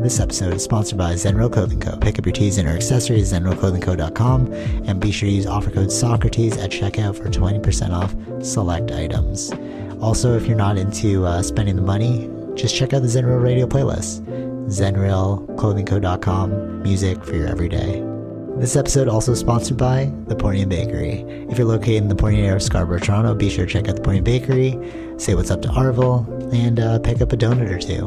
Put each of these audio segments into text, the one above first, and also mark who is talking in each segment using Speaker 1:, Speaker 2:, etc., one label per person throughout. Speaker 1: This episode is sponsored by Zenro Clothing Co. Pick up your tees and or accessories at zenroclothingco.com and be sure to use offer code Socrates at checkout for 20% off select items. Also, if you're not into uh, spending the money, just check out the Zenro radio playlist. ZenRailClothingCo.com, music for your everyday. This episode also sponsored by The Pornian Bakery. If you're located in the Pornian area of Scarborough, Toronto, be sure to check out The Pornian Bakery, say what's up to Arvel, and uh, pick up a donut or two.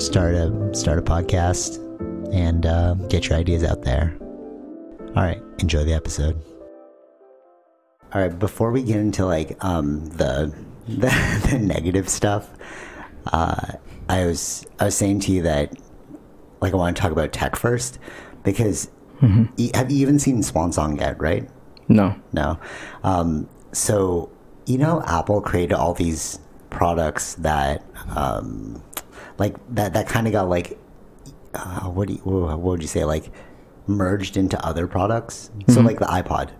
Speaker 1: start a start a podcast and uh, get your ideas out there. All right, enjoy the episode. All right, before we get into like um, the, the the negative stuff, uh, I was I was saying to you that like I want to talk about tech first because e- have you even seen Swan Song yet? Right?
Speaker 2: No.
Speaker 1: No. Um, so you know, Apple created all these products that, um, like that, that kind of got like, uh, what do you, what would you say, like, merged into other products. So like the iPod,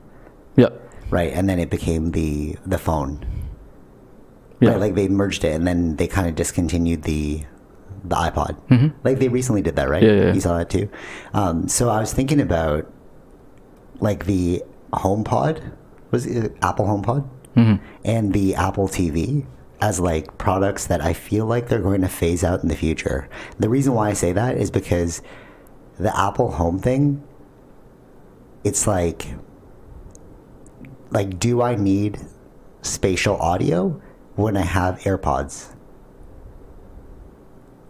Speaker 2: Yep.
Speaker 1: right? And then it became the the phone.
Speaker 2: Yeah.
Speaker 1: Right? Like they merged it, and then they kind of discontinued the the iPod. Like they recently did that, right?
Speaker 2: Mm-hmm. Yeah, yeah, yeah.
Speaker 1: You saw that too. Um, so I was thinking about like the HomePod was it Apple HomePod
Speaker 2: Mm-hmm.
Speaker 1: and the Apple TV as like products that I feel like they're going to phase out in the future. The reason why I say that is because the Apple Home thing, it's like like do I need spatial audio when I have AirPods?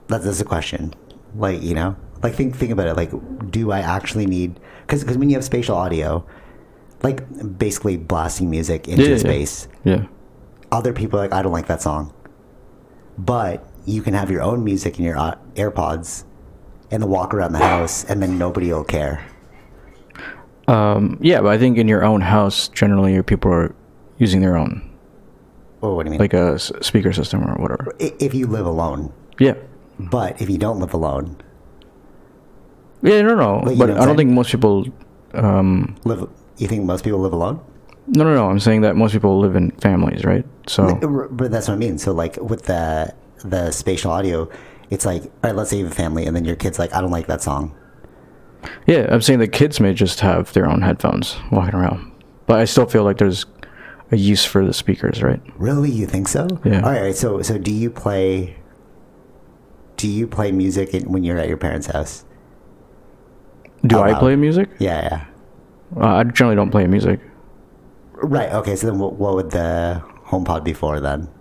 Speaker 1: That, that's a question. Like, you know, like think think about it. Like, do I actually need? Because because when you have spatial audio, like basically blasting music into
Speaker 2: yeah, yeah.
Speaker 1: space,
Speaker 2: Yeah.
Speaker 1: other people are like, I don't like that song. But you can have your own music in your uh, AirPods, and then walk around the house, and then nobody will care.
Speaker 2: Um, yeah, but I think in your own house, generally, your people are using their own,
Speaker 1: Oh, what do you mean?
Speaker 2: like a s- speaker system or whatever.
Speaker 1: I- if you live alone,
Speaker 2: Yeah.
Speaker 1: but if you don't live alone,
Speaker 2: Yeah, no, no.
Speaker 1: But you
Speaker 2: but
Speaker 1: know what
Speaker 2: I
Speaker 1: I'm
Speaker 2: don't
Speaker 1: saying?
Speaker 2: think most people. Um,
Speaker 1: live. You think most people live alone?
Speaker 2: no, no, no. I'm saying that most people live in families, right? So.
Speaker 1: R- But that's what I mean. So like with the the spatial audio, it's like all right, let's say you have a family, and then your kid's like, I don't like that song.
Speaker 2: Yeah, I'm saying the kids may just have their own headphones walking around, but I still feel like there's a use for the speakers, right?
Speaker 1: Really, you think so?
Speaker 2: Yeah.
Speaker 1: All right. So so do you play? Do you play music in, when you're at your parents' house?
Speaker 2: Do
Speaker 1: Out
Speaker 2: I
Speaker 1: loud.
Speaker 2: play music?
Speaker 1: Yeah, yeah.
Speaker 2: Uh, I generally don't play music.
Speaker 1: Right. Okay. So then, what, what would the HomePod be for then?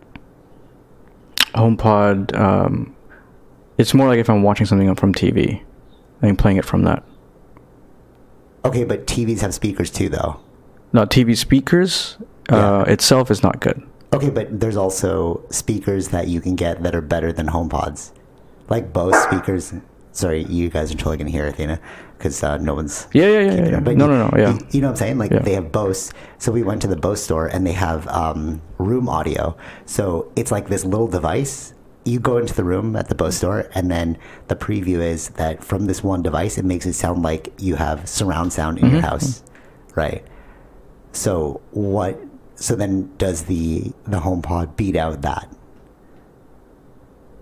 Speaker 2: HomePod, um, it's more like if I'm watching something from TV, I'm playing it from that.
Speaker 1: Okay, but TVs have speakers too, though.
Speaker 2: Now, TV speakers uh, itself is not good.
Speaker 1: Okay, but there's also speakers that you can get that are better than HomePods, like Bose speakers. Sorry, you guys are totally gonna hear Athena because uh, no one's
Speaker 2: Yeah, yeah, yeah, yeah. yeah.
Speaker 1: But
Speaker 2: No,
Speaker 1: you-
Speaker 2: no, no. Yeah,
Speaker 1: You, you know what I'm saying? Like
Speaker 2: Yeah.
Speaker 1: they have Bose. So we went to the Bose store and they have um, room audio. So it's like this little device. You go into the room at the Bose store, and then the preview is that from this one device, it makes it sound like you have surround sound in your
Speaker 2: Mm-hmm.
Speaker 1: house, right? So what? So then, does the the HomePod beat out that?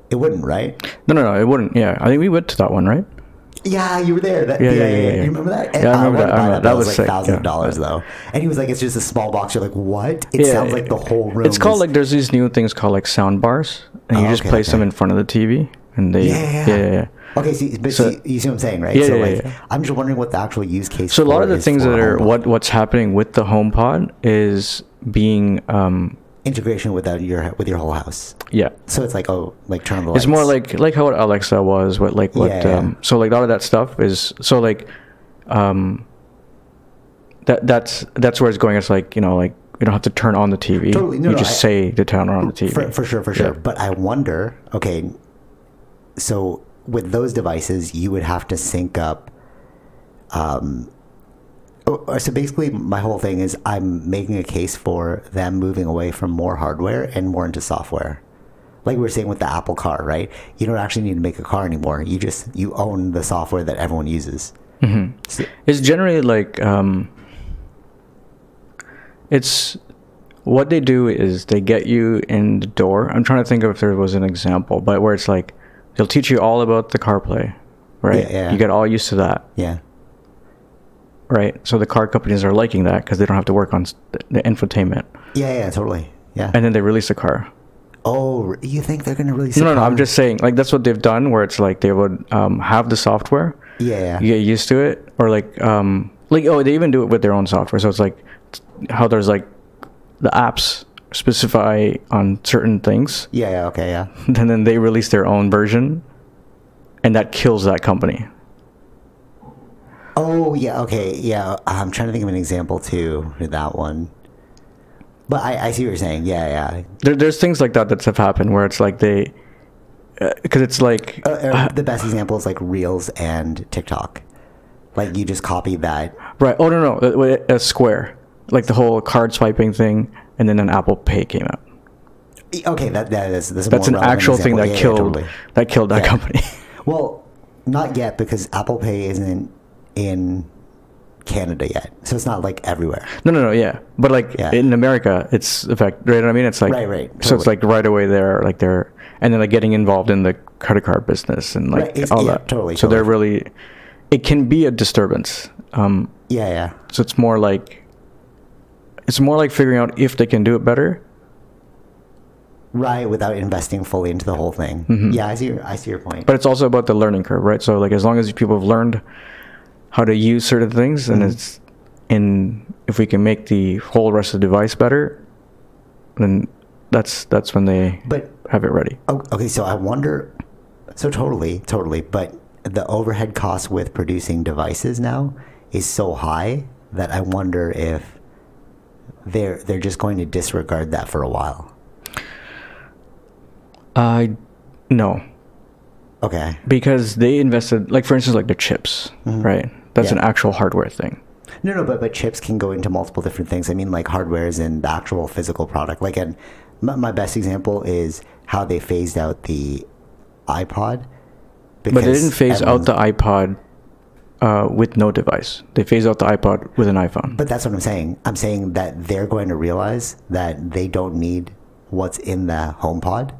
Speaker 1: It wouldn't, right?
Speaker 2: no, no, no. It wouldn't. Yeah, I think we went to that one, right?
Speaker 1: Yeah, you were there. That, yeah, yeah, yeah, You remember that?
Speaker 2: Yeah, I remember
Speaker 1: wanted
Speaker 2: that.
Speaker 1: to buy
Speaker 2: I remember that.
Speaker 1: but
Speaker 2: That
Speaker 1: it
Speaker 2: was
Speaker 1: like
Speaker 2: sick,
Speaker 1: thousand
Speaker 2: yeah.
Speaker 1: dollars though. And he was like, "It's just a small box." You're like, "What?" It
Speaker 2: Yeah,
Speaker 1: sounds
Speaker 2: yeah,
Speaker 1: like the whole room.
Speaker 2: It's called
Speaker 1: is-
Speaker 2: like there's these new things called like sound bars, and you
Speaker 1: Oh,
Speaker 2: just
Speaker 1: okay,
Speaker 2: place them
Speaker 1: okay.
Speaker 2: in front of the TV, and they
Speaker 1: Yeah, yeah,
Speaker 2: yeah,
Speaker 1: yeah.
Speaker 2: yeah. yeah.
Speaker 1: Okay, see, but
Speaker 2: So-
Speaker 1: see, you see what I'm saying, right?
Speaker 2: Yeah,
Speaker 1: so
Speaker 2: yeah,
Speaker 1: like,
Speaker 2: yeah.
Speaker 1: I'm just wondering what the actual use case.
Speaker 2: So a lot
Speaker 1: for
Speaker 2: of the
Speaker 1: is
Speaker 2: things
Speaker 1: for
Speaker 2: that
Speaker 1: a
Speaker 2: are
Speaker 1: HomePod.
Speaker 2: what what's happening with the HomePod is being um
Speaker 1: integration without your with your whole house.
Speaker 2: yeah.
Speaker 1: So it's like, oh, like turn on the lights.
Speaker 2: It's more like like how Alexa was, what like what
Speaker 1: Yeah, yeah.
Speaker 2: um so like a lot of that stuff is so like um that that's that's where it's going. It's like, you know, like you don't have to turn on the TV.
Speaker 1: Totally. No,
Speaker 2: you
Speaker 1: no,
Speaker 2: just
Speaker 1: I-
Speaker 2: say the turn on the TV.
Speaker 1: for, for sure, for sure. But I wonder. Okay, so with those devices, you would have to sync up. Um, oh, uh, so basically, my whole thing is I'm making a case for them moving away from more hardware and more into software. Like we were saying with the Apple Car, right? You don't actually need to make a car anymore. You just you own the software that everyone uses.
Speaker 2: Mm-hmm.
Speaker 1: So-
Speaker 2: It's generally like um, it's what they do is they get you in the door. I'm trying to think of if there was an example, but where it's like they'll teach you all about the CarPlay, right?
Speaker 1: Yeah, yeah.
Speaker 2: You get all used to that,
Speaker 1: yeah,
Speaker 2: right? So the car companies are liking that because they don't have to work on s- the, the infotainment,
Speaker 1: yeah, yeah, totally. Yeah.
Speaker 2: and then they release the car.
Speaker 1: oh, you think they're gonna release? a
Speaker 2: No, no, no. I'm
Speaker 1: product?
Speaker 2: just saying, like that's what they've done, where it's like they would um, have the software,
Speaker 1: Yeah,
Speaker 2: you
Speaker 1: yeah,
Speaker 2: get used to it or like um like oh they even do it with their own software so it's like how there's like the apps specify on certain things
Speaker 1: yeah, yeah. Okay, yeah.
Speaker 2: and then they release their own version and that kills that company
Speaker 1: Oh yeah, okay, yeah. I'm trying to think of an example too for that one. But I, I see what you're saying. Yeah, yeah.
Speaker 2: there, there's things like that that have happened where it's like they because it's like
Speaker 1: Uh, uh, the best example is like Reels and TikTok. Like you just copy that.
Speaker 2: right oh no no uh, wait, uh, square like the whole card swiping thing and then an apple pay came out
Speaker 1: E, Okay, that that is this is a
Speaker 2: that's
Speaker 1: more
Speaker 2: an
Speaker 1: relevant
Speaker 2: actual thing
Speaker 1: example.
Speaker 2: that
Speaker 1: Yeah, yeah,
Speaker 2: killed
Speaker 1: totally.
Speaker 2: that killed that
Speaker 1: Yeah.
Speaker 2: company
Speaker 1: Well, not yet because Apple Pay isn't in Canada yet, so it's not like everywhere.
Speaker 2: No, no, no. Yeah, but like
Speaker 1: Yeah.
Speaker 2: in America, it's the fact, right? I mean, it's like
Speaker 1: Right, right,
Speaker 2: So it's
Speaker 1: totally.
Speaker 2: like right away there, like they're and then like getting involved in the credit card business and like
Speaker 1: Right, it's-
Speaker 2: all
Speaker 1: yeah,
Speaker 2: that.
Speaker 1: totally,
Speaker 2: So they're really, it can be a disturbance. Um,
Speaker 1: Yeah, yeah.
Speaker 2: so it's more like, it's more like figuring out if they can do it better.
Speaker 1: Right, without investing fully into the whole thing. Yeah, I see. Your, I see your point.
Speaker 2: Mm-hmm. But it's also about the learning curve, right? So like as long as people have learned how to use certain things,
Speaker 1: Mm-hmm.
Speaker 2: then it's in if we can make the whole rest of the device better, then that's that's when they
Speaker 1: but
Speaker 2: have it ready.
Speaker 1: O- Oh, Okay, so I wonder. So totally, totally. But the overhead cost with producing devices now is so high that I wonder if they're they're just going to disregard that for a while.
Speaker 2: I no,
Speaker 1: Okay.
Speaker 2: because they invested like for instance like the chips, right? That's
Speaker 1: Mm-hmm. Yeah.
Speaker 2: an actual hardware thing.
Speaker 1: No, no, but but chips can go into multiple different things. I mean, like hardware is in the actual physical product. Like, and my, my best example is how they phased out the iPod.
Speaker 2: But they
Speaker 1: because
Speaker 2: didn't phase
Speaker 1: everyone's-
Speaker 2: out the iPod uh, with no device. They phase out the iPod with an iPhone.
Speaker 1: But that's what I'm saying. I'm saying that they're going to realize that they don't need what's in the HomePod.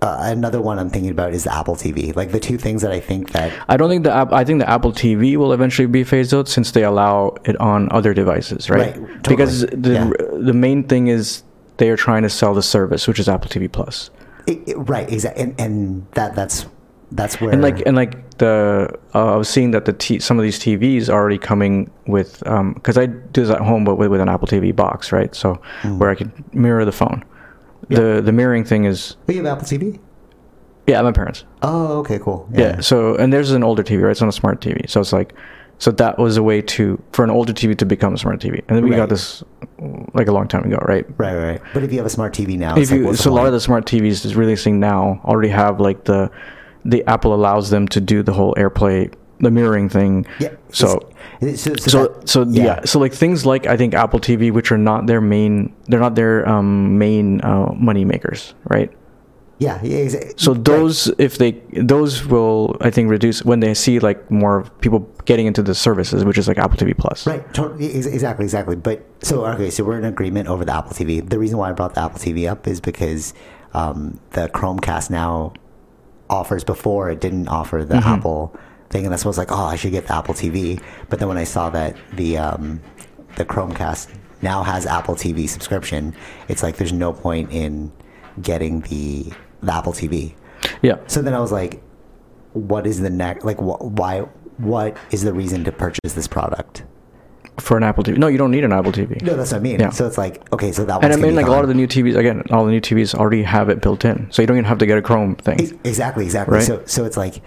Speaker 1: Uh, another one I'm thinking about is the Apple TV. Like the two things that I think that
Speaker 2: I don't think the app. I think the Apple TV will eventually be phased out since they allow it on other devices,
Speaker 1: Right,
Speaker 2: right?
Speaker 1: totally.
Speaker 2: Because the
Speaker 1: Yeah.
Speaker 2: the main thing is they are trying to sell the service, which is Apple TV Plus.
Speaker 1: it, it- right exactly, and, and that that's that's where
Speaker 2: and like and like the uh, I was seeing that the t- some of these TVs are already coming with because I do this at home but with, with an Apple TV box right so
Speaker 1: Hmm.
Speaker 2: where I could mirror the phone the the mirroring thing is
Speaker 1: oh, you have Apple TV.
Speaker 2: yeah my parents
Speaker 1: Oh, okay, cool.
Speaker 2: yeah. so and there's an older TV right it's not a smart TV so it's like so that was a way to for an older TV to become a smart TV and then we
Speaker 1: Right.
Speaker 2: got this like a long time ago right
Speaker 1: Right, right. But if you have a smart TV now,
Speaker 2: if
Speaker 1: it's like,
Speaker 2: you
Speaker 1: what's
Speaker 2: so a
Speaker 1: the
Speaker 2: lot of
Speaker 1: point?
Speaker 2: the smart TVs that's releasing now already have like the the Apple allows them to do the whole AirPlay the mirroring thing
Speaker 1: yeah.
Speaker 2: so
Speaker 1: it's- so so,
Speaker 2: so
Speaker 1: that-
Speaker 2: so yeah. so like things like i think apple tv which are not their main they're not their um, main uh, money makers right
Speaker 1: yeah yeah exactly.
Speaker 2: so those if they those will i think reduce when they see like more of people getting into the services which is like apple tv plus
Speaker 1: Right, totally, ex- exactly, exactly. But so okay, so we're in agreement over the Apple TV. The reason why I brought the Apple TV up is because um, the Chromecast now offers before it didn't offer the Apple thing, and that's why I was like, oh, I should get the Apple TV. But then when I saw that the um, the Chromecast now has Apple TV subscription, it's like there's no point in getting the the Apple TV.
Speaker 2: yeah
Speaker 1: So then I was like, what is the next? Like, wh- why? What is the reason to purchase this product?
Speaker 2: for an apple tv no you don't need an apple tv
Speaker 1: No, that's what I mean.
Speaker 2: Yeah.
Speaker 1: So it's like okay, so that.
Speaker 2: and
Speaker 1: one's
Speaker 2: i
Speaker 1: gonna
Speaker 2: mean
Speaker 1: be
Speaker 2: like a lot
Speaker 1: gone.
Speaker 2: of the new tvs again all the new tvs already have it built in so you don't even have to get a chrome thing
Speaker 1: Ex- E, exactly, exactly.
Speaker 2: Right.
Speaker 1: So so it's like,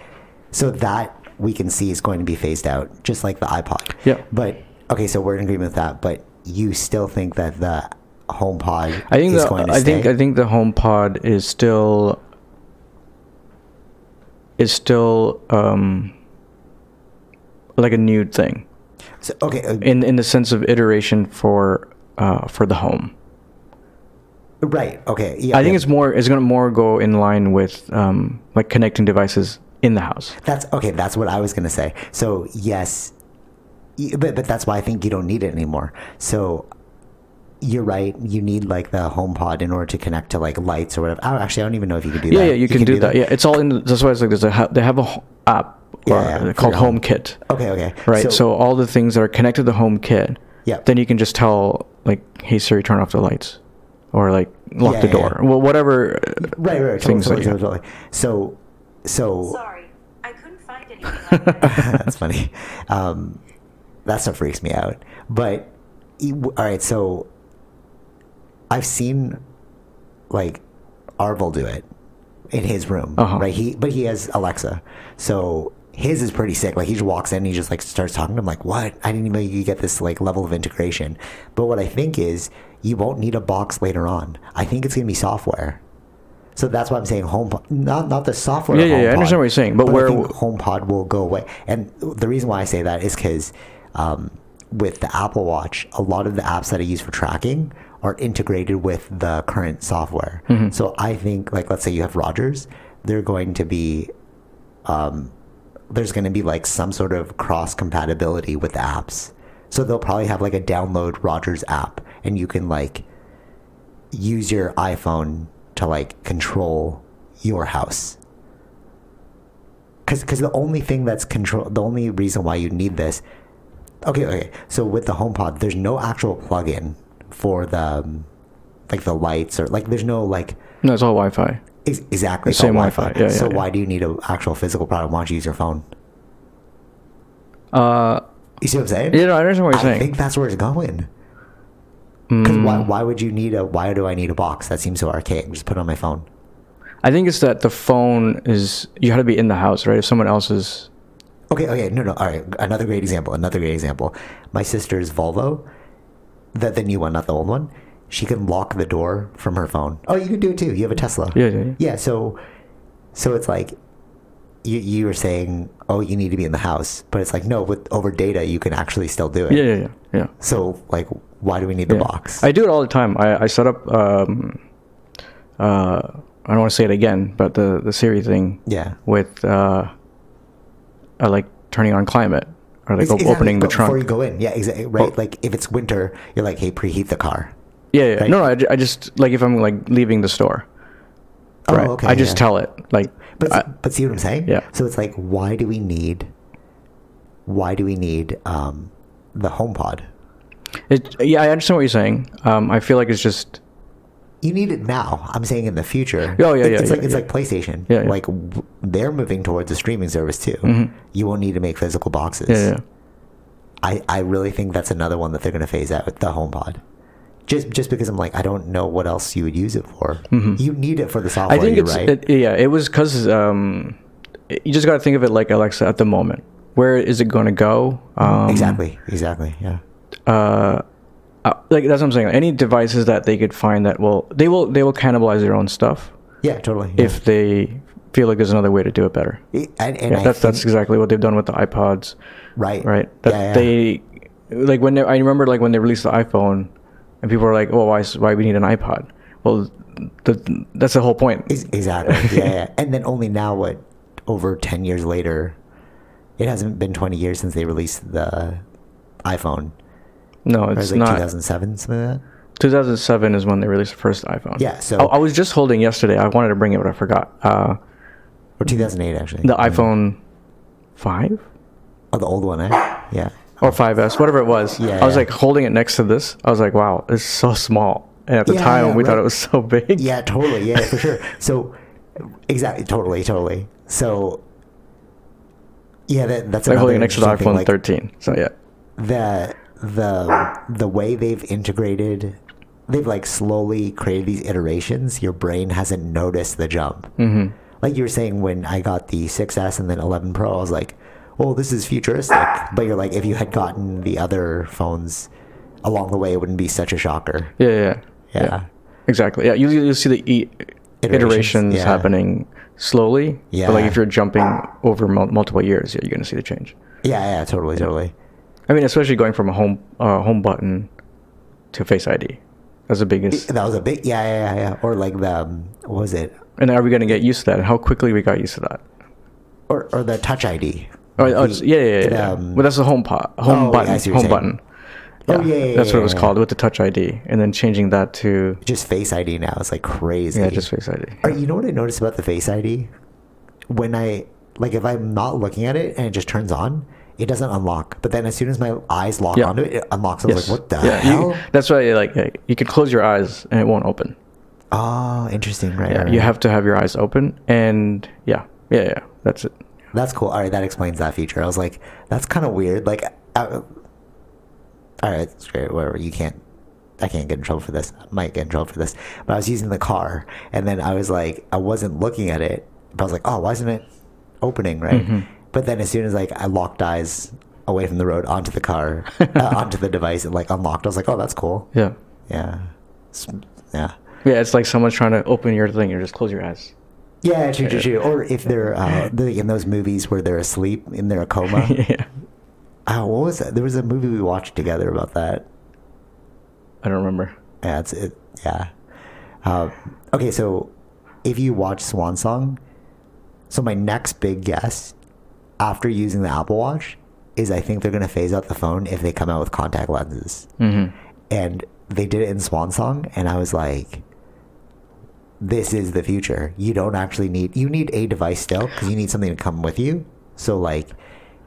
Speaker 1: so that we can see is going to be phased out, just like the iPod.
Speaker 2: Yeah.
Speaker 1: But okay, so we're in agreement with that. But you still think that the HomePod
Speaker 2: I think
Speaker 1: is
Speaker 2: the,
Speaker 1: going to
Speaker 2: I
Speaker 1: stay?
Speaker 2: think I think the HomePod is still is still um, like a new thing
Speaker 1: So, okay, uh,
Speaker 2: in in the sense of iteration for uh, for the home.
Speaker 1: right. Okay, yeah.
Speaker 2: I think
Speaker 1: yeah.
Speaker 2: it's more it's gonna more go in line with um, like connecting devices in the house.
Speaker 1: That's okay. That's what I was gonna say. So yes, y- but but that's why I think you don't need it anymore. So you're right. You need like the home pod in order to connect to like lights or whatever. I don't, actually, I don't even know if you can do
Speaker 2: Yeah,
Speaker 1: that.
Speaker 2: yeah, you, can, do, that. Yeah, it's all in. The, that's why it's like there's a ha- they have a ho- app
Speaker 1: Yeah,
Speaker 2: uh,
Speaker 1: yeah, for
Speaker 2: called
Speaker 1: your home.
Speaker 2: HomeKit,
Speaker 1: Okay. Okay.
Speaker 2: right? So, all the things that are connected to HomeKit,
Speaker 1: Yeah.
Speaker 2: then you can just tell like, "Hey Siri, turn off the lights," or like, "Lock
Speaker 1: Yeah,
Speaker 2: the
Speaker 1: yeah,
Speaker 2: door."
Speaker 1: yeah.
Speaker 2: Well, whatever. uh,
Speaker 1: right. Right. right. Totally,
Speaker 2: things
Speaker 1: totally,
Speaker 2: that you-
Speaker 1: totally, totally. So so
Speaker 3: Sorry, I couldn't find anything like that.
Speaker 1: that's funny. Um, that stuff freaks me out. But e- w- all right, so I've seen like Arvel do it in his room,
Speaker 2: Uh-huh.
Speaker 1: right? He but he has Alexa, so his is pretty sick. Like he just walks in, and he just like starts talking. to him like, what? I didn't even know you get this like level of integration. But what I think is you won't need a box later on. I think it's gonna be software. So that's why I'm saying home, not not the software.
Speaker 2: Yeah,
Speaker 1: of
Speaker 2: yeah, yeah, I
Speaker 1: HomePod,
Speaker 2: understand what you're saying, but
Speaker 1: I
Speaker 2: where-
Speaker 1: think HomePod will go away. And the reason why I say that is because um, with the Apple Watch, a lot of the apps that I use for tracking are integrated with the current software.
Speaker 2: Mm-hmm.
Speaker 1: So I think, like, let's say you have Rogers, they're going to be, um, there's going to be like some sort of cross compatibility with the apps. So they'll probably have like a download Rogers app, and you can like use your iPhone to like control your house because because the only thing that's control the only reason why you need this okay okay so with the HomePod there's no actual plug-in for the um, like the lights or like there's no like
Speaker 2: No, it's all Wi-Fi.
Speaker 1: ex- exactly it's
Speaker 2: Same
Speaker 1: all Wi-Fi,
Speaker 2: Wi-Fi, yeah,
Speaker 1: so
Speaker 2: yeah, yeah.
Speaker 1: why do you need an actual physical product why don't you use your phone
Speaker 2: Uh,
Speaker 1: you see what I'm saying
Speaker 2: you know, I understand what you're
Speaker 1: I
Speaker 2: saying. Mm,
Speaker 1: think that's where it's going because why why would you need a why do I need a box that seems so archaic just put it on my phone
Speaker 2: I think it's that the phone is you had to be in the house, right? If someone else is
Speaker 1: Okay, okay, no, no. All right, another great example. Another great example. My sister's Volvo, the the new one, not the old one. She can lock the door from her phone. Oh, you can do it too. You have a Tesla.
Speaker 2: Yeah, yeah, yeah.
Speaker 1: Yeah. So, so it's like, you you were saying, oh, you need to be in the house, but it's like, no, with over data, you can actually still do it.
Speaker 2: yeah, yeah, yeah, yeah.
Speaker 1: So like, why do we need the
Speaker 2: Yeah.
Speaker 1: box?
Speaker 2: I do it all the time. I, I set up. Um, uh, I don't want to say it again, but the the Siri thing
Speaker 1: yeah.
Speaker 2: with uh, uh, like turning on climate or like
Speaker 1: Ex-
Speaker 2: op-
Speaker 1: exactly,
Speaker 2: opening the
Speaker 1: but before you
Speaker 2: trunk.
Speaker 1: go in. Yeah, exactly. Right.
Speaker 2: Oh.
Speaker 1: Like if it's winter, you're like, hey, preheat the car.
Speaker 2: Yeah, yeah.
Speaker 1: right?
Speaker 2: No, no. I, ju- I just like if I'm like leaving the store,
Speaker 1: Oh,
Speaker 2: right?
Speaker 1: okay,
Speaker 2: I just
Speaker 1: yeah.
Speaker 2: tell it like,
Speaker 1: But
Speaker 2: I-
Speaker 1: but see what I'm saying?
Speaker 2: Yeah.
Speaker 1: So it's like, why do we need? Why do we need um, the HomePod?
Speaker 2: it, yeah. I understand what you're saying. Um, I feel like it's just
Speaker 1: You need it now. I'm saying in the future.
Speaker 2: Oh, yeah,
Speaker 1: It-
Speaker 2: yeah,
Speaker 1: It's
Speaker 2: yeah,
Speaker 1: like it's
Speaker 2: yeah.
Speaker 1: like PlayStation.
Speaker 2: Yeah, yeah.
Speaker 1: Like w- they're moving towards a streaming service too. You won't need to make physical boxes.
Speaker 2: yeah, yeah.
Speaker 1: I I really think that's another one that they're going to phase out the HomePod. Just just because I'm like I don't know what else you would use it for. You need it for the software.
Speaker 2: Mm-hmm. I think
Speaker 1: you're
Speaker 2: it's
Speaker 1: right.
Speaker 2: it, yeah. It was because um, it- you just got to think of it like Alexa at the moment. Where is it going to go? Um,
Speaker 1: exactly. Exactly. Yeah.
Speaker 2: uh, uh, like that's what I'm saying. Any devices that they could find that will they will they will cannibalize their own stuff
Speaker 1: Yeah. Totally. yeah.
Speaker 2: if they feel like there's another way to do it better.
Speaker 1: It- and, and
Speaker 2: Yeah,
Speaker 1: I
Speaker 2: that's
Speaker 1: think-
Speaker 2: that's exactly what they've done with the iPods,
Speaker 1: right.
Speaker 2: right? That
Speaker 1: Yeah, yeah.
Speaker 2: they like when they, I remember like when they released the iPhone, and people were like, "Oh, why is- why we need an iPod?" Well, the, that's the whole point.
Speaker 1: Ex- Exactly. Yeah, yeah. And then only now, what, over 10 years later, it hasn't been 20 years since they released the iPhone.
Speaker 2: no,
Speaker 1: Or it was
Speaker 2: it's
Speaker 1: like
Speaker 2: not.
Speaker 1: 2007, something like that.
Speaker 2: 2007 is when they released the first iPhone. Oh,
Speaker 1: Yeah, so-
Speaker 2: I, I was just holding yesterday. I wanted to bring it, but I forgot. Uh,
Speaker 1: Or 2008, actually.
Speaker 2: the
Speaker 1: Yeah.
Speaker 2: iPhone five
Speaker 1: Oh, the old one, eh? Yeah.
Speaker 2: or 5S, whatever it was.
Speaker 1: Yeah,
Speaker 2: I was
Speaker 1: yeah.
Speaker 2: like holding it next to this. I was like, wow, it's so small. And at the
Speaker 1: Yeah,
Speaker 2: time,
Speaker 1: yeah,
Speaker 2: we thought
Speaker 1: right.
Speaker 2: it was so big.
Speaker 1: Yeah, totally. Yeah, for sure. So, exactly. Totally, totally. So, yeah, that, that's
Speaker 2: Like holding
Speaker 1: another
Speaker 2: it next to the
Speaker 1: interesting
Speaker 2: iPhone
Speaker 1: thing, like,
Speaker 2: 13. So yeah.
Speaker 1: the the the way they've integrated they've like slowly created these iterations your brain hasn't noticed the jump mm-hmm. like you were saying when i got the 6s and then 11 pro i was like oh this is futuristic but you're like if you had gotten the other phones along the way it wouldn't be such a shocker
Speaker 2: Yeah, yeah, yeah.
Speaker 1: yeah
Speaker 2: Exactly. Yeah, you you see the e- iterations,
Speaker 1: yeah.
Speaker 2: happening slowly.
Speaker 1: Yeah.
Speaker 2: But like if you're jumping over mul- multiple years, yeah, you're gonna see the change.
Speaker 1: Yeah, yeah, totally, totally.
Speaker 2: I mean, especially going from a home uh, home button to Face ID. That's the biggest.
Speaker 1: That was a big, yeah, yeah, yeah, yeah. Or like the, um, what was it?
Speaker 2: And are we gonna get used to that? And how quickly we got used to that?
Speaker 1: Or, or the Touch ID.
Speaker 2: Oh, oh, it's-
Speaker 1: The-
Speaker 2: yeah, yeah, yeah.
Speaker 1: the,
Speaker 2: yeah.
Speaker 1: um,
Speaker 2: well, that's the home pot,
Speaker 1: Oh,
Speaker 2: home
Speaker 1: yeah, I
Speaker 2: button,
Speaker 1: see what
Speaker 2: home
Speaker 1: you're saying.
Speaker 2: button.
Speaker 1: Oh, yeah, yeah,
Speaker 2: that's what
Speaker 1: yeah,
Speaker 2: it was
Speaker 1: yeah,
Speaker 2: called
Speaker 1: yeah.
Speaker 2: with the Touch ID, and then changing that to
Speaker 1: just Face ID now. It's like crazy.
Speaker 2: yeah, just Face ID.
Speaker 1: Or you know what I noticed about the Face ID? When I like, if I'm not looking at it and it just turns on, it doesn't unlock. But then as soon as my eyes lock
Speaker 2: Yeah.
Speaker 1: onto it, it unlocks. I was
Speaker 2: Yes.
Speaker 1: like, what the
Speaker 2: Yeah,
Speaker 1: hell?
Speaker 2: You, that's why like uh, you could close your eyes and it won't open.
Speaker 1: oh, interesting. Right.
Speaker 2: Yeah,
Speaker 1: right,
Speaker 2: you
Speaker 1: right.
Speaker 2: have to have your eyes open, and yeah, yeah, yeah. That's it.
Speaker 1: That's cool. All right, that explains that feature. I was like, that's kind of weird. Like, uh, all right, it's great. Whatever. You can't. I can't get in trouble for this. I might get in trouble for this. But I was using the car, and then I was like, I wasn't looking at it. But I was like, oh, why isn't it opening? Right.
Speaker 2: Mhm.
Speaker 1: But then as soon as like I locked eyes away from the road onto the car, uh, onto the device, it like unlocked. I was like, oh, that's cool.
Speaker 2: Yeah,
Speaker 1: Yeah. It's- yeah.
Speaker 2: yeah. It's like someone's trying to open your thing, you just close your eyes.
Speaker 1: Yeah, true, true, true. Or if they're uh, the, in those movies where they're asleep in their coma,
Speaker 2: yeah,
Speaker 1: Oh, what was that? There was a movie we watched together about that.
Speaker 2: I don't remember.
Speaker 1: Yeah, it's it. Yeah. Uh, okay, so if you watch Swan Song, so my next big guess after using the Apple Watch is I think they're gonna phase out the phone if they come out with contact lenses,
Speaker 2: Mm-hmm.
Speaker 1: and they did it in Swan Song, and I was like. This is the future. You don't actually need you need a device still because you need something to come with you. So like,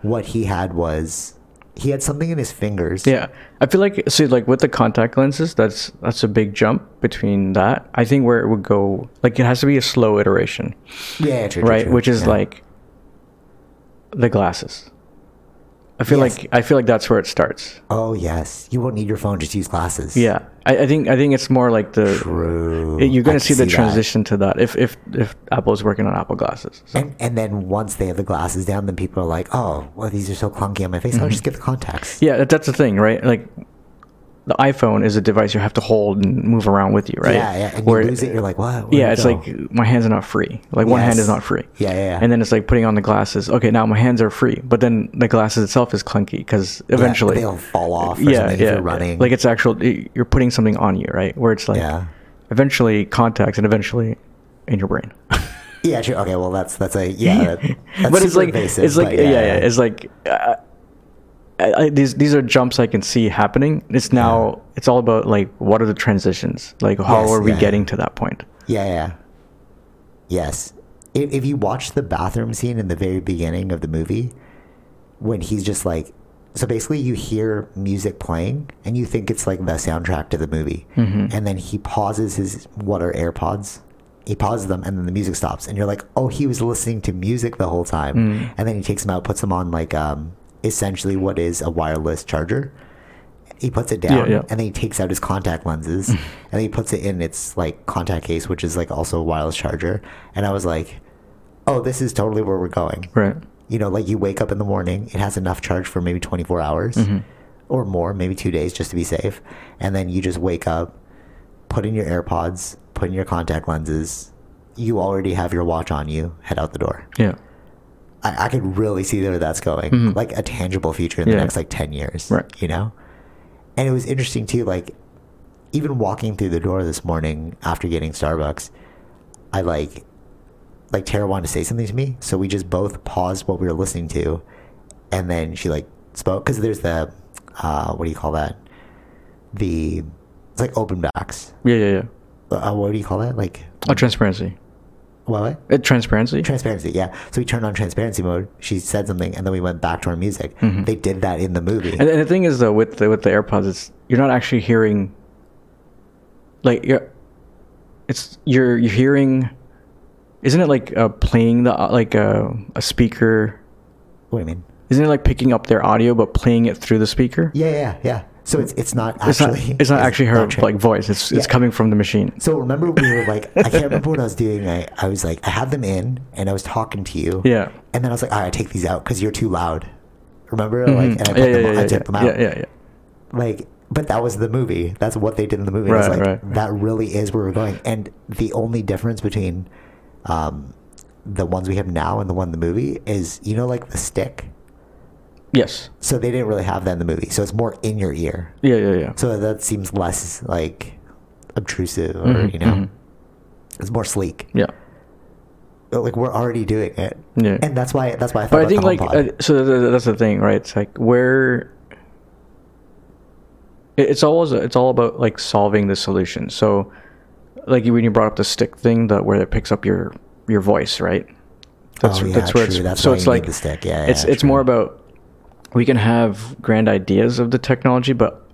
Speaker 1: what he had was he had something in his fingers.
Speaker 2: Yeah, I feel like see, like with the contact lenses, that's that's a big jump between that. I think where it would go, like it has to be a slow iteration,
Speaker 1: Yeah, true, true,
Speaker 2: right?
Speaker 1: true.
Speaker 2: Which is
Speaker 1: Yeah.
Speaker 2: like the glasses. I feel
Speaker 1: Yes.
Speaker 2: like I feel like that's where it starts.
Speaker 1: oh yes, you won't need your phone; just use glasses.
Speaker 2: Yeah, I, I think I think it's more like the
Speaker 1: true. I
Speaker 2: you're going
Speaker 1: can
Speaker 2: to see the
Speaker 1: that.
Speaker 2: transition to that if if if Apple's working on Apple glasses. So,
Speaker 1: And, and then once they have the glasses down, then people are like, "Oh, well, these are so clunky on my face. I'll just get the contacts."
Speaker 2: Mm-hmm. yeah, that- that's the thing, right? Like the iPhone is a device you have to hold and move around with you, right?
Speaker 1: yeah, yeah. And
Speaker 2: Where-
Speaker 1: you lose it, you're like, "What?" Where'd
Speaker 2: yeah,
Speaker 1: it
Speaker 2: it's
Speaker 1: go?"
Speaker 2: like my hands are not free. Like one hand
Speaker 1: Yes.
Speaker 2: is not free.
Speaker 1: Yeah, yeah, yeah.
Speaker 2: And then it's like putting on the glasses. Okay, now my hands are free, but then the glasses itself is clunky because
Speaker 1: Yeah,
Speaker 2: eventually,
Speaker 1: they'll fall off. Or
Speaker 2: yeah,
Speaker 1: something if
Speaker 2: yeah,
Speaker 1: you're running.
Speaker 2: like it's actual. You're putting something on you, right? Where it's like,
Speaker 1: Yeah.
Speaker 2: eventually contacts and eventually in your brain.
Speaker 1: yeah, sure. Okay, well, that's that's a yeah. That, that's
Speaker 2: but it's
Speaker 1: super
Speaker 2: like
Speaker 1: invasive,
Speaker 2: it's like
Speaker 1: but
Speaker 2: yeah, yeah, it's like uh, I, I, these these are jumps I can see happening. It's now it's all about like what are the transitions? Like how
Speaker 1: Yes,
Speaker 2: are we
Speaker 1: yeah.
Speaker 2: getting to that point?
Speaker 1: Yeah, yeah. Yes. If, if you watch the bathroom scene in the very beginning of the movie, when he's just like, so basically you hear music playing and you think it's like the soundtrack to the movie. And then he pauses his, what are AirPods? He pauses them and then the music stops. And you're like, oh, he was listening to music the whole time. And then he takes them out, puts them on like um, essentially what is a wireless charger. He puts it down
Speaker 2: yeah. Mm-hmm.
Speaker 1: and then he takes out his contact lenses and then he puts it in its like contact case, which is like also a wireless charger. And I was like, oh, this is totally where we're going.
Speaker 2: Right.
Speaker 1: You know, like you wake up in the morning, it has enough charge for maybe 24 hours
Speaker 2: Mm-hmm.
Speaker 1: or more, maybe two days just to be safe. And then you just wake up, put in your AirPods, put in your contact lenses. You already have your watch on you, head out the door.
Speaker 2: Yeah.
Speaker 1: I, I could really see where that's going, like a tangible future in the
Speaker 2: Mm-hmm. Yeah.
Speaker 1: next like 10 years,
Speaker 2: Right.
Speaker 1: you know? And it was interesting too, like even walking through the door this morning after getting Starbucks, I like, like Tara wanted to say something to me. So we just both paused what we were listening to. And then she like spoke, cause there's the, uh, what do you call that? The, it's like open backs.
Speaker 2: Yeah. Yeah. Yeah.
Speaker 1: Uh, what do you call that? Like,
Speaker 2: Oh, transparency.
Speaker 1: what? what?
Speaker 2: Uh, transparency.
Speaker 1: Transparency, yeah. So we turned on transparency mode. She said something, and then we went back to our music. They did that in the movie.
Speaker 2: Mm-hmm. and, and the thing is though, with the, with the AirPods, it's you're not actually hearing. Like you're, it's you're you're hearing, isn't it like uh, playing the like uh, a speaker
Speaker 1: what do you mean?
Speaker 2: Isn't it like picking up their audio but playing it through the speaker?
Speaker 1: Yeah, yeah, yeah. So it's it's not actually
Speaker 2: it's not. It's not actually her
Speaker 1: tra-
Speaker 2: like voice. It's it's
Speaker 1: Yeah.
Speaker 2: coming from the machine.
Speaker 1: So remember we were like I can't remember what I was doing. I, I was like I had them in and I was talking to you.
Speaker 2: Yeah.
Speaker 1: And then I was like, all right, take these out because you're too loud. Remember, like, and I, put
Speaker 2: Mm-hmm. Yeah, yeah,
Speaker 1: them,
Speaker 2: yeah,
Speaker 1: I
Speaker 2: yeah,
Speaker 1: took them
Speaker 2: yeah,
Speaker 1: out.
Speaker 2: yeah, yeah, yeah.
Speaker 1: Like but that was the movie. That's what they did in the movie. It's
Speaker 2: Right,
Speaker 1: like,
Speaker 2: right, right.
Speaker 1: That really is where we're going. And the only difference between um, the ones we have now and the one in the movie is, you know, like the stick.
Speaker 2: Yes.
Speaker 1: So they didn't really have that in the movie. So it's more in your ear.
Speaker 2: Yeah, yeah, yeah.
Speaker 1: So that seems less like obtrusive or,
Speaker 2: Mhm,
Speaker 1: you know,
Speaker 2: mhm.
Speaker 1: it's more sleek.
Speaker 2: Yeah.
Speaker 1: But, Like we're already doing it.
Speaker 2: Yeah.
Speaker 1: And that's why, that's why I thought
Speaker 2: But I
Speaker 1: about
Speaker 2: think
Speaker 1: the
Speaker 2: like
Speaker 1: HomePod.
Speaker 2: uh, so th- th- that's the thing, right? It's like where it- it's always it's all about like solving the solution. So like you- when you brought up the stick thing, that where it picks up your your voice, right? That's
Speaker 1: Oh, yeah,
Speaker 2: that's where
Speaker 1: true.
Speaker 2: it's
Speaker 1: That's
Speaker 2: so
Speaker 1: why
Speaker 2: it's
Speaker 1: you need
Speaker 2: like
Speaker 1: the stick. Yeah,
Speaker 2: it's
Speaker 1: yeah,
Speaker 2: it's more
Speaker 1: true.
Speaker 2: about we can have grand ideas of the technology, but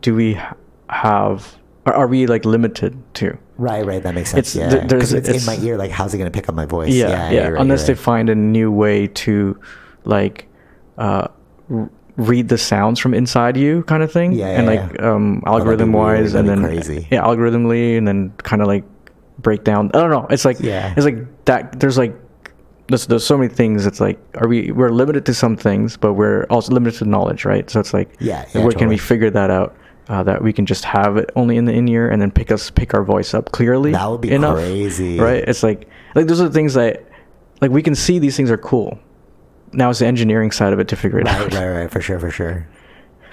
Speaker 2: do we h- have are, are we like limited to?
Speaker 1: Right, right. That makes sense.
Speaker 2: It's-
Speaker 1: yeah.
Speaker 2: there- there's-
Speaker 1: 'Cause it's,
Speaker 2: it's-
Speaker 1: in my ear. Like, how's it going to pick up my voice?
Speaker 2: yeah, yeah.
Speaker 1: you're right,
Speaker 2: Unless
Speaker 1: you're
Speaker 2: they
Speaker 1: right.
Speaker 2: find a new way to, like, uh, r- read the sounds from inside you, kind of thing.
Speaker 1: Yeah,
Speaker 2: and
Speaker 1: yeah,
Speaker 2: like
Speaker 1: yeah. Oh,
Speaker 2: um,
Speaker 1: that'd be
Speaker 2: algorithm wise,
Speaker 1: weird,
Speaker 2: and
Speaker 1: that'd
Speaker 2: then
Speaker 1: be crazy.
Speaker 2: yeah, algorithmically, and then kind of like break down. I don't know. It's like
Speaker 1: Yeah.
Speaker 2: it's like that. There's like. There's, there's so many things. It's like, are we we're limited to some things, but we're also limited to knowledge, right? So it's like,
Speaker 1: Yeah, yeah,
Speaker 2: where can
Speaker 1: totally.
Speaker 2: we figure that out? Uh, that we can just have it only in the in ear, and then pick us pick our voice up clearly.
Speaker 1: That would be
Speaker 2: enough,
Speaker 1: crazy.
Speaker 2: right? It's like like those are the things that like we can see these things are cool. Now it's the engineering side of it to figure it
Speaker 1: Right,
Speaker 2: out.
Speaker 1: right, right. For sure, for sure.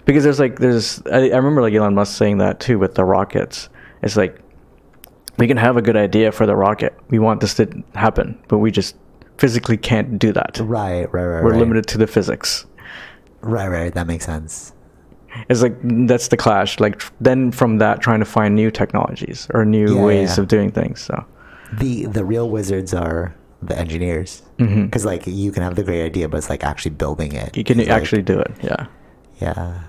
Speaker 2: Because there's like there's I, I remember like Elon Musk saying that too with the rockets. It's like we can have a good idea for the rocket. We want this to happen, but we just physically can't do that.
Speaker 1: Right, right, right.
Speaker 2: We're
Speaker 1: right.
Speaker 2: limited to the physics.
Speaker 1: Right, right. That makes sense.
Speaker 2: It's like that's the clash. Like tr- then from that trying to find new technologies or new
Speaker 1: Yeah, yeah,
Speaker 2: ways
Speaker 1: yeah.
Speaker 2: of doing things. So
Speaker 1: The the real wizards are the engineers.
Speaker 2: Mhm.
Speaker 1: Because like you can have the great idea, but it's like actually building it.
Speaker 2: you can
Speaker 1: is, like-
Speaker 2: actually do it. Yeah.
Speaker 1: Yeah.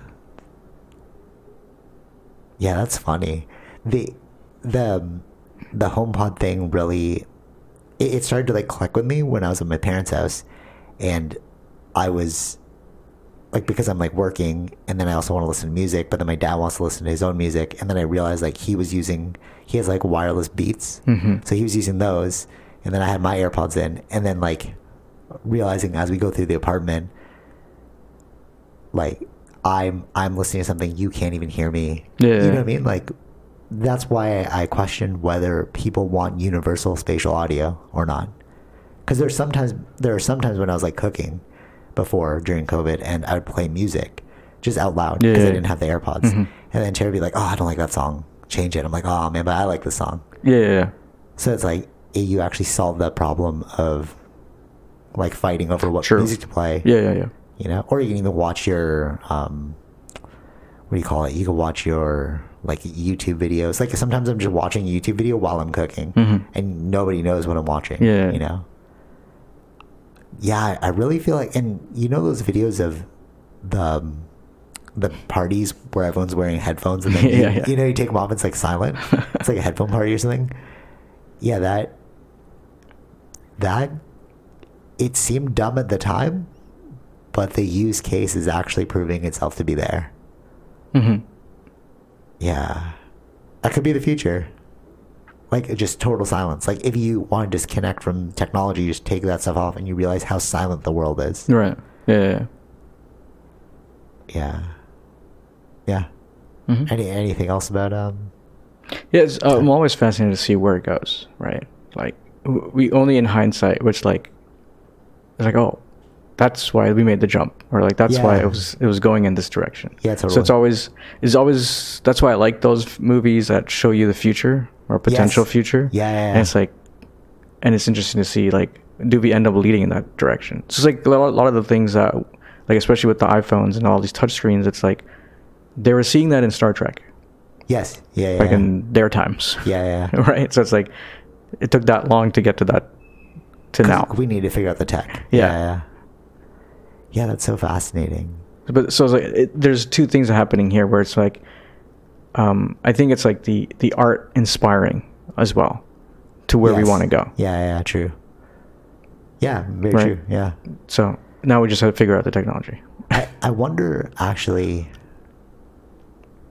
Speaker 1: Yeah, that's funny. The the the HomePod thing really it, it started to like click with me when I was at my parents' house and I was like because I'm like working and then I also want to listen to music, but then my dad wants to listen to his own music and then I realized like he was using he has like wireless beats.
Speaker 2: Mhm.
Speaker 1: So he was using those and then I had my AirPods in and then like realizing as we go through the apartment like I'm I'm listening to something you can't even hear me.
Speaker 2: Yeah.
Speaker 1: You know what I mean? Like that's why I, I question whether people want universal spatial audio or not. Because there's sometimes there are sometimes when I was like cooking before during COVID and I would play music just out loud because I
Speaker 2: Yeah.
Speaker 1: didn't have the AirPods.
Speaker 2: Mhm.
Speaker 1: And then Terry would be like, Oh, I don't like that song. Change it. I'm like, Oh man, but I like this song.
Speaker 2: Yeah. yeah, yeah.
Speaker 1: So it's like it, you actually solve the problem of like fighting over what
Speaker 2: Sure.
Speaker 1: music to play
Speaker 2: Yeah, yeah, yeah.
Speaker 1: you know or you can even watch your um what do you call it you can watch your like youtube videos like sometimes i'm just watching a youtube video while i'm cooking
Speaker 2: Mhm.
Speaker 1: and nobody knows what i'm watching
Speaker 2: Yeah.
Speaker 1: you know yeah i I really feel like and you know those videos of the um, the parties where everyone's wearing headphones and then you,
Speaker 2: Yeah, yeah.
Speaker 1: you know you take them off it's like silent it's like a headphone party or something yeah that that it seemed dumb at the time but the use case is actually proving itself to be there.
Speaker 2: Mm-hmm.
Speaker 1: Yeah. That could be the future. Like just total silence. Like if you want to disconnect from technology, you just take that stuff off and you realize how silent the world is.
Speaker 2: Right. Yeah. yeah,
Speaker 1: Yeah. Yeah.
Speaker 2: yeah. Mhm.
Speaker 1: Any anything else about um
Speaker 2: Yeah, it's, uh, I'm always fascinated to see where it goes, right? Like w- we only in hindsight, which like it's like oh, that's why we made the jump, or like that's why
Speaker 1: Yeah.
Speaker 2: it was it was going in this direction.
Speaker 1: Yeah,
Speaker 2: So
Speaker 1: totally.
Speaker 2: it's always it's always that's why I like those f- movies that show you the future or potential
Speaker 1: Yes.
Speaker 2: future.
Speaker 1: Yeah, yeah,
Speaker 2: and
Speaker 1: yeah.
Speaker 2: it's like, and it's interesting to see like do we end up leading in that direction? So it's like a lot, a lot of the things that like especially with the iPhones and all these touch screens, it's like they were seeing that in Star Trek
Speaker 1: Yes. Yeah, yeah.
Speaker 2: back
Speaker 1: yeah.
Speaker 2: in their times.
Speaker 1: Yeah, yeah.
Speaker 2: right. So it's like it took that long to get to that to
Speaker 1: 'Cause
Speaker 2: now.
Speaker 1: We need to figure out the tech.
Speaker 2: Yeah.
Speaker 1: Yeah, yeah. Yeah, that's so fascinating.
Speaker 2: But so it's like it, there's two things happening here where it's like um, I think it's like the the art inspiring as well to where we
Speaker 1: Yes.
Speaker 2: want to go.
Speaker 1: Yeah, yeah, true. Yeah, very
Speaker 2: Right.
Speaker 1: true. Yeah.
Speaker 2: So now we just have to figure out the technology.
Speaker 1: I, I wonder actually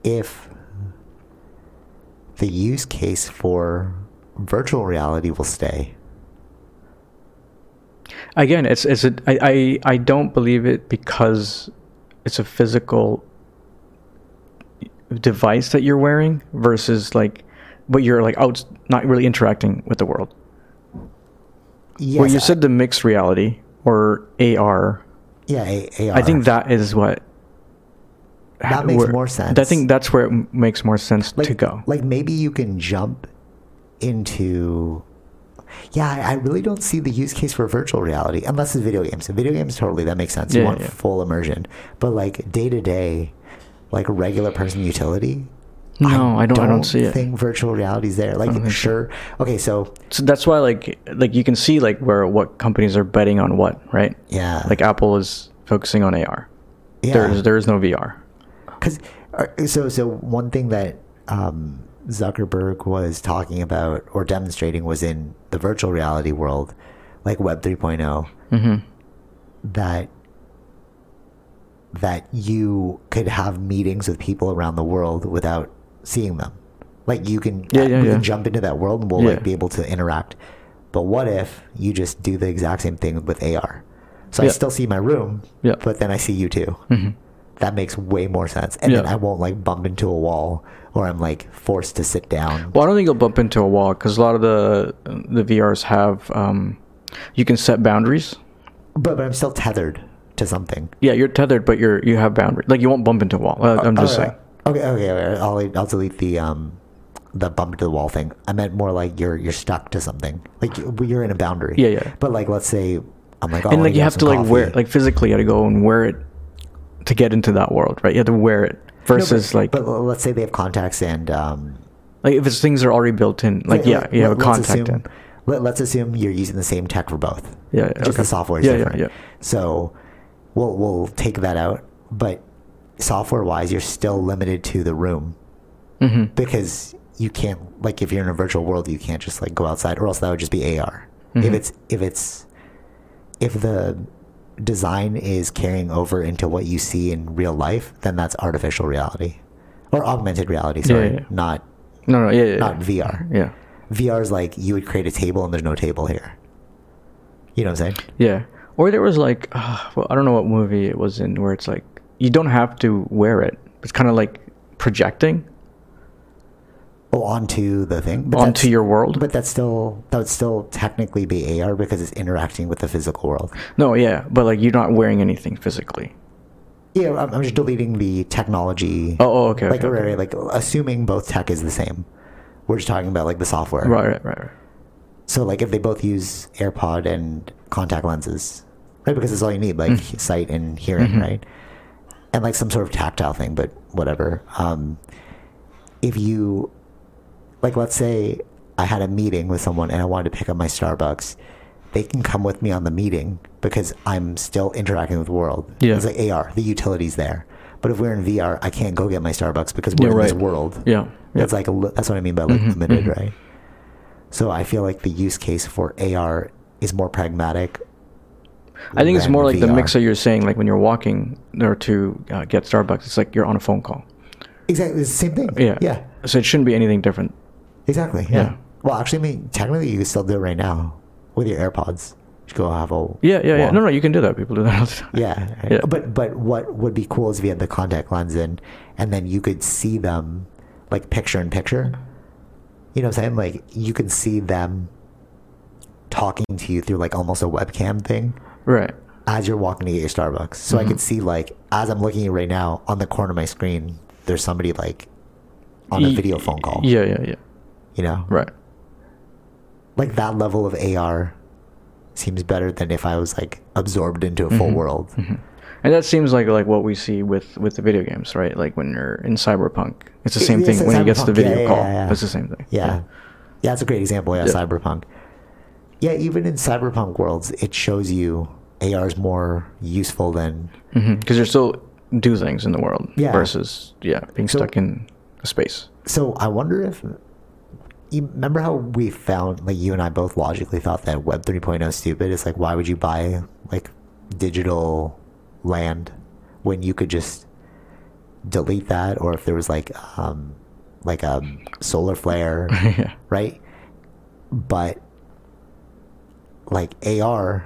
Speaker 1: if the use case for virtual reality will stay.
Speaker 2: Again, it's it's a, I, I I don't believe it because it's a physical device that you're wearing versus like, but you're like out, not really interacting with the world.
Speaker 1: Yes,
Speaker 2: well, you
Speaker 1: I-
Speaker 2: said the mixed reality or AR.
Speaker 1: yeah, a-
Speaker 2: I think
Speaker 1: AR.
Speaker 2: that is what.
Speaker 1: That makes
Speaker 2: where-
Speaker 1: more sense.
Speaker 2: I think that's where it m- makes more sense
Speaker 1: like,
Speaker 2: to go.
Speaker 1: Like maybe you can jump into. Yeah, I- I really don't see the use case for virtual reality unless it's video games. In video games, totally that makes sense. you
Speaker 2: Yeah,
Speaker 1: want
Speaker 2: yeah.
Speaker 1: full immersion, but like day to day, like regular person utility.
Speaker 2: No, I don't- I don't see it.
Speaker 1: Think virtual reality's there.
Speaker 2: don't
Speaker 1: Like
Speaker 2: think so.
Speaker 1: sure, okay, so
Speaker 2: so that's why like like you can see like where what companies are betting on what, right?
Speaker 1: yeah,
Speaker 2: Like Apple is focusing on AR.
Speaker 1: yeah.
Speaker 2: There is there is no VR.
Speaker 1: Because so so one thing that um, Zuckerberg was talking about or demonstrating was in the virtual reality world, like Web oh. 3.0,
Speaker 2: hmm
Speaker 1: that that you could have meetings with people around the world without seeing them. Like you can,
Speaker 2: Yeah, yeah,
Speaker 1: we
Speaker 2: yeah.
Speaker 1: can jump into that world and we'll like
Speaker 2: Yeah.
Speaker 1: be able to interact. But what if you just do the exact same thing with AR? So I
Speaker 2: Yeah.
Speaker 1: still see my room,
Speaker 2: Yeah.
Speaker 1: but then I see you too
Speaker 2: hmm
Speaker 1: that makes way more sense. And then
Speaker 2: Yeah.
Speaker 1: I won't like bump into a wall or I'm like forced to sit down.
Speaker 2: Well, I don't think you'll bump into a wall because a lot of the the VRs have um, you can set boundaries.
Speaker 1: But, but I'm still tethered to something.
Speaker 2: Yeah, you're tethered, but you're you have boundaries. Like you won't bump into a wall. Uh, I'm just
Speaker 1: Alright.
Speaker 2: saying.
Speaker 1: Oh, Okay, okay, okay. I'll I'll delete the um the bump to the wall thing. I meant more like you're you're stuck to something. Like you- you're in a boundary.
Speaker 2: Yeah, yeah.
Speaker 1: But like let's say I'm like oh, I
Speaker 2: and
Speaker 1: wanna
Speaker 2: like you
Speaker 1: grab
Speaker 2: have to
Speaker 1: some
Speaker 2: like wear
Speaker 1: coffee.
Speaker 2: like physically you got to go and wear it to get into that world, right? You have to wear it
Speaker 1: No,
Speaker 2: versus
Speaker 1: but,
Speaker 2: like
Speaker 1: but let's say they have contacts and um
Speaker 2: like if it's things are already built in, like
Speaker 1: let-
Speaker 2: yeah, you have a
Speaker 1: let's
Speaker 2: contact
Speaker 1: assume-
Speaker 2: in.
Speaker 1: Let, let's assume you're using the same tech for both.
Speaker 2: Yeah, yeah,
Speaker 1: just
Speaker 2: okay.
Speaker 1: the software is
Speaker 2: Yeah, yeah,
Speaker 1: different.
Speaker 2: yeah.
Speaker 1: So we'll we'll take that out, but software wise, you're still limited to the room
Speaker 2: Mm-hmm.
Speaker 1: because you can't like if you're in a virtual world, you can't just like go outside, or else that would just be AR. If
Speaker 2: Mhm.
Speaker 1: it's if it's if the design is carrying over into what you see in real life, then that's artificial reality or augmented reality.
Speaker 2: Yeah,
Speaker 1: Sorry,
Speaker 2: yeah, yeah.
Speaker 1: not
Speaker 2: No, no, yeah, yeah,
Speaker 1: not
Speaker 2: yeah.
Speaker 1: VR.
Speaker 2: Yeah,
Speaker 1: VR is like you would create a table and there's no table here. You know what I'm saying?
Speaker 2: yeah. Or there was like, uh, well, I don't know what movie it was in where it's like you don't have to wear it. It's kind of like projecting
Speaker 1: Oh, onto the thing. But
Speaker 2: onto
Speaker 1: that's-
Speaker 2: your world.
Speaker 1: But that's still that would still technically be AR because it's interacting with the physical world.
Speaker 2: no, yeah, but like you're not wearing anything physically.
Speaker 1: Yeah, I'm, I'm just deleting the technology.
Speaker 2: Oh, oh, okay,
Speaker 1: Like,
Speaker 2: okay, okay.
Speaker 1: right, like assuming both tech is the same. We're just talking about like the software.
Speaker 2: Right, right, right. right.
Speaker 1: So like if they both use AirPod and contact lenses, right? Because it's all you need, like
Speaker 2: Mm.
Speaker 1: sight and hearing,
Speaker 2: Mhm.
Speaker 1: right? And like some sort of tactile thing, but whatever. Um, if you, like, let's say I had a meeting with someone and I wanted to pick up my Starbucks, they can come with me on the meeting because I'm still interacting with the world.
Speaker 2: Yeah.
Speaker 1: It's like AR, the utility's there. But if we're in VR, I can't go get my Starbucks because
Speaker 2: Yeah,
Speaker 1: we're in this
Speaker 2: right.
Speaker 1: world.
Speaker 2: Yeah, yeah.
Speaker 1: That's like a li- that's what I mean by like
Speaker 2: Mhm,
Speaker 1: limited,
Speaker 2: mhm.
Speaker 1: right? So I feel like the use case for AR is more pragmatic.
Speaker 2: I think it's
Speaker 1: than
Speaker 2: more like the
Speaker 1: VR.
Speaker 2: mix that you're saying, like when you're walking there to uh, get Starbucks, it's like you're on a phone call.
Speaker 1: Exactly, it's the same thing.
Speaker 2: Yeah.
Speaker 1: yeah,
Speaker 2: So it shouldn't be anything different.
Speaker 1: exactly. Yeah.
Speaker 2: Yeah.
Speaker 1: Well, actually, I mean, technically, you can still do it right now with your AirPods. Just go have a
Speaker 2: Yeah, yeah, yeah.
Speaker 1: walk.
Speaker 2: No, no, you can do that. People do that all the time.
Speaker 1: Yeah, right.
Speaker 2: Yeah.
Speaker 1: But but what would be cool is if you had the contact lens in, and then you could see them like picture in picture. You know what I'm saying? Like you can see them talking to you through like almost a webcam thing.
Speaker 2: Right.
Speaker 1: as you're walking to get your Starbucks. So I
Speaker 2: Mhm.
Speaker 1: could see like as I'm looking at you right now on the corner of my screen, there's somebody like on a
Speaker 2: Y-
Speaker 1: video phone call.
Speaker 2: Yeah, yeah, yeah.
Speaker 1: You know?
Speaker 2: Right.
Speaker 1: Like that level of AR seems better than if I was like absorbed into a full world.
Speaker 2: Mhm. And that seems like like what we see with with the video games, right? Like when you're in Cyberpunk, it's the
Speaker 1: Yeah,
Speaker 2: same
Speaker 1: yeah,
Speaker 2: thing
Speaker 1: it's
Speaker 2: when you get to the
Speaker 1: Cyberpunk. Yeah,
Speaker 2: video
Speaker 1: yeah,
Speaker 2: call.
Speaker 1: yeah, yeah.
Speaker 2: It's the same thing.
Speaker 1: Yeah. Yeah, that's a great example, yeah,
Speaker 2: Yeah.
Speaker 1: cyberpunk. Yeah, even in cyberpunk worlds, it shows you AR is more useful than
Speaker 2: Because Mm-hmm. you're still do things in the world
Speaker 1: Yeah.
Speaker 2: versus yeah being
Speaker 1: So-
Speaker 2: stuck in a space.
Speaker 1: So I wonder if you remember how we found like you and I both logically thought that Web 3.0 is stupid. It's like why would you buy like digital land when you could just delete that, or if there was like um like a solar flare,
Speaker 2: yeah.
Speaker 1: right? But like AR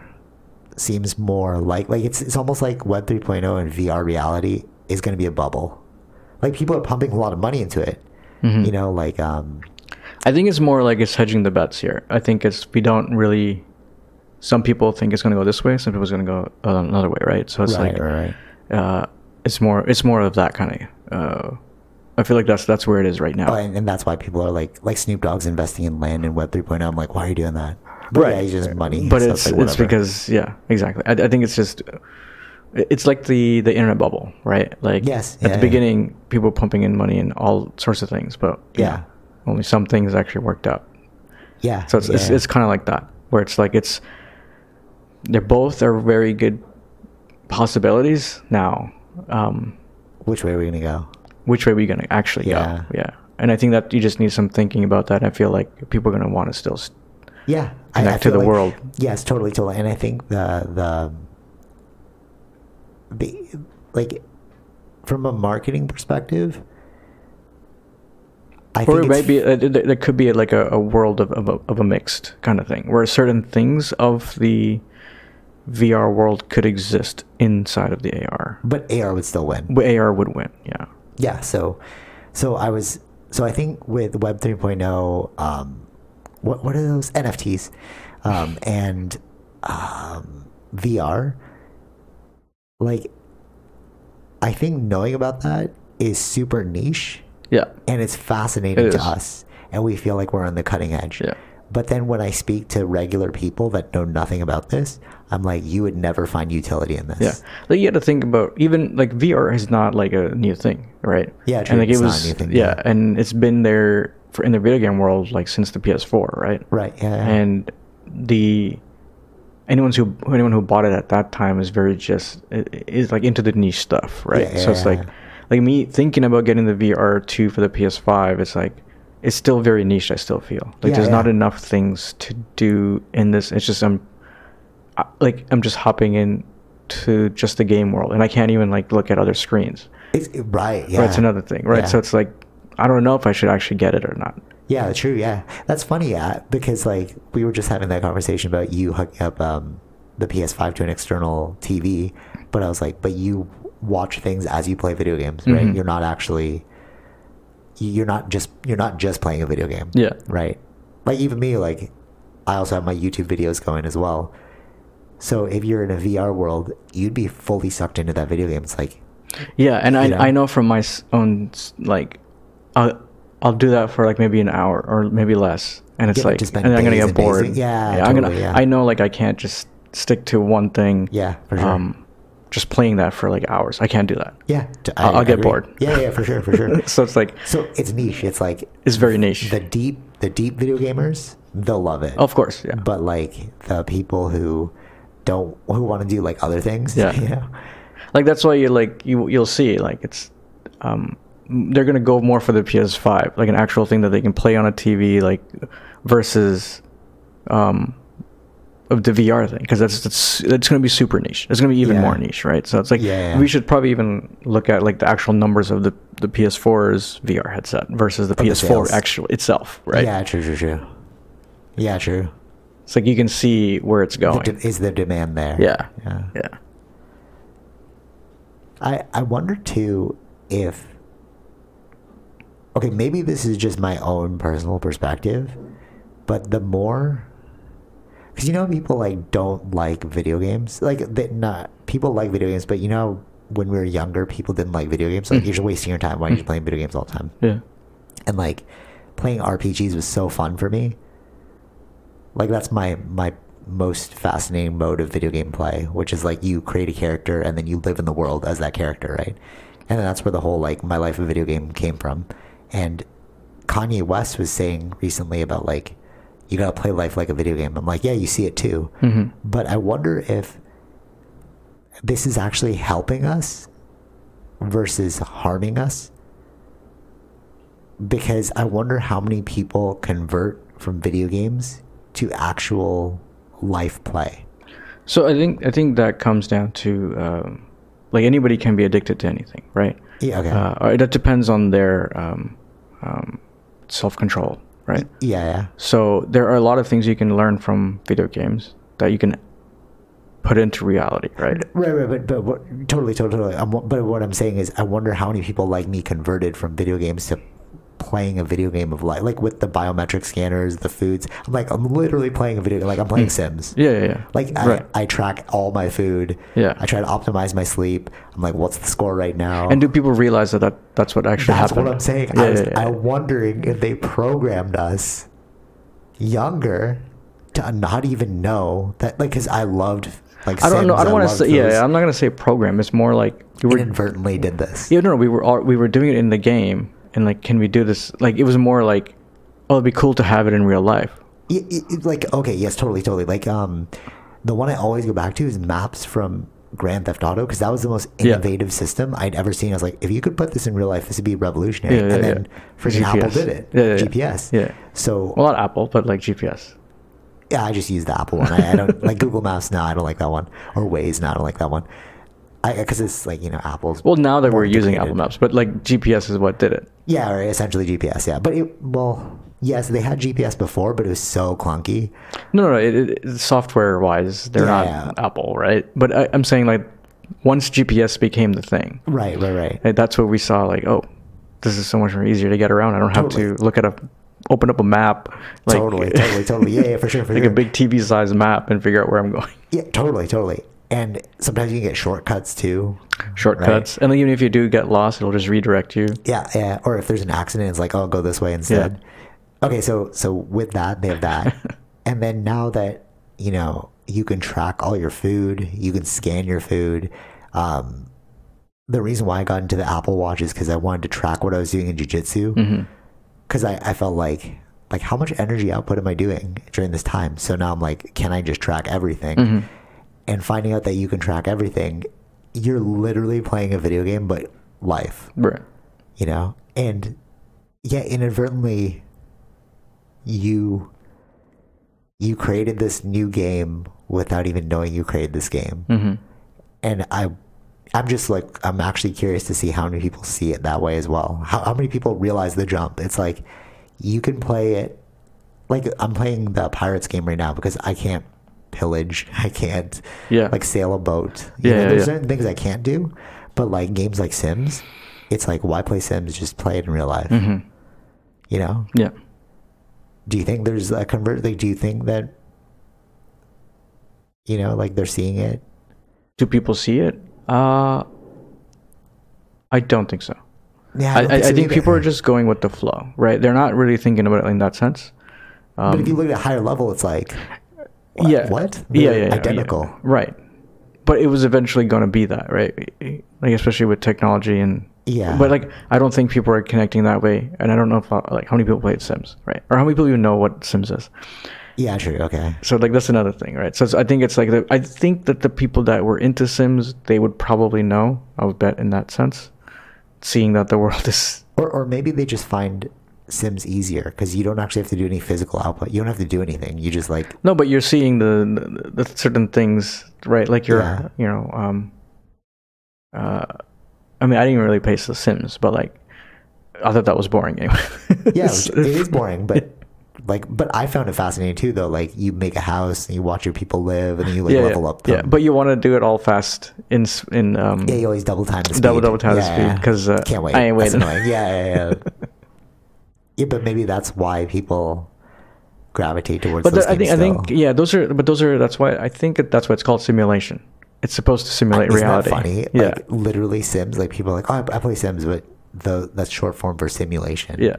Speaker 1: seems oh more like like it's it's almost like Web 3.0 and VR reality is going to be a bubble. like people are pumping a lot of money into it.
Speaker 2: Mhm.
Speaker 1: You know, like um,
Speaker 2: I think it's more like it's hedging the bets here. I think it's we don't really. Some people think it's going to go this way. Some people's going to go uh, another way, right? So it's
Speaker 1: right,
Speaker 2: like
Speaker 1: right, right.
Speaker 2: uh, it's more it's more of that kind of. Uh, I feel like that's that's where it is right now.
Speaker 1: Oh, and, and that's why people are like, like Snoop Dogg's investing in land and Web 3.0. I'm like, why are you doing that? But
Speaker 2: Right.
Speaker 1: yeah, it's just money.
Speaker 2: but
Speaker 1: so
Speaker 2: it's
Speaker 1: like,
Speaker 2: it's
Speaker 1: whatever.
Speaker 2: because yeah, exactly. I, I think it's just it's like the the internet bubble, right? Like
Speaker 1: Yes,
Speaker 2: at
Speaker 1: yeah,
Speaker 2: the
Speaker 1: yeah.
Speaker 2: beginning, people were pumping in money and all sorts of things, but you
Speaker 1: Yeah.
Speaker 2: know, only some things actually worked out.
Speaker 1: yeah,
Speaker 2: So it's it's,
Speaker 1: yeah.
Speaker 2: it's kind of like that, where it's like it's they're both are very good possibilities now. Um,
Speaker 1: which way are we gonna go?
Speaker 2: which way are we gonna actually
Speaker 1: Yeah.
Speaker 2: go? Yeah, and I think that you just need some thinking about that. I feel like people are gonna want to still. s
Speaker 1: Yeah,
Speaker 2: Connect to
Speaker 1: feel
Speaker 2: the world.
Speaker 1: Yes, totally, totally. And I think the the, the like from a marketing perspective, I
Speaker 2: or
Speaker 1: think
Speaker 2: it
Speaker 1: it's
Speaker 2: might be uh, th- th- there could be like a, a world of, of, a, of a mixed kind of thing where certain things of the VR world could exist inside of the AR,
Speaker 1: but AR would still win.
Speaker 2: but AR would win. Yeah,
Speaker 1: yeah so so i was so i think with web 3.0 um what what are those nfts um and um vr like i think knowing about that is super niche
Speaker 2: yeah,
Speaker 1: and it's fascinating
Speaker 2: It
Speaker 1: to
Speaker 2: is.
Speaker 1: us and we feel like we're on the cutting edge
Speaker 2: Yeah.
Speaker 1: but then when i speak to regular people that know nothing about this i'm like you would never find utility in this
Speaker 2: yeah. Like you got to think about even like VR is not like a new thing, right?
Speaker 1: Yeah, true.
Speaker 2: And like
Speaker 1: It's
Speaker 2: it
Speaker 1: not a
Speaker 2: was,
Speaker 1: new thing,
Speaker 2: yeah,
Speaker 1: yeah.
Speaker 2: and it's been there for in the video game world like since the PS4, right?
Speaker 1: right yeah, yeah.
Speaker 2: and the anyone who anyone who bought it at that time is very just i- is like into the niche stuff, right?
Speaker 1: Yeah,
Speaker 2: so it's
Speaker 1: yeah,
Speaker 2: like
Speaker 1: yeah.
Speaker 2: like me thinking about getting the VR two for the PS five. It's like it's still very niche. I still feel like
Speaker 1: Yeah,
Speaker 2: there's not
Speaker 1: yeah.
Speaker 2: enough things to do in this. It's just I'm I- like I'm just hopping in to just the game world, and I can't even like look at other screens.
Speaker 1: it's, right yeah
Speaker 2: That's another thing, right?
Speaker 1: Yeah.
Speaker 2: So it's like I don't know if I should actually get it or not.
Speaker 1: Yeah, true. Yeah, that's funny. Yeah, because like we were just having that conversation about you hooking up um, the PS5 to an external TV, but I was like, but you watch things as you play video games, right?
Speaker 2: Mhm.
Speaker 1: You're not actually, you're not just you're not just playing a video game,
Speaker 2: Yeah.
Speaker 1: right? Like even me, like I also have my YouTube videos going as well. So if you're in a VR world, you'd be fully sucked into that video game. It's like,
Speaker 2: Yeah, and I
Speaker 1: You know?
Speaker 2: I know from my s- own s- like, I'll I'll do that for like maybe an hour or maybe less, and it's
Speaker 1: Yeah, but
Speaker 2: like,
Speaker 1: just spend
Speaker 2: and I'm gonna
Speaker 1: days
Speaker 2: get
Speaker 1: and days
Speaker 2: bored.
Speaker 1: and- yeah,
Speaker 2: I'm gonna.
Speaker 1: totally, yeah.
Speaker 2: I know like I can't just stick to one thing.
Speaker 1: yeah, for sure.
Speaker 2: Um, just playing that for like hours. I can't do that.
Speaker 1: yeah, t-
Speaker 2: I'll- I'll get
Speaker 1: agree.
Speaker 2: bored.
Speaker 1: Yeah, yeah, for sure, for sure.
Speaker 2: so it's like
Speaker 1: So it's niche. It's like
Speaker 2: it's very niche.
Speaker 1: the deep the deep video gamers they'll love it
Speaker 2: of course, yeah.
Speaker 1: but like the people who don't who want to do like other things
Speaker 2: Yeah.
Speaker 1: you know?
Speaker 2: like that's why you like you you'll see like it's um they're gonna go more for the PS5 like an actual thing that they can play on a TV like versus um of the VR thing because that's that's that's gonna be super niche it's gonna be even
Speaker 1: Yeah.
Speaker 2: more niche right so it's like
Speaker 1: Yeah, yeah.
Speaker 2: we should probably even look at like the actual numbers of the the PS4's VR headset versus the
Speaker 1: the
Speaker 2: PS4
Speaker 1: sales.
Speaker 2: actual itself right
Speaker 1: yeah true true true yeah true
Speaker 2: it's like you can see where it's
Speaker 1: The
Speaker 2: going
Speaker 1: de- is the demand there
Speaker 2: yeah
Speaker 1: yeah
Speaker 2: yeah
Speaker 1: I, I wonder too if okay maybe this is just my own personal perspective but the more because you know people like don't like video games like that not people like video games but you know when we were younger people didn't like video games like
Speaker 2: Mm.
Speaker 1: you're just wasting your time why are you just
Speaker 2: Mm.
Speaker 1: playing video games all the time
Speaker 2: yeah
Speaker 1: and like playing RPGs was so fun for me. Like that's my my most fascinating mode of video game play, which is like you create a character and then you live in the world as that character, right? And that's where the whole like my life of video game came from. And Kanye West was saying recently about like you gotta play life like a video game. I'm like, yeah, you see it too.
Speaker 2: hmm
Speaker 1: But I wonder if this is actually helping us versus harming us. Because I wonder how many people convert from video games to actual life play.
Speaker 2: So I think I think that comes down to um, like anybody can be addicted to anything, right?
Speaker 1: Yeah, okay.
Speaker 2: Uh, or that depends on their um, um, self control, right?
Speaker 1: yeah, yeah.
Speaker 2: So there are a lot of things you can learn from video games that you can put into reality, right?
Speaker 1: Right, right, but, but what, totally, totally. I'm, but what I'm saying is, I wonder how many people like me converted from video games to playing a video game of life, like with the biometric scanners, the foods. I'm like, I'm literally playing a video, like I'm playing Sims.
Speaker 2: Hmm. Yeah, yeah, yeah.
Speaker 1: Like
Speaker 2: Right.
Speaker 1: I, I track all my food.
Speaker 2: Yeah.
Speaker 1: I try to optimize my sleep. I'm like, what's the score right now?
Speaker 2: And do people realize that, that that's what actually
Speaker 1: That's
Speaker 2: happened?
Speaker 1: what I'm saying.
Speaker 2: Yeah,
Speaker 1: I was,
Speaker 2: yeah, yeah.
Speaker 1: I'm wondering if they programmed us younger to not even know that, like, because I loved like.
Speaker 2: I don't know. I
Speaker 1: Sims,
Speaker 2: don't want to
Speaker 1: loved
Speaker 2: say. Yeah,
Speaker 1: those,
Speaker 2: yeah, I'm not gonna say program. It's more like you were.
Speaker 1: inadvertently did this.
Speaker 2: Yeah, no, we were all, we were doing it in the game, and like, can we do this? Like, it was more like, oh, it'd be cool to have it in real life.
Speaker 1: Y- y- y- like okay, yes, totally, totally. Like um, the one I always go back to is maps from Grand Theft Auto because that was the most
Speaker 2: Yeah.
Speaker 1: innovative system I'd ever seen. I was like, if you could put this in real life, this would be revolutionary.
Speaker 2: Yeah, yeah,
Speaker 1: and
Speaker 2: yeah.
Speaker 1: then freaking Apple
Speaker 2: GPS.
Speaker 1: did it.
Speaker 2: Yeah, yeah, yeah.
Speaker 1: GPS.
Speaker 2: Yeah.
Speaker 1: So
Speaker 2: Well, not Apple, but like GPS.
Speaker 1: yeah, I just use the Apple one. I, I don't like Google Maps. No, I don't like that one. Or Waze. No, I don't like that one. I because it's like you know Apple's.
Speaker 2: Well, now that we're using
Speaker 1: integrated.
Speaker 2: Apple Maps, but like GPS is what did it.
Speaker 1: Yeah, or essentially GPS. Yeah, but it well, yes, they had GPS before, but it was so clunky.
Speaker 2: No, no, no it, it, it's software-wise, they're
Speaker 1: Yeah,
Speaker 2: not
Speaker 1: yeah.
Speaker 2: Apple, right? But I, I'm saying like, once GPS became the thing,
Speaker 1: Right, right, right.
Speaker 2: like, that's what we saw. Like, oh, this is so much more easier to get around. I don't have to
Speaker 1: Totally.
Speaker 2: look at a, open up a map. Like,
Speaker 1: Totally, totally, totally. Yeah, yeah, for sure, for
Speaker 2: like
Speaker 1: sure.
Speaker 2: a big TV-sized map and figure out where I'm going.
Speaker 1: Yeah, totally, totally. And sometimes you can get shortcuts too.
Speaker 2: shortcuts. And then even if you do get lost, it'll just redirect you.
Speaker 1: Yeah, yeah. Or if there's an accident, it's like, oh, go this way instead. Okay, so so with that, they have that, and then now that you know you can track all your food, you can scan your food. Um, the reason why I got into the Apple Watch is because I wanted to track what I was doing in jujitsu. because I, I felt like like how much energy output am I doing during this time? So now I'm like, can I just track everything? And finding out that you can track everything, you're literally playing a video game, but life,
Speaker 2: Right.
Speaker 1: you know. And yeah, inadvertently, you you created this new game without even knowing you created this game. And I. I'm just like I'm actually curious to see how many people see it that way as well. How, how many people realize the jump? It's like you can play it like I'm playing the pirates game right now because I can't pillage, I can't
Speaker 2: Yeah.
Speaker 1: like sail a boat. You
Speaker 2: Yeah,
Speaker 1: know,
Speaker 2: yeah,
Speaker 1: there's
Speaker 2: yeah.
Speaker 1: certain things I can't do, but like games like Sims, it's like why play Sims? Just play it in real life.
Speaker 2: Mm-hmm.
Speaker 1: You know?
Speaker 2: Yeah.
Speaker 1: Do you think there's a convert? Like, do you think that you know, like they're seeing it?
Speaker 2: Do people see it? Uh, I don't think so.
Speaker 1: Yeah,
Speaker 2: I, I, I
Speaker 1: so
Speaker 2: think
Speaker 1: either.
Speaker 2: people are just going with the flow, right? They're not really thinking about it in that sense. Um,
Speaker 1: but if you look at a higher level, it's like what?
Speaker 2: yeah.
Speaker 1: what?
Speaker 2: Yeah,
Speaker 1: They're
Speaker 2: yeah, yeah,
Speaker 1: identical.
Speaker 2: yeah. Right. But it was eventually going to be that, right? Like especially with technology and
Speaker 1: Yeah.
Speaker 2: But like I don't think people are connecting that way, and I don't know if uh, like how many people played Sims, right? Or how many people even know what Sims is.
Speaker 1: Yeah, sure. Okay.
Speaker 2: so like that's another thing right so it's- i think it's like the, i think that the people that were into sims they would probably know i would bet in that sense seeing that the world is
Speaker 1: Or, or maybe they just find Sims easier because you don't actually have to do any physical output. You don't have to do anything. You just like
Speaker 2: no but you're seeing the the, the certain things right like you're
Speaker 1: Yeah.
Speaker 2: you know um uh i mean i didn't really play the sims but like i thought that was boring anyway
Speaker 1: yeah, it is boring, but like but I found it fascinating too though. Like you make a house and you watch your people live and then you like
Speaker 2: yeah,
Speaker 1: level up them.
Speaker 2: yeah but you want to do it all fast in s- in um
Speaker 1: Yeah, you always double time the speed.
Speaker 2: Double- double time the
Speaker 1: yeah.
Speaker 2: speed, 'cause, uh,
Speaker 1: can't wait.
Speaker 2: I ain't
Speaker 1: That's
Speaker 2: waiting.
Speaker 1: annoying. Yeah, yeah, yeah. yeah, but maybe that's why people gravitate towards.
Speaker 2: But
Speaker 1: those
Speaker 2: the- I think
Speaker 1: games
Speaker 2: I think
Speaker 1: still.
Speaker 2: yeah, those are but those are that's why I think that that's why it's called simulation. It's supposed to simulate
Speaker 1: Isn't
Speaker 2: reality.
Speaker 1: That funny?
Speaker 2: Yeah,
Speaker 1: Like literally Sims. Like people are like, oh, I, I play Sims, but the, that's short form for simulation.
Speaker 2: yeah.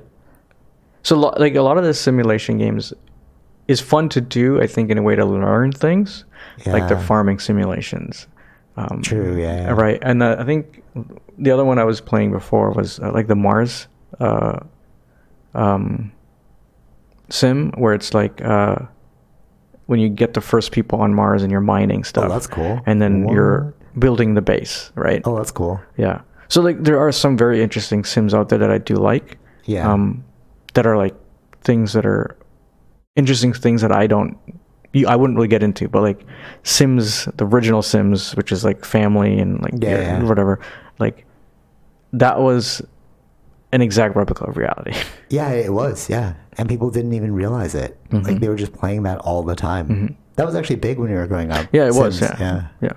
Speaker 2: So lo- like a lot of the simulation games is fun to do. I think in a way to learn things, like the
Speaker 1: Yeah.
Speaker 2: farming simulations. Um,
Speaker 1: True. Yeah.
Speaker 2: Right, and uh, I think the other one I was playing before was uh, like the Mars, uh, um, sim where it's like uh, when you get the first people on Mars and you're mining stuff.
Speaker 1: Oh, that's cool.
Speaker 2: And then you're
Speaker 1: What?
Speaker 2: building the base, right?
Speaker 1: Oh, that's cool.
Speaker 2: Yeah. So like there are some very interesting sims out there that I do like.
Speaker 1: Yeah.
Speaker 2: Um, that are like things that are interesting things that I don't. You, I wouldn't really get into, but like Sims, the original Sims, which is like family and like
Speaker 1: Yeah,
Speaker 2: your-
Speaker 1: yeah.
Speaker 2: whatever, like that was an exact replica of reality. Mm-hmm.
Speaker 1: Yeah, it was. Yeah, and people didn't even realize it. Like they were just playing that all the time. That was actually big when we were growing up.
Speaker 2: Yeah, it was.
Speaker 1: Sims,
Speaker 2: Yeah. yeah,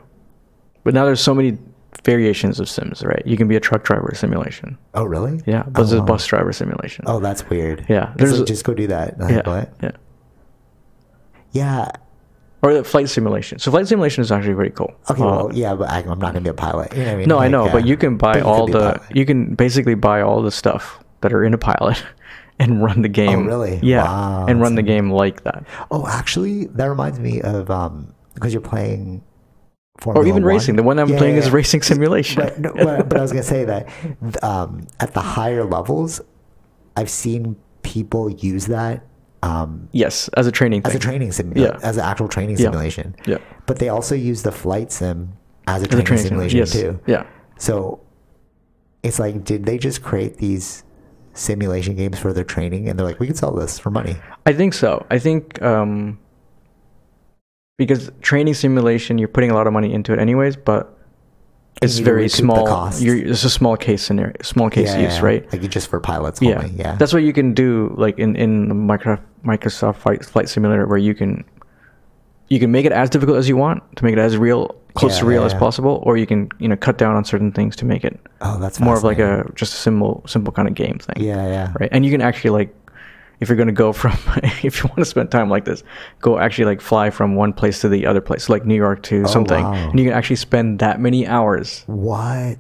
Speaker 2: But now there's so many variations of Sims, right? You can be a truck driver simulation.
Speaker 1: Oh, really?
Speaker 2: Yeah, but there's
Speaker 1: oh.
Speaker 2: bus driver simulation.
Speaker 1: Oh, that's weird.
Speaker 2: Yeah,
Speaker 1: There's
Speaker 2: there's a-
Speaker 1: just go do that. Like,
Speaker 2: yeah,
Speaker 1: What?
Speaker 2: yeah,
Speaker 1: Yeah.
Speaker 2: or the flight simulation. So flight simulation is actually pretty cool.
Speaker 1: Okay.
Speaker 2: Uh,
Speaker 1: well, yeah, but I, I'm not gonna be a pilot. You know what I mean?
Speaker 2: No, I
Speaker 1: Like,
Speaker 2: know,
Speaker 1: yeah.
Speaker 2: but you can buy
Speaker 1: But
Speaker 2: all
Speaker 1: could be a
Speaker 2: the
Speaker 1: pilot.
Speaker 2: you can basically buy all the stuff that are in a pilot and run the game.
Speaker 1: Oh, really?
Speaker 2: Yeah.
Speaker 1: Wow,
Speaker 2: and
Speaker 1: that's
Speaker 2: run the game like that.
Speaker 1: Oh, actually, that reminds me of um because you're playing.
Speaker 2: Or
Speaker 1: Formula
Speaker 2: even racing. The one I'm
Speaker 1: Yeah,
Speaker 2: playing
Speaker 1: yeah,
Speaker 2: is
Speaker 1: yeah.
Speaker 2: racing simulation.
Speaker 1: But, no, but, but I was gonna say that um, at the higher levels, I've seen people use that um,
Speaker 2: yes, as a training thing.
Speaker 1: as a training sim,
Speaker 2: Yeah.
Speaker 1: as an actual training
Speaker 2: Yeah.
Speaker 1: simulation.
Speaker 2: Yeah.
Speaker 1: But they also use the flight sim as a
Speaker 2: As
Speaker 1: training, simulation
Speaker 2: yes.
Speaker 1: too.
Speaker 2: Yeah.
Speaker 1: So it's like, did they just create these simulation games for their training? And they're like, we can sell this for money.
Speaker 2: I think so. I think um, because training simulation, you're putting a lot of money into it anyways, but it's
Speaker 1: you
Speaker 2: very
Speaker 1: recoup the
Speaker 2: small.
Speaker 1: cost?
Speaker 2: You're, it's a small case scenario, small case use, right?
Speaker 1: Like just for pilots
Speaker 2: yeah.
Speaker 1: only. Yeah.
Speaker 2: that's what you can do, like in in the Microsoft Microsoft Flight, Flight Simulator, where you can you can make it as difficult as you want to make it as real, close
Speaker 1: Yeah,
Speaker 2: to real
Speaker 1: yeah,
Speaker 2: as
Speaker 1: yeah.
Speaker 2: possible, or you can you know cut down on certain things to make it
Speaker 1: oh, that's
Speaker 2: more of like
Speaker 1: fascinating.
Speaker 2: a just a simple simple kind of game thing.
Speaker 1: yeah, yeah.
Speaker 2: right? And you can actually like, if you're going to go from, if you want to spend time like this, go actually like fly from one place to the other place, like New York to something,
Speaker 1: Oh, wow.
Speaker 2: and you can actually spend that many hours
Speaker 1: What?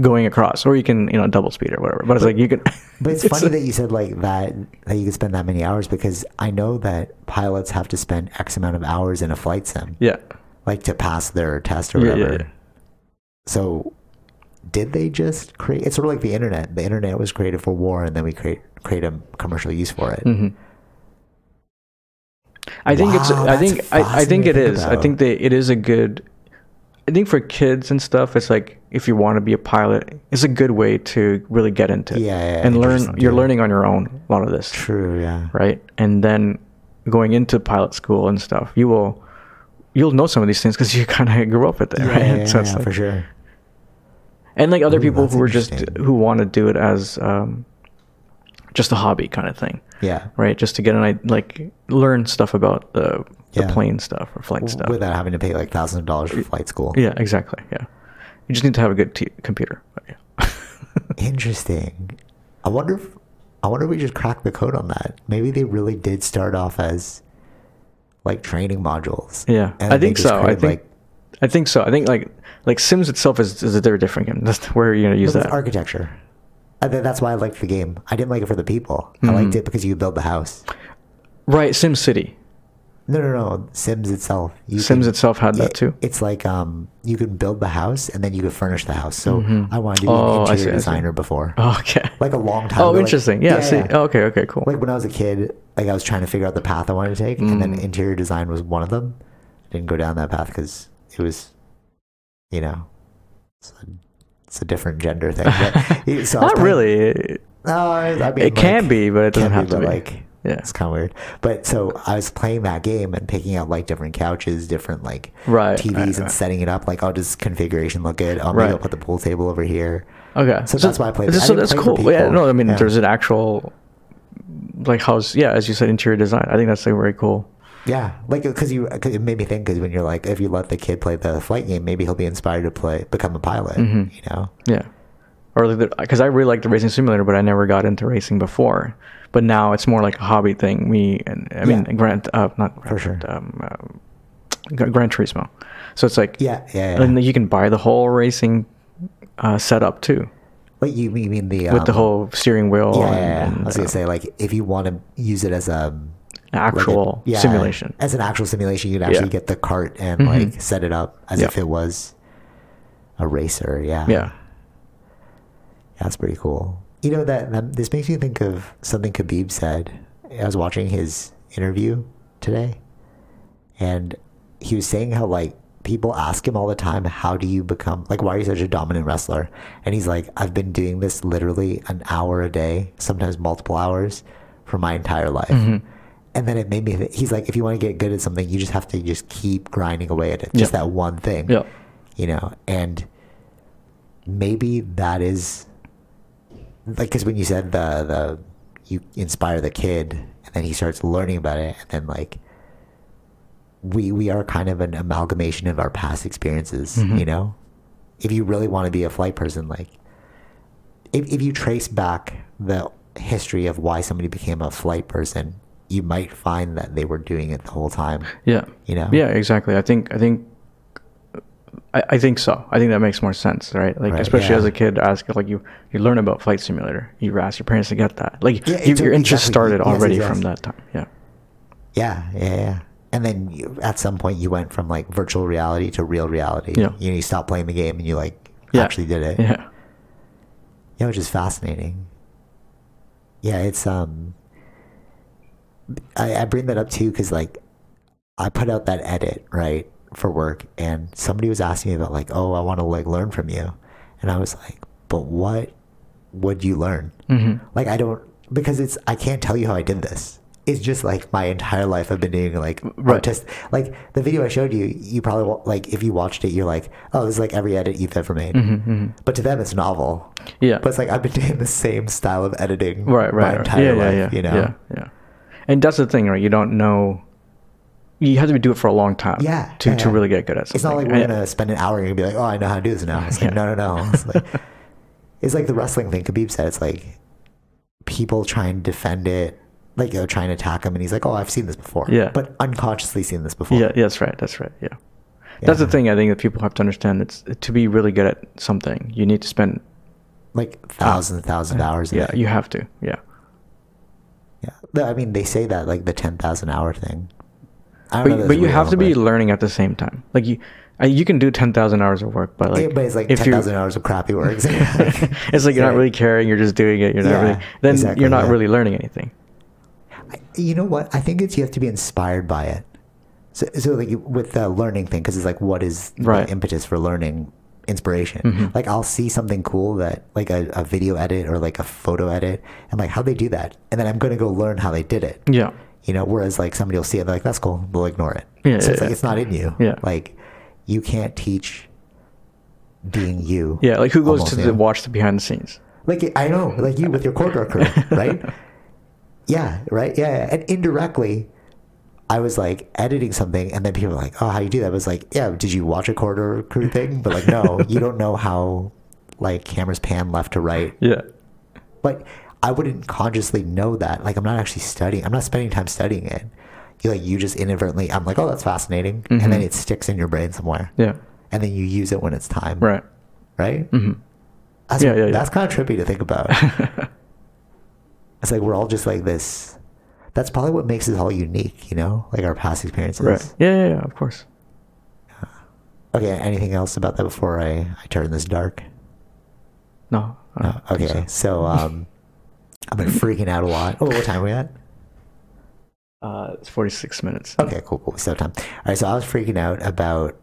Speaker 2: going across, or you can you know double speed or whatever. But it's like you can.
Speaker 1: But it's funny that you said like that that you could spend that many hours because I know that pilots have to spend X amount of hours in a flight sim,
Speaker 2: yeah,
Speaker 1: like to pass their test or
Speaker 2: Yeah, yeah,
Speaker 1: whatever.
Speaker 2: yeah.
Speaker 1: So, did they just create? It's sort of like the internet. The internet was created for war, and then we create create a commercial use for it.
Speaker 2: hmm I think it's.
Speaker 1: Wow,
Speaker 2: I
Speaker 1: that's
Speaker 2: think. I, I
Speaker 1: fascinating
Speaker 2: think
Speaker 1: to
Speaker 2: it
Speaker 1: think
Speaker 2: is. I think
Speaker 1: about.
Speaker 2: that it is a good. I think for kids and stuff, it's like if you want to be a pilot, it's a good way to really get into it.
Speaker 1: Yeah, yeah,
Speaker 2: and learn.
Speaker 1: interesting,
Speaker 2: You're
Speaker 1: yeah.
Speaker 2: learning on your own a lot of this.
Speaker 1: True. Yeah.
Speaker 2: right? And then going into pilot school and stuff, you will you'll know some of these things because you kind of grew up with it,
Speaker 1: Yeah,
Speaker 2: right?
Speaker 1: yeah, yeah,
Speaker 2: So it's
Speaker 1: yeah,
Speaker 2: like-
Speaker 1: for sure.
Speaker 2: And like other
Speaker 1: Ooh,
Speaker 2: people
Speaker 1: that's
Speaker 2: who are just
Speaker 1: interesting.
Speaker 2: who want to do it as um, just a hobby kind of thing,
Speaker 1: Yeah.
Speaker 2: right? Just to get an i- like learn stuff about the
Speaker 1: Yeah.
Speaker 2: the plane stuff or flight stuff.
Speaker 1: Without having to pay like thousands of dollars for flight school.
Speaker 2: yeah, exactly. Yeah, you just need to have a good t- computer. But yeah.
Speaker 1: Interesting. I wonder if I wonder if we just cracked the code on that. Maybe they really did start off as like training modules.
Speaker 2: Yeah,
Speaker 1: And
Speaker 2: I
Speaker 1: they
Speaker 2: think
Speaker 1: just
Speaker 2: so. I
Speaker 1: created,
Speaker 2: think, I think so. I think like like Sims itself is, is a very different game. That's where you're gonna use
Speaker 1: But it's
Speaker 2: that.
Speaker 1: architecture. I thi- that's why I liked the game. I didn't like it for the people. I liked
Speaker 2: Mhm.
Speaker 1: it because you build the house.
Speaker 2: Right, Sim City.
Speaker 1: No, no, no. Sims itself. You
Speaker 2: Sims itself had that too.
Speaker 1: It's like um, you can build the house and then you can furnish the house. So
Speaker 2: Mhm.
Speaker 1: I wanted to be
Speaker 2: Oh, I
Speaker 1: an interior
Speaker 2: see, I see.
Speaker 1: designer before,
Speaker 2: Okay.
Speaker 1: like a long time.
Speaker 2: Oh,
Speaker 1: ago, like-
Speaker 2: interesting. yeah, See. Oh, okay. Okay. Cool.
Speaker 1: Like when I was a kid, like I was trying to figure out the path I wanted to take, and then
Speaker 2: Mm.
Speaker 1: interior design was one of them. I didn't go down that path because it was, you know, it's a, it's a different gender thing. But, so I was
Speaker 2: Not
Speaker 1: playing-
Speaker 2: really.
Speaker 1: No, I, I mean,
Speaker 2: It can
Speaker 1: like-
Speaker 2: be, but it doesn't
Speaker 1: can
Speaker 2: have to
Speaker 1: but,
Speaker 2: be.
Speaker 1: Like,
Speaker 2: Yeah.
Speaker 1: it's kind of weird. But so I was playing that game and picking out like different couches, different like
Speaker 2: Right,
Speaker 1: TVs,
Speaker 2: right,
Speaker 1: and
Speaker 2: right.
Speaker 1: setting it up. Like, oh, does configuration look good? Oh, maybe
Speaker 2: Right.
Speaker 1: I'll put the pool table over here.
Speaker 2: Okay.
Speaker 1: So that's why I played it. I
Speaker 2: So
Speaker 1: didn't
Speaker 2: that's
Speaker 1: play for
Speaker 2: cool. Yeah.
Speaker 1: people.
Speaker 2: No, I mean,
Speaker 1: Yeah.
Speaker 2: there's an actual like house. Yeah, as you said, interior design. I think that's like very cool.
Speaker 1: Yeah, like because you cause it made me think because when you're like, if you let the kid play the flight game, maybe he'll be inspired to play become a pilot.
Speaker 2: Mhm.
Speaker 1: You know?
Speaker 2: Yeah. Or like, because I really liked the racing simulator, but I never got into racing before. But now it's more like a hobby thing. Me and I mean,
Speaker 1: Yeah.
Speaker 2: Grant, uh, not Grand,
Speaker 1: For sure.
Speaker 2: um, um, Gran Turismo. So it's like
Speaker 1: Yeah, yeah. yeah.
Speaker 2: and then you can buy the whole racing uh, setup too,
Speaker 1: Wait, you, you mean the um,
Speaker 2: with the whole steering wheel.
Speaker 1: Yeah, yeah,
Speaker 2: and,
Speaker 1: yeah.
Speaker 2: and,
Speaker 1: I was gonna
Speaker 2: uh,
Speaker 1: say like if you want to use it as um, a
Speaker 2: an
Speaker 1: like a-
Speaker 2: actual
Speaker 1: yeah,
Speaker 2: simulation.
Speaker 1: as an actual simulation, you can actually
Speaker 2: Yeah.
Speaker 1: get the cart and
Speaker 2: Mhm.
Speaker 1: like set it up as
Speaker 2: Yeah.
Speaker 1: if it was a racer. Yeah,
Speaker 2: yeah,
Speaker 1: That's pretty cool. You know that, that this makes me think of something Khabib said. I was watching his interview today, and he was saying how like people ask him all the time, "How do you become like? Why are you such a dominant wrestler?" And he's like, "I've been doing this literally an hour a day, sometimes multiple hours, for my entire life." And then it made me. Th- he's like, "If you want to get good at something, you just have to just keep grinding away at it, just
Speaker 2: Yeah.
Speaker 1: that one thing."
Speaker 2: yeah,
Speaker 1: you know and maybe that is like because when you said the the you inspire the kid and then he starts learning about it and then like we we are kind of an amalgamation of our past experiences.
Speaker 2: Mhm.
Speaker 1: You know, if you really want to be a flight person, like if if you trace back the history of why somebody became a flight person, you might find that they were doing it the whole time.
Speaker 2: Yeah.
Speaker 1: You know?
Speaker 2: Yeah, exactly. I think I think I, I think so. I think that makes more sense, right? Like
Speaker 1: Right,
Speaker 2: especially
Speaker 1: yeah.
Speaker 2: as a kid, ask like you you learn about flight simulator. You ask your parents to get that. Like
Speaker 1: Yeah,
Speaker 2: you,
Speaker 1: it's-
Speaker 2: your interest
Speaker 1: exactly.
Speaker 2: started
Speaker 1: Yes,
Speaker 2: already
Speaker 1: yes,
Speaker 2: from
Speaker 1: yes.
Speaker 2: that time. Yeah.
Speaker 1: Yeah, yeah, yeah. And then you, at some point, you went from like virtual reality to real reality.
Speaker 2: Yeah.
Speaker 1: You, know, you stopped playing the game and you like
Speaker 2: Yeah.
Speaker 1: actually did it.
Speaker 2: Yeah.
Speaker 1: Yeah, which is fascinating. Yeah, it's um. I, I bring that up too because like, I put out that edit right for work, and somebody was asking me about like, oh, I want to like learn from you, and I was like, but what would you learn?
Speaker 2: Mhm.
Speaker 1: Like, I don't because it's I can't tell you how I did this. It's just like my entire life I've been doing like
Speaker 2: Right.
Speaker 1: artist like the video I showed you. You probably wa- like if you watched it, you're like, oh, this is like every edit you've ever made. But to them, it's novel.
Speaker 2: Yeah.
Speaker 1: But it's like I've been doing the same style of editing
Speaker 2: right, right.
Speaker 1: my
Speaker 2: right.
Speaker 1: entire
Speaker 2: yeah,
Speaker 1: life,
Speaker 2: yeah, yeah.
Speaker 1: you know?
Speaker 2: Yeah, yeah. And that's the thing, right? You don't know you have to do it for a long time.
Speaker 1: Yeah,
Speaker 2: To
Speaker 1: yeah,
Speaker 2: to
Speaker 1: yeah.
Speaker 2: really get good at something.
Speaker 1: It's not like we're
Speaker 2: And-
Speaker 1: gonna spend an hour and you're gonna be like, oh, I know how to do this now. It's like,
Speaker 2: Yeah.
Speaker 1: no, no, no. It's like, it's like the wrestling thing Khabib said. It's like people try and defend it, like you know, try and attack him, and he's like, oh, I've seen this before.
Speaker 2: Yeah.
Speaker 1: But unconsciously seen this before.
Speaker 2: Yeah, yeah, that's right. That's right. Yeah. That's the
Speaker 1: Yeah.
Speaker 2: thing I think that people have to understand. It's to be really good at something, you need to spend
Speaker 1: Like thousands, thousands of hours. in
Speaker 2: Ah. Yeah,
Speaker 1: it.
Speaker 2: you have to. Yeah.
Speaker 1: Yeah. No, I mean, they say that like the ten thousand hour thing. I don't know
Speaker 2: But,
Speaker 1: if
Speaker 2: but
Speaker 1: that's
Speaker 2: you
Speaker 1: real,
Speaker 2: have to be
Speaker 1: but-
Speaker 2: learning at the same time. Like you, I, you can do ten thousand hours of work, but like,
Speaker 1: Yeah, but it's like
Speaker 2: if
Speaker 1: ten
Speaker 2: you-
Speaker 1: thousand hours of crappy work. It's like-
Speaker 2: it's like you're not really caring. You're just doing it. You're not
Speaker 1: Yeah,
Speaker 2: really. Then
Speaker 1: exactly,
Speaker 2: you're not
Speaker 1: yeah.
Speaker 2: really learning anything.
Speaker 1: I- you know what? I think it's you have to be inspired by it. So, so like you- with the learning thing, because it's like, what is
Speaker 2: Right.
Speaker 1: the impetus for learning? Inspiration.
Speaker 2: Mhm.
Speaker 1: Like I'll see something cool that, like a, a video edit or like a photo edit, and like how they do that, and then I'm gonna go learn how they did it.
Speaker 2: Yeah.
Speaker 1: You know, whereas like somebody will see it, they're like, "That's cool," they'll ignore it.
Speaker 2: Yeah,
Speaker 1: so it's
Speaker 2: yeah,
Speaker 1: like
Speaker 2: yeah.
Speaker 1: it's not in you.
Speaker 2: Yeah.
Speaker 1: Like you can't teach being you.
Speaker 2: Yeah. Like who goes
Speaker 1: almost,
Speaker 2: to
Speaker 1: you
Speaker 2: the,
Speaker 1: know?
Speaker 2: watch the behind the scenes?
Speaker 1: Like I know, like you with your corridor crew, right? yeah, right. Yeah, yeah. and indirectly, I was like editing something, and then people were like, "Oh, how you do that?" I was like, "Yeah, did you watch a corridor crew thing?" But like, no, you don't know how like cameras pan left to right.
Speaker 2: Yeah.
Speaker 1: But I wouldn't consciously know that. Like, I'm not actually studying. I'm not spending time studying it. You like you just inadvertently. I'm like, "Oh, that's fascinating," and then
Speaker 2: Mhm.
Speaker 1: it sticks in your brain somewhere,
Speaker 2: Yeah.
Speaker 1: and then you use it when it's time.
Speaker 2: Right.
Speaker 1: Right.
Speaker 2: hmm
Speaker 1: That's,
Speaker 2: Yeah, yeah, yeah.
Speaker 1: that's kind of trippy to think about. It's like we're all just like this. That's probably what makes us all unique, you know, like our past experiences.
Speaker 2: right. Yeah, yeah. Yeah. Of course.
Speaker 1: Okay. Anything else about that before I, I turn this dark?
Speaker 2: No. I
Speaker 1: No.
Speaker 2: don't think
Speaker 1: Oh, Okay. So um, I've been freaking out a lot. Oh, what time are we at?
Speaker 2: Uh, it's forty six minutes.
Speaker 1: Okay. Cool. Cool. We still have time. All right. So I was freaking out about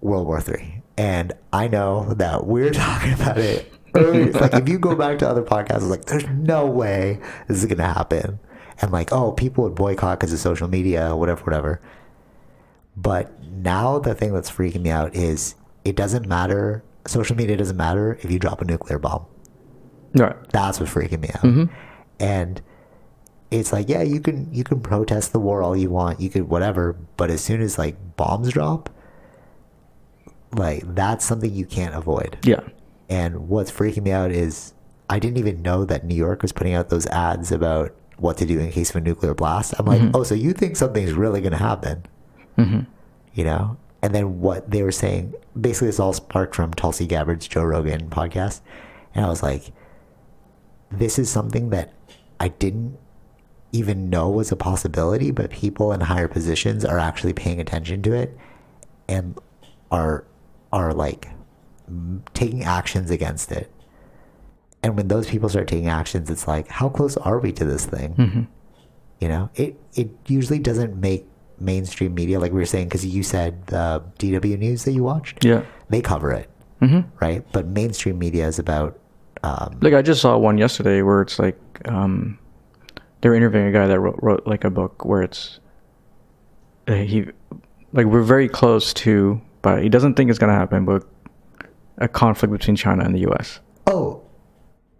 Speaker 1: World War Three, and I know that we're talking about it. earlier. It's like if you go back to other podcasts, it's like there's no way this is gonna happen, and like oh, people would boycott because of social media, whatever, whatever. But now the thing that's freaking me out is it doesn't matter. Social media doesn't matter if you drop a nuclear bomb.
Speaker 2: Right.
Speaker 1: That's what's freaking me out.
Speaker 2: Mhm.
Speaker 1: And it's like, yeah, you can you can protest the war all you want, you could whatever, but as soon as like bombs drop, like that's something you can't avoid.
Speaker 2: Yeah.
Speaker 1: And what's freaking me out is I didn't even know that New York was putting out those ads about what to do in case of a nuclear blast. I'm like, oh, so you think something's really going to happen?
Speaker 2: hmm
Speaker 1: you know? And then what they were saying, basically, this all sparked from Tulsi Gabbard's Joe Rogan podcast. And I was like, this is something that I didn't even know was a possibility, but people in higher positions are actually paying attention to it and are are like m- taking actions against it. And when those people start taking actions, it's like, how close are we to this thing?
Speaker 2: Hmm. Mm-hmm.
Speaker 1: You know, it it usually doesn't make mainstream media like we were saying because you said the DW news that you watched.
Speaker 2: Yeah.
Speaker 1: they cover it,
Speaker 2: hmm
Speaker 1: right? But mainstream media is about um,
Speaker 2: Like I just saw one yesterday where it's like um, they're interviewing a guy that wrote, wrote like a book where it's uh, he like we're very close to, but he doesn't think it's gonna happen, but a conflict between China and the U.S.
Speaker 1: oh,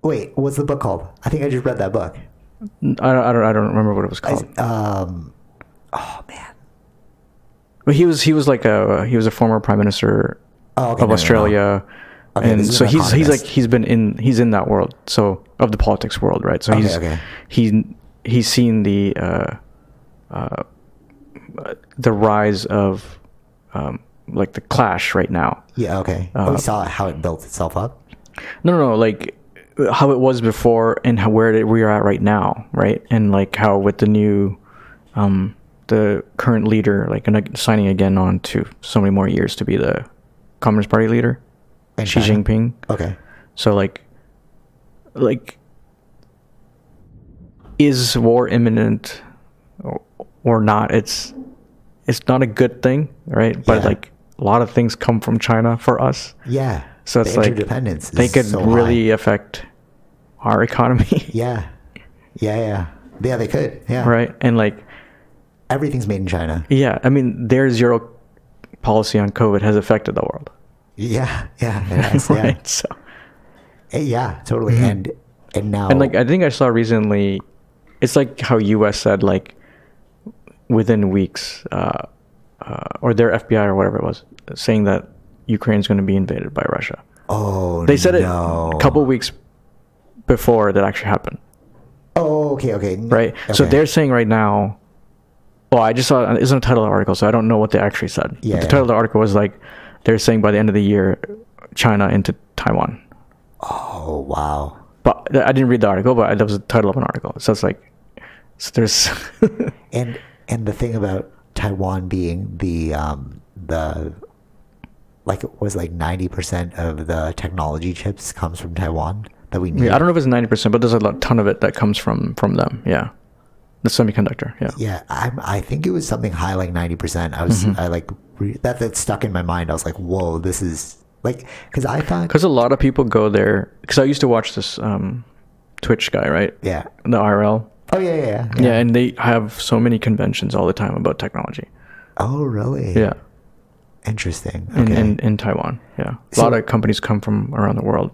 Speaker 1: wait, what's the book called? I think I just read that book.
Speaker 2: Oh. I, don't- I don't I don't remember what it was
Speaker 1: I,
Speaker 2: called.
Speaker 1: um, oh man,
Speaker 2: But he was he was like a he was a former prime minister
Speaker 1: Oh, okay,
Speaker 2: of
Speaker 1: no, no, no.
Speaker 2: Australia,
Speaker 1: Okay,
Speaker 2: and
Speaker 1: this is
Speaker 2: so
Speaker 1: an
Speaker 2: he's he's like
Speaker 1: economist.
Speaker 2: he's been in he's in that world so of the politics world right so
Speaker 1: Okay,
Speaker 2: he's
Speaker 1: okay.
Speaker 2: he he's seen the uh, uh, the rise of um, like the clash right now
Speaker 1: Yeah, okay. oh, we
Speaker 2: Uh,
Speaker 1: saw how it built itself up.
Speaker 2: no no no like how it was before and how where it- we are at right now right and like how with the new um, the current leader like and signing again on to so many more years to be the Communist Party leader
Speaker 1: In
Speaker 2: Xi
Speaker 1: China.
Speaker 2: Jinping.
Speaker 1: Okay.
Speaker 2: So like like is war imminent or, or not? It's it's not a good thing, right? But
Speaker 1: Yeah.
Speaker 2: like a lot of things come from China for us.
Speaker 1: Yeah.
Speaker 2: So it's
Speaker 1: the
Speaker 2: like
Speaker 1: interdependence.
Speaker 2: they
Speaker 1: is
Speaker 2: could
Speaker 1: so high.
Speaker 2: really uh, affect our economy.
Speaker 1: Yeah. Yeah, yeah. Yeah, they could. Yeah.
Speaker 2: Right? And like
Speaker 1: Everything's made in China.
Speaker 2: yeah, I mean their zero policy on COVID has affected the world.
Speaker 1: Yeah, yeah. It has, yeah.
Speaker 2: right? So
Speaker 1: Eh, yeah, totally. And and now
Speaker 2: And like I think I saw recently, it's like how U.S. said like within weeks, uh, uh, or their FBI or whatever it was, saying that Ukraine's going to be invaded by Russia.
Speaker 1: Oh
Speaker 2: They said
Speaker 1: no.
Speaker 2: it a couple weeks before that actually happened,
Speaker 1: Oh, okay, okay. n-
Speaker 2: right? So
Speaker 1: okay.
Speaker 2: they're saying right now. Well, I just saw it's in the title of the article, so I don't know what they actually said. But
Speaker 1: Yeah,
Speaker 2: the
Speaker 1: yeah.
Speaker 2: title of the article was like they're saying by the end of the year, China into Taiwan.
Speaker 1: Oh wow.
Speaker 2: But I didn't read the article, but that was the title of an article. So it's like, so there's
Speaker 1: And and the thing about Taiwan being the um the like it was like ninety percent of the technology chips comes from Taiwan that we need.
Speaker 2: Yeah, I don't know if it's ninety percent, but there's a lot, ton of it that comes from from them. Yeah, the semiconductor. Yeah,
Speaker 1: Yeah, I'm, I think it was something high like ninety percent. I
Speaker 2: Mm-hmm.
Speaker 1: was I like re- that that stuck in my mind. I was like, whoa, this is like because I thought
Speaker 2: because a lot of people go there. Because I used to watch this um, Twitch guy, right?
Speaker 1: yeah.
Speaker 2: The IRL.
Speaker 1: Oh yeah, yeah, yeah.
Speaker 2: Yeah. and they have so many conventions all the time about technology.
Speaker 1: Oh really?
Speaker 2: Yeah,
Speaker 1: Interesting. Okay.
Speaker 2: in in, in Taiwan. Yeah, a lot
Speaker 1: So-
Speaker 2: of companies come from around the world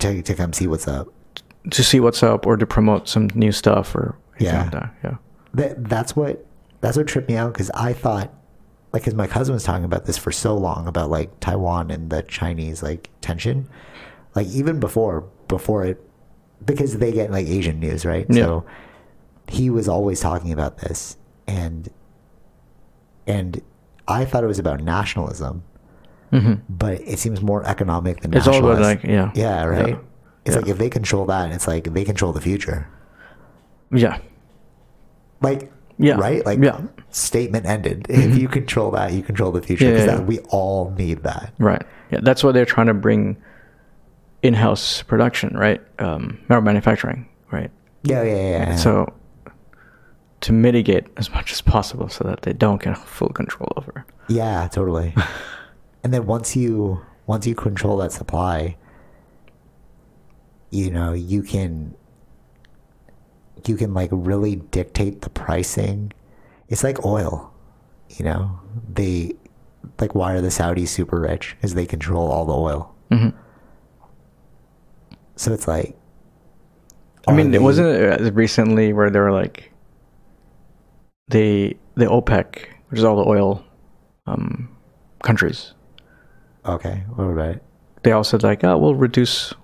Speaker 1: to to come see what's up.
Speaker 2: to see what's up or to promote some new stuff or anything
Speaker 1: Yeah.
Speaker 2: like that. Yeah.
Speaker 1: that that's what that's what tripped me out because I thought like because my cousin was talking about this for so long about like Taiwan and the Chinese like tension, like even before before it because they get like Asian news right.
Speaker 2: Yeah.
Speaker 1: So he was always talking about this and and I thought it was about nationalism,
Speaker 2: Mm-hmm.
Speaker 1: but it seems more economic than
Speaker 2: It's all about
Speaker 1: nationalist.
Speaker 2: like yeah.
Speaker 1: yeah right. It's
Speaker 2: Yeah.
Speaker 1: like if they control that, it's like they control the future.
Speaker 2: Yeah.
Speaker 1: like
Speaker 2: Yeah.
Speaker 1: right like
Speaker 2: Yeah. Mm-hmm.
Speaker 1: statement ended if you control that you control the future
Speaker 2: Yeah,
Speaker 1: because
Speaker 2: yeah,
Speaker 1: that we
Speaker 2: yeah.
Speaker 1: all need that
Speaker 2: Right. Yeah, that's why they're trying to bring in-house production, right? Um, or manufacturing, right?
Speaker 1: yeah yeah yeah, yeah.
Speaker 2: So to mitigate as much as possible, so that they don't get full control over.
Speaker 1: yeah totally and then once you once you control that supply you know you can you can like really dictate the pricing it's like oil you know they like why are the saudis super rich because they control all the oil
Speaker 2: hmm
Speaker 1: so it's like
Speaker 2: I
Speaker 1: are
Speaker 2: mean,
Speaker 1: they-
Speaker 2: it wasn't uh, recently where they were like they the OPEC, which is all the oil um, countries,
Speaker 1: okay what about it
Speaker 2: they all said like, "Oh, we'll reduce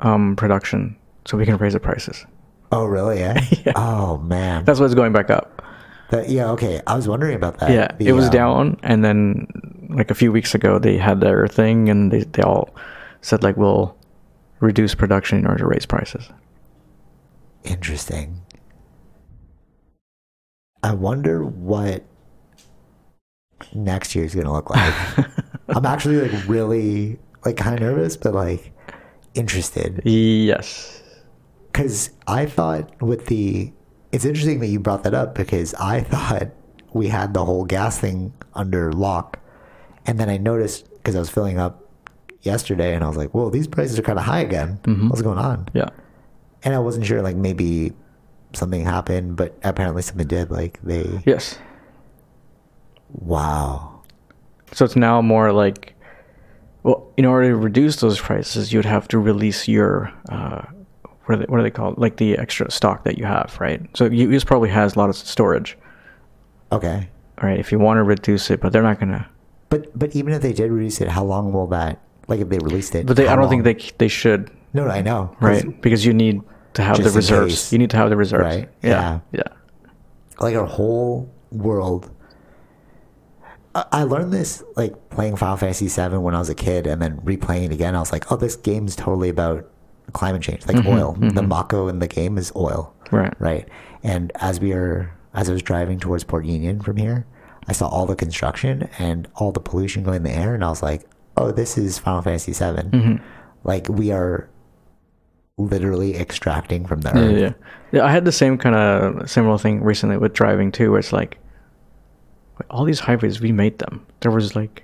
Speaker 2: um, production so we can raise the prices."
Speaker 1: Oh really? Yeah.
Speaker 2: Yeah.
Speaker 1: Oh man.
Speaker 2: That's what's going back up.
Speaker 1: That- yeah. Okay. I was wondering about that.
Speaker 2: Yeah,
Speaker 1: The,
Speaker 2: it was
Speaker 1: um,
Speaker 2: down, and then like a few weeks ago, they had their thing, and they they all said like we'll reduce production in order to raise prices.
Speaker 1: Interesting. I wonder what next year is going to look like. I'm actually like really like kind of nervous, but like interested
Speaker 2: Yes.
Speaker 1: because I thought with the. It's interesting that you brought that up because I thought we had the whole gas thing under lock, and then I noticed because I was filling up yesterday, and I was like, "Whoa, these prices are kind of high again. What's going on?"
Speaker 2: Yeah.
Speaker 1: and I wasn't sure like maybe something happened, but apparently something did. Like they
Speaker 2: Yes.
Speaker 1: wow.
Speaker 2: So it's now more like, well, in order to reduce those prices, you'd have to release your uh, what are they, what are they called? Like the extra stock that you have, right? So U- U.S. probably has a lot of storage.
Speaker 1: Okay.
Speaker 2: all right, if you want to reduce it, but they're not gonna.
Speaker 1: But but even if they did release it, how long will that? Like if they released it,
Speaker 2: But they, I
Speaker 1: how
Speaker 2: don't think
Speaker 1: long?
Speaker 2: they c- they should,
Speaker 1: No, no, I know. 'Cause,
Speaker 2: right? Because you need to have the
Speaker 1: Just in
Speaker 2: reserves.
Speaker 1: case.
Speaker 2: You need to have the reserves.
Speaker 1: Right,
Speaker 2: Yeah. Yeah.
Speaker 1: Like our whole world. I- I learned this like playing Final Fantasy VII when I was a kid, and then replaying it again. I was like, "Oh, this game's totally about climate change, like oil. The Mako in the game is oil,
Speaker 2: Mm-hmm, Right.
Speaker 1: right? And as we are, as I was driving towards Port Union from here, I saw all the construction and all the pollution going in the air, and I was like, "Oh, this is Final Fantasy VII.
Speaker 2: Mm-hmm.
Speaker 1: Like we are literally extracting from the
Speaker 2: Yeah,
Speaker 1: earth."
Speaker 2: yeah. Yeah, I had the same kind of similar thing recently with driving too, where it's like wait, all these highways we made them. There was like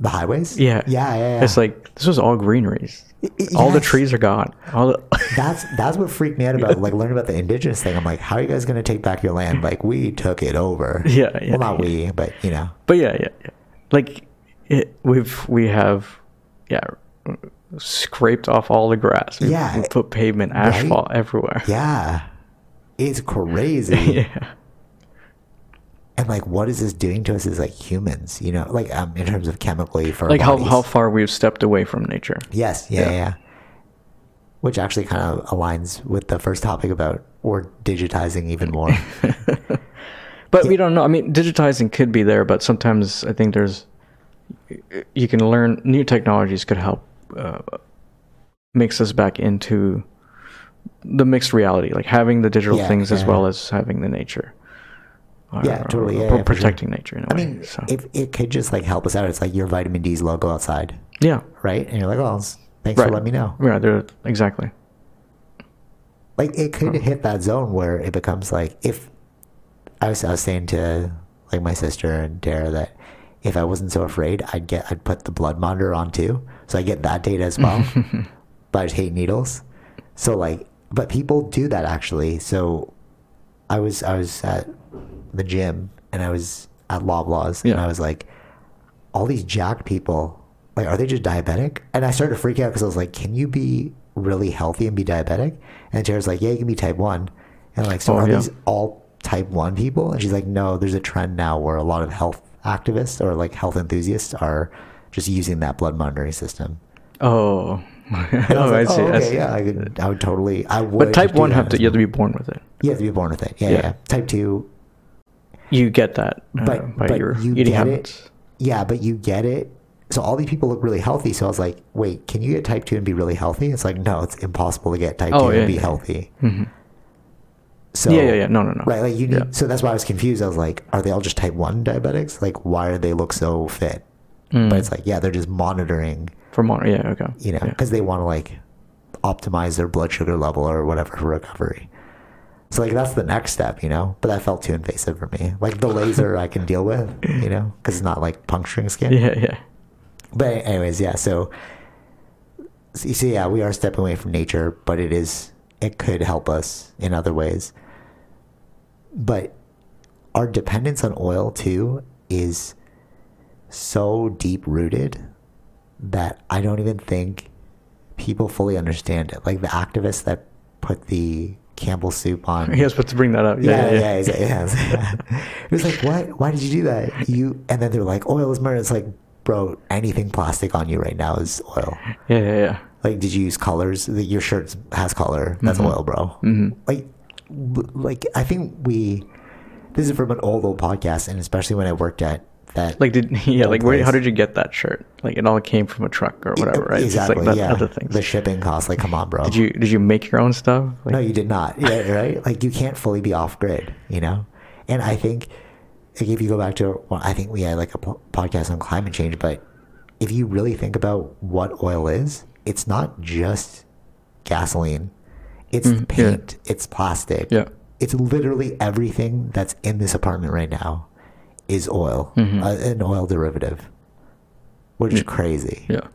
Speaker 1: The highways?
Speaker 2: yeah,
Speaker 1: Yeah, yeah, yeah.
Speaker 2: It's like this was all greeneries.
Speaker 1: Y- y-
Speaker 2: All the
Speaker 1: yes.
Speaker 2: trees are gone. All the
Speaker 1: that's that's what freaked me out about like learning about the indigenous thing. I'm like, how are you guys gonna take back your land? Like we took it over.
Speaker 2: Yeah, yeah,
Speaker 1: Well not
Speaker 2: yeah.
Speaker 1: we, but you know.
Speaker 2: but yeah, yeah, yeah. Like it, we've we have yeah scraped off all the grass. We,
Speaker 1: Yeah.
Speaker 2: we put pavement, asphalt everywhere.
Speaker 1: Yeah. It's crazy.
Speaker 2: yeah.
Speaker 1: And like what is this doing to us as like humans, you know, like um in terms of chemically for our
Speaker 2: Like how
Speaker 1: bodies.
Speaker 2: how far we've stepped away from nature.
Speaker 1: Yes, yeah, yeah.
Speaker 2: Yeah.
Speaker 1: yeah. Which actually kind of aligns with the first topic about or digitizing even more.
Speaker 2: But
Speaker 1: Yeah.
Speaker 2: we don't know. I mean, digitizing could be there, but sometimes I think there's you can learn new technologies could help uh, mix us back into the mixed reality, like having the digital
Speaker 1: Yeah,
Speaker 2: things as
Speaker 1: yeah.
Speaker 2: well as having the nature. Or-
Speaker 1: Yeah, totally, yeah,
Speaker 2: or
Speaker 1: yeah, for sure.
Speaker 2: protecting nature in a
Speaker 1: I
Speaker 2: way.
Speaker 1: mean,
Speaker 2: so
Speaker 1: if it could just like help us out, it's like your vitamin D's logo outside,
Speaker 2: yeah,
Speaker 1: right? And you're like, oh, s- thanks
Speaker 2: right.
Speaker 1: for letting me know.
Speaker 2: Yeah, they're exactly.
Speaker 1: Like it could hit that zone where it becomes like if I was I was saying to like my sister and Tara that if I wasn't so afraid, I'd get I'd put the blood monitor on too, so I get that data as well. but I just hate needles, so like, but people do that actually. So I was I was at the gym and I was at Loblaws and
Speaker 2: Yeah.
Speaker 1: I was like, all these jacked people, like, are they just diabetic? And I started to freak out because I was like, can you be really healthy and be diabetic? And Tara's like, yeah, you can be type one. And I'm like, so
Speaker 2: Oh,
Speaker 1: are
Speaker 2: yeah.
Speaker 1: these all type one people? And she's like, no, there's a trend now where a lot of health activists or like health enthusiasts are just using that blood monitoring system.
Speaker 2: Oh,
Speaker 1: And I was
Speaker 2: oh, I
Speaker 1: like,
Speaker 2: see.
Speaker 1: oh,
Speaker 2: I
Speaker 1: okay,
Speaker 2: see.
Speaker 1: yeah, I could, I would totally, I would.
Speaker 2: But type
Speaker 1: do
Speaker 2: one
Speaker 1: that
Speaker 2: have to
Speaker 1: as
Speaker 2: you have
Speaker 1: well.
Speaker 2: to be born with it.
Speaker 1: You have to be born with it. Yeah,
Speaker 2: Yeah.
Speaker 1: yeah. yeah. Type two,
Speaker 2: You get that uh,
Speaker 1: but,
Speaker 2: by
Speaker 1: but
Speaker 2: your
Speaker 1: you
Speaker 2: eating
Speaker 1: get
Speaker 2: habits.
Speaker 1: it. Yeah, but you get it. So all these people look really healthy. So I was like, wait, can you get type two and be really healthy? It's like, no, it's impossible to get type
Speaker 2: Oh,
Speaker 1: two
Speaker 2: yeah,
Speaker 1: and be
Speaker 2: yeah.
Speaker 1: healthy.
Speaker 2: Mm-hmm.
Speaker 1: So
Speaker 2: Yeah, yeah, yeah. No, no, no.
Speaker 1: Right, like you need.
Speaker 2: Yeah.
Speaker 1: So that's why I was confused. I was like, are they all just type one diabetics? Like, why do they look so fit? But it's like, yeah, they're just monitoring,
Speaker 2: Mm. For mono, yeah, okay.
Speaker 1: you know,
Speaker 2: Hmm. Yeah.
Speaker 1: because they want to like optimize their blood sugar level or whatever for recovery. So like that's the next step, you know. But that felt too invasive for me. Like the laser, I can deal with, you know, because it's not like puncturing skin.
Speaker 2: yeah, yeah.
Speaker 1: But anyways, yeah. So, so you see, yeah, we are stepping away from nature, but it is it could help us in other ways. But our dependence on oil too is so deep rooted that I don't even think people fully understand it. Like the activists that put the Campbell soup on
Speaker 2: He was supposed to bring that up.
Speaker 1: yeah, yeah, yeah. yeah, yeah. it was like, what? Why did you do that? You and then they're like, oil is murder. It's like, bro, anything plastic on you right now is oil.
Speaker 2: yeah, yeah, yeah.
Speaker 1: Like, did you use colors? That Your shirt has color. That's
Speaker 2: Mm-hmm.
Speaker 1: oil, bro. Like, w- like I think we. This is from an old old podcast, and especially when I worked at that.
Speaker 2: Like did yeah, like where,
Speaker 1: place.
Speaker 2: how did you get that shirt? Like it all came from a truck or whatever, right? It's just,
Speaker 1: Exactly.
Speaker 2: like that
Speaker 1: yeah.
Speaker 2: other things.
Speaker 1: The shipping costs. Like, come on, bro.
Speaker 2: did you did you make your own stuff? Like,
Speaker 1: No, you did not. Yeah, right? Like you can't fully be off grid, you know? And I think like if you go back to well, I think we had like a po- podcast on climate change, but if you really think about what oil is, it's not just gasoline. It's
Speaker 2: Mm, yeah.
Speaker 1: paint, it's plastic.
Speaker 2: Yeah.
Speaker 1: It's literally everything that's in this apartment right now is oil,
Speaker 2: Mm-hmm.
Speaker 1: uh, an oil derivative, which
Speaker 2: Mm.
Speaker 1: is crazy.
Speaker 2: Yeah.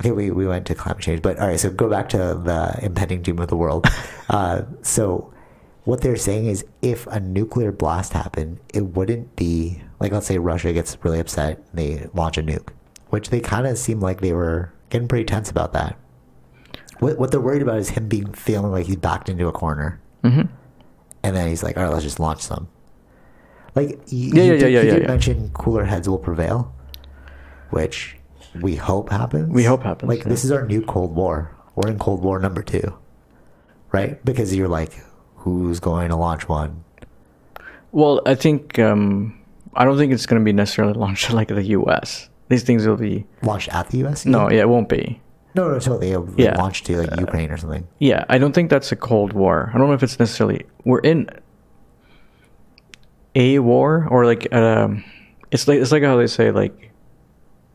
Speaker 1: Okay, we, we went to climate change, but all right, so go back to the impending doom of the world. Uh, so, what they're saying is if a nuclear blast happened, it wouldn't be like, let's say Russia gets really upset and they launch a nuke, which they kind of seem like they were getting pretty tense about that. What, what they're worried about is him being
Speaker 2: Mm-hmm.
Speaker 1: feeling like he's backed into a corner. And then he's like, all right, let's just launch some. Like you,
Speaker 2: Yeah,
Speaker 1: you
Speaker 2: yeah,
Speaker 1: did,
Speaker 2: yeah,
Speaker 1: you
Speaker 2: yeah,
Speaker 1: did
Speaker 2: yeah.
Speaker 1: mention cooler heads will prevail, which we hope happens.
Speaker 2: We hope happens,
Speaker 1: Like
Speaker 2: yeah.
Speaker 1: this is our new Cold War. We're in Cold War number two, right? Because you're like, who's going to launch one?
Speaker 2: Well, I think um, I don't think it's going to be necessarily launched like the U.S. These things will be
Speaker 1: Launched at the U.S.
Speaker 2: no, yeah, it won't be.
Speaker 1: no, no, totally. It'll
Speaker 2: Yeah.
Speaker 1: launch to like Ukraine or something.
Speaker 2: Yeah, I don't think that's a Cold War. I don't know if it's necessarily we're in a war or like um, it's like it's like how they say like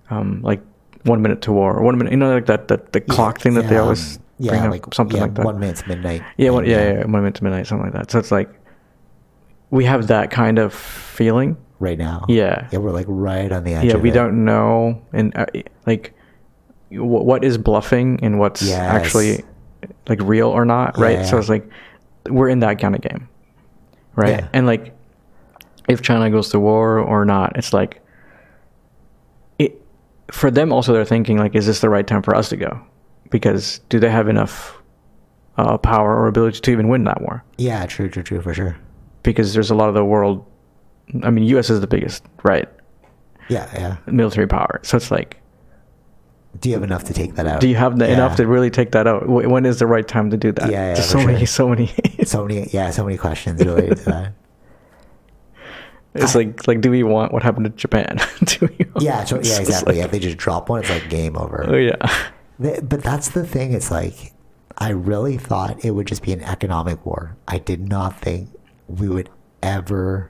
Speaker 2: um like one minute to war or one minute you know like that that the clock thing that they
Speaker 1: Yeah,
Speaker 2: always
Speaker 1: um, yeah,
Speaker 2: bring up,
Speaker 1: like
Speaker 2: something
Speaker 1: yeah,
Speaker 2: like that.
Speaker 1: One minute's midnight.
Speaker 2: Yeah, one,
Speaker 1: and,
Speaker 2: yeah,
Speaker 1: uh,
Speaker 2: yeah, one minute to midnight, something like that. So it's like we have that kind of feeling.
Speaker 1: Right now.
Speaker 2: Yeah.
Speaker 1: Yeah, we're like right on the edge.
Speaker 2: yeah,
Speaker 1: of
Speaker 2: we
Speaker 1: it.
Speaker 2: don't know, and uh, like, w- what is bluffing and what's
Speaker 1: Yes.
Speaker 2: actually like real or not, right? So
Speaker 1: Yeah.
Speaker 2: it's like we're in that kind of game, right?
Speaker 1: Yeah.
Speaker 2: And like, if China goes to war or not, it's like it for them. Also, they're thinking like, is this the right time for us to go? Because do they have enough uh, power or ability to even win that war?
Speaker 1: Yeah, true, true, true, for sure.
Speaker 2: Because there's a lot of the world. I mean, U.S. is the biggest, right?
Speaker 1: Yeah, yeah.
Speaker 2: Military power. So it's like.
Speaker 1: Do you have enough to take that out?
Speaker 2: do you have the,
Speaker 1: Yeah.
Speaker 2: enough to really take that out? Wh- When is the right time to do that?
Speaker 1: Yeah, yeah,
Speaker 2: Just
Speaker 1: for
Speaker 2: so many,
Speaker 1: sure.
Speaker 2: so many.
Speaker 1: So many, yeah, so many questions related to that.
Speaker 2: it's like, like, do we want what happened to Japan? do we? Want,
Speaker 1: Yeah, so,
Speaker 2: it's
Speaker 1: yeah,
Speaker 2: just
Speaker 1: exactly. yeah,
Speaker 2: like-
Speaker 1: if they just drop one, it's like game over.
Speaker 2: oh yeah,
Speaker 1: Th- But that's the thing. It's like I really thought it would just be an economic war. I did not think we would ever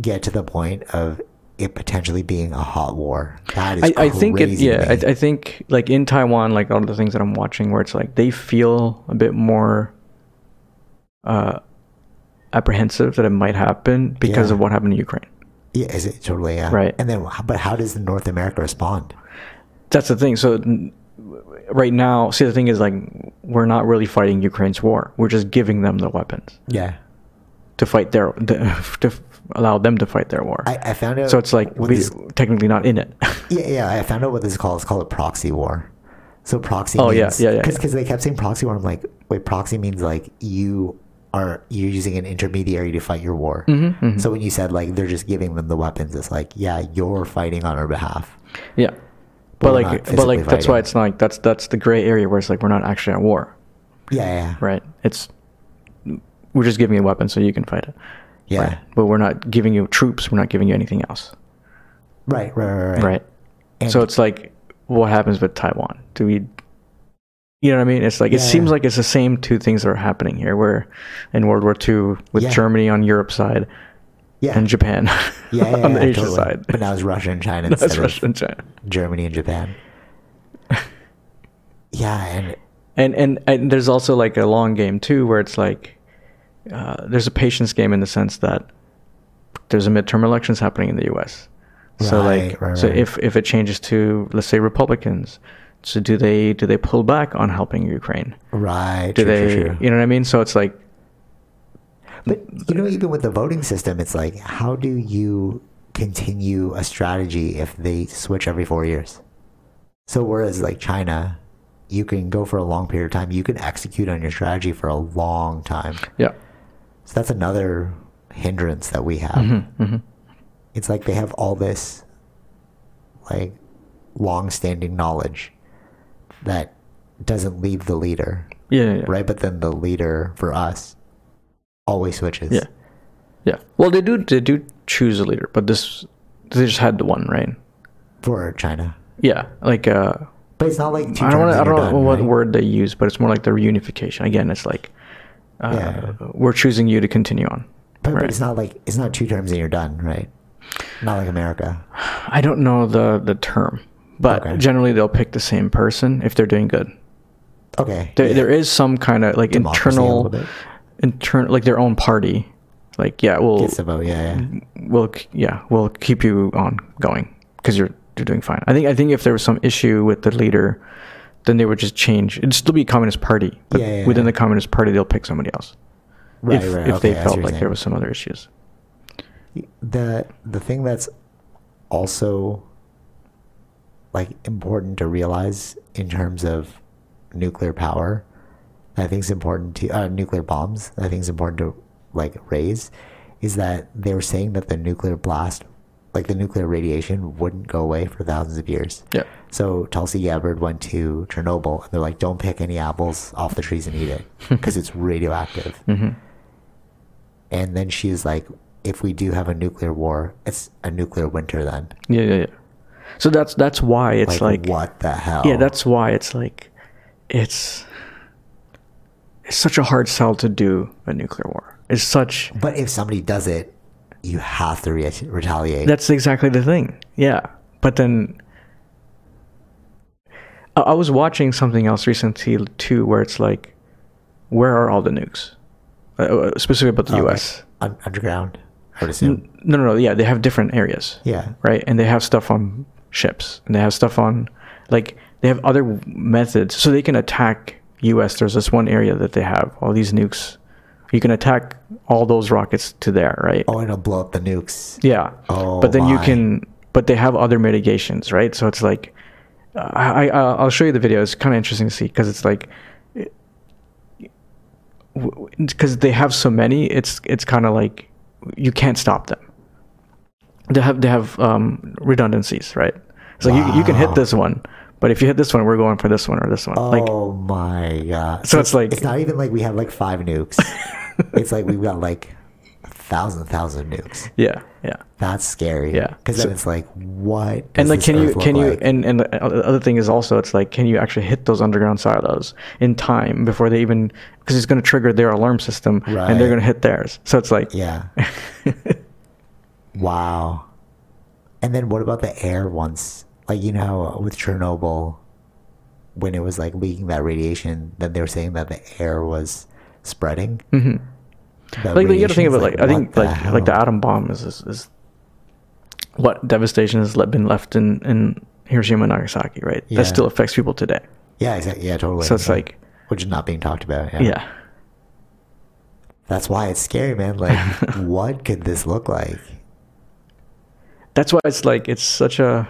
Speaker 1: get to the point of it potentially being a hot war. That is
Speaker 2: I, I think it.
Speaker 1: crazy to
Speaker 2: Yeah, I,
Speaker 1: me.
Speaker 2: I think like in Taiwan, like all the things that I'm watching, where it's like they feel a bit more uh, apprehensive that it might happen because
Speaker 1: Yeah.
Speaker 2: of what happened in Ukraine.
Speaker 1: yeah, is it totally yeah.
Speaker 2: Right.
Speaker 1: And then, but how does North America respond?
Speaker 2: That's the thing. So n- right now, see the thing is like we're not really fighting Ukraine's war. We're just giving them the weapons.
Speaker 1: Yeah,
Speaker 2: to fight their the, to f- allow them to fight their war.
Speaker 1: I, I found out.
Speaker 2: so it's like
Speaker 1: what
Speaker 2: we
Speaker 1: this-
Speaker 2: technically not in it.
Speaker 1: Yeah, yeah. I found out what this is called. It's called a proxy war. So proxy.
Speaker 2: Oh, yeah,
Speaker 1: means,
Speaker 2: yeah, yeah,
Speaker 1: Because
Speaker 2: yeah.
Speaker 1: they kept saying proxy war. I'm like, wait, proxy means like you are you're using an intermediary to fight your war.
Speaker 2: Mm-hmm,
Speaker 1: So when you said like they're just giving them the weapons, it's like yeah, you're fighting on our behalf.
Speaker 2: yeah,
Speaker 1: But
Speaker 2: but
Speaker 1: we're
Speaker 2: like
Speaker 1: not
Speaker 2: but like
Speaker 1: physically
Speaker 2: that's why
Speaker 1: fighting.
Speaker 2: it's not like that's that's the gray area where it's like we're not actually at war,
Speaker 1: Yeah, yeah,
Speaker 2: right? It's we're just giving you weapons so you can fight it.
Speaker 1: yeah.
Speaker 2: Right? But we're not giving you troops. We're not giving you anything else,
Speaker 1: Right, right, right, right.
Speaker 2: right?
Speaker 1: And-
Speaker 2: so it's like what happens with Taiwan? Do we? You know what I mean? It's like it
Speaker 1: Yeah,
Speaker 2: seems
Speaker 1: yeah.
Speaker 2: like it's the same two things that are happening here. Where in World War II with
Speaker 1: Yeah.
Speaker 2: Germany on Europe's side,
Speaker 1: Yeah,
Speaker 2: and Japan
Speaker 1: yeah, yeah,
Speaker 2: on the
Speaker 1: yeah,
Speaker 2: Asia
Speaker 1: totally.
Speaker 2: side.
Speaker 1: But now it's Russia and China
Speaker 2: That's
Speaker 1: instead
Speaker 2: Russia
Speaker 1: of
Speaker 2: and China.
Speaker 1: Germany and Japan. yeah, and
Speaker 2: And, and and there's also like a long game too, where it's like uh, there's a patience game in the sense that there's a midterm elections happening in the U.S. So
Speaker 1: Right,
Speaker 2: like
Speaker 1: right,
Speaker 2: so
Speaker 1: right.
Speaker 2: if if it changes to let's say Republicans, so do they do they pull back on helping Ukraine?
Speaker 1: right.
Speaker 2: Do
Speaker 1: true,
Speaker 2: they
Speaker 1: true, true.
Speaker 2: you know what I mean? So it's like
Speaker 1: But you know, even with the voting system, it's like, how do you continue a strategy if they switch every four years? So whereas like China, you can go for a long period of time, you can execute on your strategy for a long time.
Speaker 2: yeah
Speaker 1: So that's another hindrance that we have. It's like they have all this like long-standing knowledge that doesn't leave the leader,
Speaker 2: yeah yeah, yeah.
Speaker 1: right? But then the leader for us always switches.
Speaker 2: Yeah. yeah. Well, they do they do choose a leader, but this they just had the one right.
Speaker 1: for China.
Speaker 2: Yeah, like uh.
Speaker 1: But it's not like two
Speaker 2: I don't,
Speaker 1: terms
Speaker 2: wanna, I
Speaker 1: and you're
Speaker 2: don't know
Speaker 1: done,
Speaker 2: what
Speaker 1: right?
Speaker 2: word they use, but it's more like the reunification. Again, it's like uh,
Speaker 1: Yeah.
Speaker 2: we're choosing you to continue on.
Speaker 1: But, but
Speaker 2: right.
Speaker 1: it's not like it's not two terms and you're done, right? Not like America.
Speaker 2: I don't know the the term, but
Speaker 1: Okay.
Speaker 2: generally they'll pick the same person if they're doing good.
Speaker 1: Okay.
Speaker 2: There,
Speaker 1: yeah.
Speaker 2: there is some kind of like
Speaker 1: Democracy a little
Speaker 2: internal,
Speaker 1: bit.
Speaker 2: internal like their own party. Like yeah, we'll
Speaker 1: Gets the vote, yeah, yeah.
Speaker 2: we'll k- yeah we'll keep you on going because you're you're doing fine. I think I think if there was some issue with the leader, then they would just change. It'd still be a communist party, but
Speaker 1: Yeah, yeah,
Speaker 2: within
Speaker 1: yeah.
Speaker 2: the communist party they'll pick somebody else.
Speaker 1: Right,
Speaker 2: if,
Speaker 1: right.
Speaker 2: if
Speaker 1: okay, I
Speaker 2: they
Speaker 1: see what
Speaker 2: felt
Speaker 1: you're
Speaker 2: like there
Speaker 1: saying.
Speaker 2: was some other issues.
Speaker 1: the the thing that's also like important to realize in terms of nuclear power I think is important to uh, nuclear bombs I think is important to like raise is that they were saying that the nuclear blast, like the nuclear radiation, wouldn't go away for thousands of years.
Speaker 2: Yeah.
Speaker 1: So Tulsi Gabbard went to Chernobyl, and they're like, "Don't pick any apples off the trees and eat it because it's radioactive."
Speaker 2: Mm-hmm.
Speaker 1: And then she is like, "If we do have a nuclear war, it's a nuclear winter then."
Speaker 2: Yeah, yeah, yeah. So that's that's why it's like,
Speaker 1: what the hell?
Speaker 2: yeah, that's why it's like it's it's such a hard sell to do a nuclear war. It's such
Speaker 1: But if somebody does it, you have to re- retaliate.
Speaker 2: that's exactly the thing. Yeah, but then I, I was watching something else recently too, where it's like, where are all the nukes? Uh, Uh, specifically about the
Speaker 1: Okay.
Speaker 2: U.S.
Speaker 1: Oh, Un- underground. I would assume.
Speaker 2: No, no, no. Yeah, they have different areas.
Speaker 1: yeah.
Speaker 2: right? And they have stuff on ships, and they have stuff on, like, they have other methods, so they can attack U.S. There's this one area that they have all these nukes. You can attack all those rockets to there, right?
Speaker 1: Oh, and it'll blow up the nukes.
Speaker 2: Yeah.
Speaker 1: Oh
Speaker 2: but then you
Speaker 1: my.
Speaker 2: can, but they have other mitigations, right? So it's like, I, I I'll show you the video. It's kind of interesting to see because it's like, because they have so many, it's it's kind of like you can't stop them. They have they have um, redundancies, right? So you you can hit
Speaker 1: Wow.
Speaker 2: this one, but if you hit this one, we're going for this one or this one. Like
Speaker 1: oh my god.
Speaker 2: so, it's like
Speaker 1: It's not even like we have like five nukes. it's like we've got like a thousand, thousand nukes.
Speaker 2: yeah yeah.
Speaker 1: That's scary.
Speaker 2: Yeah.
Speaker 1: Because then
Speaker 2: So-
Speaker 1: it's like, what?
Speaker 2: and
Speaker 1: does
Speaker 2: like
Speaker 1: this
Speaker 2: can you
Speaker 1: Earth look
Speaker 2: can you
Speaker 1: like?
Speaker 2: and and the o- other thing is also it's like can you actually hit those underground silos in time before they even because it's going to trigger their alarm system and
Speaker 1: Right.
Speaker 2: they're going to hit theirs so it's like
Speaker 1: Yeah. wow. And then what about the air once? Like, you know, with Chernobyl, when it was like leaking that radiation, then they were saying that the air was spreading.
Speaker 2: hmm
Speaker 1: The
Speaker 2: like you got to think
Speaker 1: radiation's
Speaker 2: about like, i think
Speaker 1: what the
Speaker 2: like like the
Speaker 1: hell?
Speaker 2: atom bomb is, is is what devastation has le- been left in in hiroshima and nagasaki right
Speaker 1: Yeah.
Speaker 2: that still affects people today
Speaker 1: Yeah, exactly. Yeah, totally.
Speaker 2: so it's like
Speaker 1: which is not being talked about. Yeah.
Speaker 2: yeah
Speaker 1: That's why it's scary, man. Like, what could this look like?
Speaker 2: that's why it's like it's such a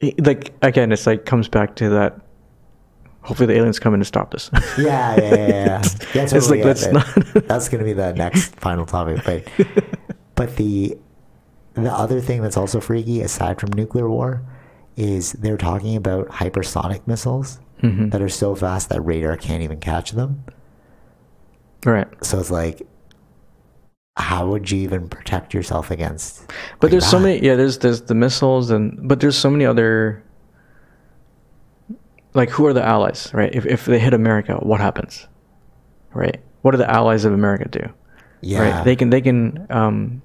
Speaker 2: it- like again it's like comes back to that hopefully the aliens come in to stop this
Speaker 1: Yeah, yeah, yeah. yeah. yeah
Speaker 2: it's,
Speaker 1: totally,
Speaker 2: like
Speaker 1: yeah,
Speaker 2: let's
Speaker 1: that-
Speaker 2: not
Speaker 1: that's gonna be the next final topic, but But the the other thing that's also freaky, aside from nuclear war, is they're talking about hypersonic missiles
Speaker 2: Mhm.
Speaker 1: that are so fast that radar can't even catch them.
Speaker 2: right
Speaker 1: So it's like, how would you even protect yourself against?
Speaker 2: but
Speaker 1: like,
Speaker 2: there's so
Speaker 1: that?
Speaker 2: many yeah there's there's the missiles and but there's so many other like who are the allies right if, if they hit america what happens right what do the allies of america do
Speaker 1: Yeah,
Speaker 2: right they can they can um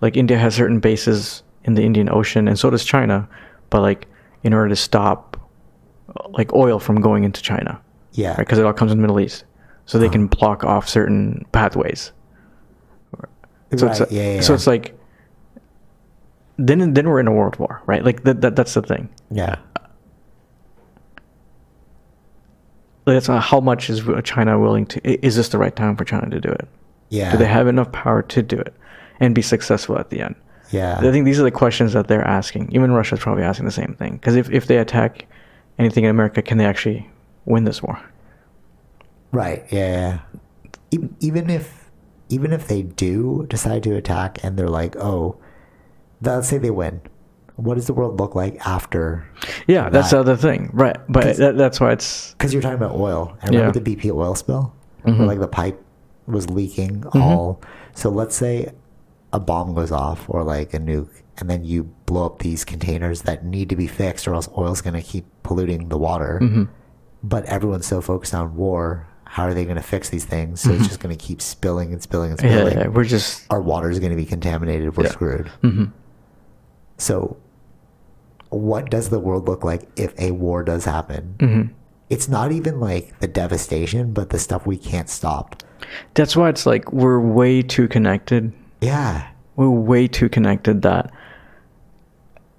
Speaker 2: like india has certain bases in the indian ocean and so does china but like in order to stop uh, like oil from going into china
Speaker 1: yeah,
Speaker 2: because it all comes in the middle east so they can
Speaker 1: Uh-huh.
Speaker 2: block off certain pathways so
Speaker 1: right,
Speaker 2: it's
Speaker 1: yeah, yeah,
Speaker 2: so
Speaker 1: yeah.
Speaker 2: it's like then then we're in a world war right like that, that that's the thing
Speaker 1: yeah,
Speaker 2: like that's how much is china willing to i- is this the right time for china to do it
Speaker 1: yeah.
Speaker 2: do they have enough power to do it and be successful at the end
Speaker 1: Yeah,
Speaker 2: I think these are the questions that they're asking. Even Russia's probably asking the same thing. Because if, if they attack anything in America, can they actually win this war?
Speaker 1: right. Yeah, yeah. E- even if even if they do decide to attack, and they're like, oh, let's say they win. What does the world look like after
Speaker 2: Yeah, that's the
Speaker 1: Right.
Speaker 2: other thing. Right.
Speaker 1: 'Cause-
Speaker 2: But that, that's why it's.
Speaker 1: because you're talking about oil. I remember
Speaker 2: Yeah.
Speaker 1: the BP oil spill, where
Speaker 2: Mhm.
Speaker 1: like the pipe was leaking all. So let's say a bomb goes off or like a nuke, and then you blow up these containers that need to be fixed, or else oil's going to keep polluting the water.
Speaker 2: Mhm.
Speaker 1: But everyone's so focused on war. How are they going to fix these things? So it's just going to keep spilling and spilling and
Speaker 2: Mm-hmm. Yeah,
Speaker 1: spilling.
Speaker 2: yeah, we're just.
Speaker 1: Our water's going to be contaminated. We're
Speaker 2: Yeah.
Speaker 1: screwed.
Speaker 2: Mhm.
Speaker 1: So, what does the world look like if a war does happen?
Speaker 2: Mhm.
Speaker 1: it's not even like the devastation, but the stuff we can't stop.
Speaker 2: That's why it's like we're way too connected.
Speaker 1: Yeah.
Speaker 2: We're way too connected that.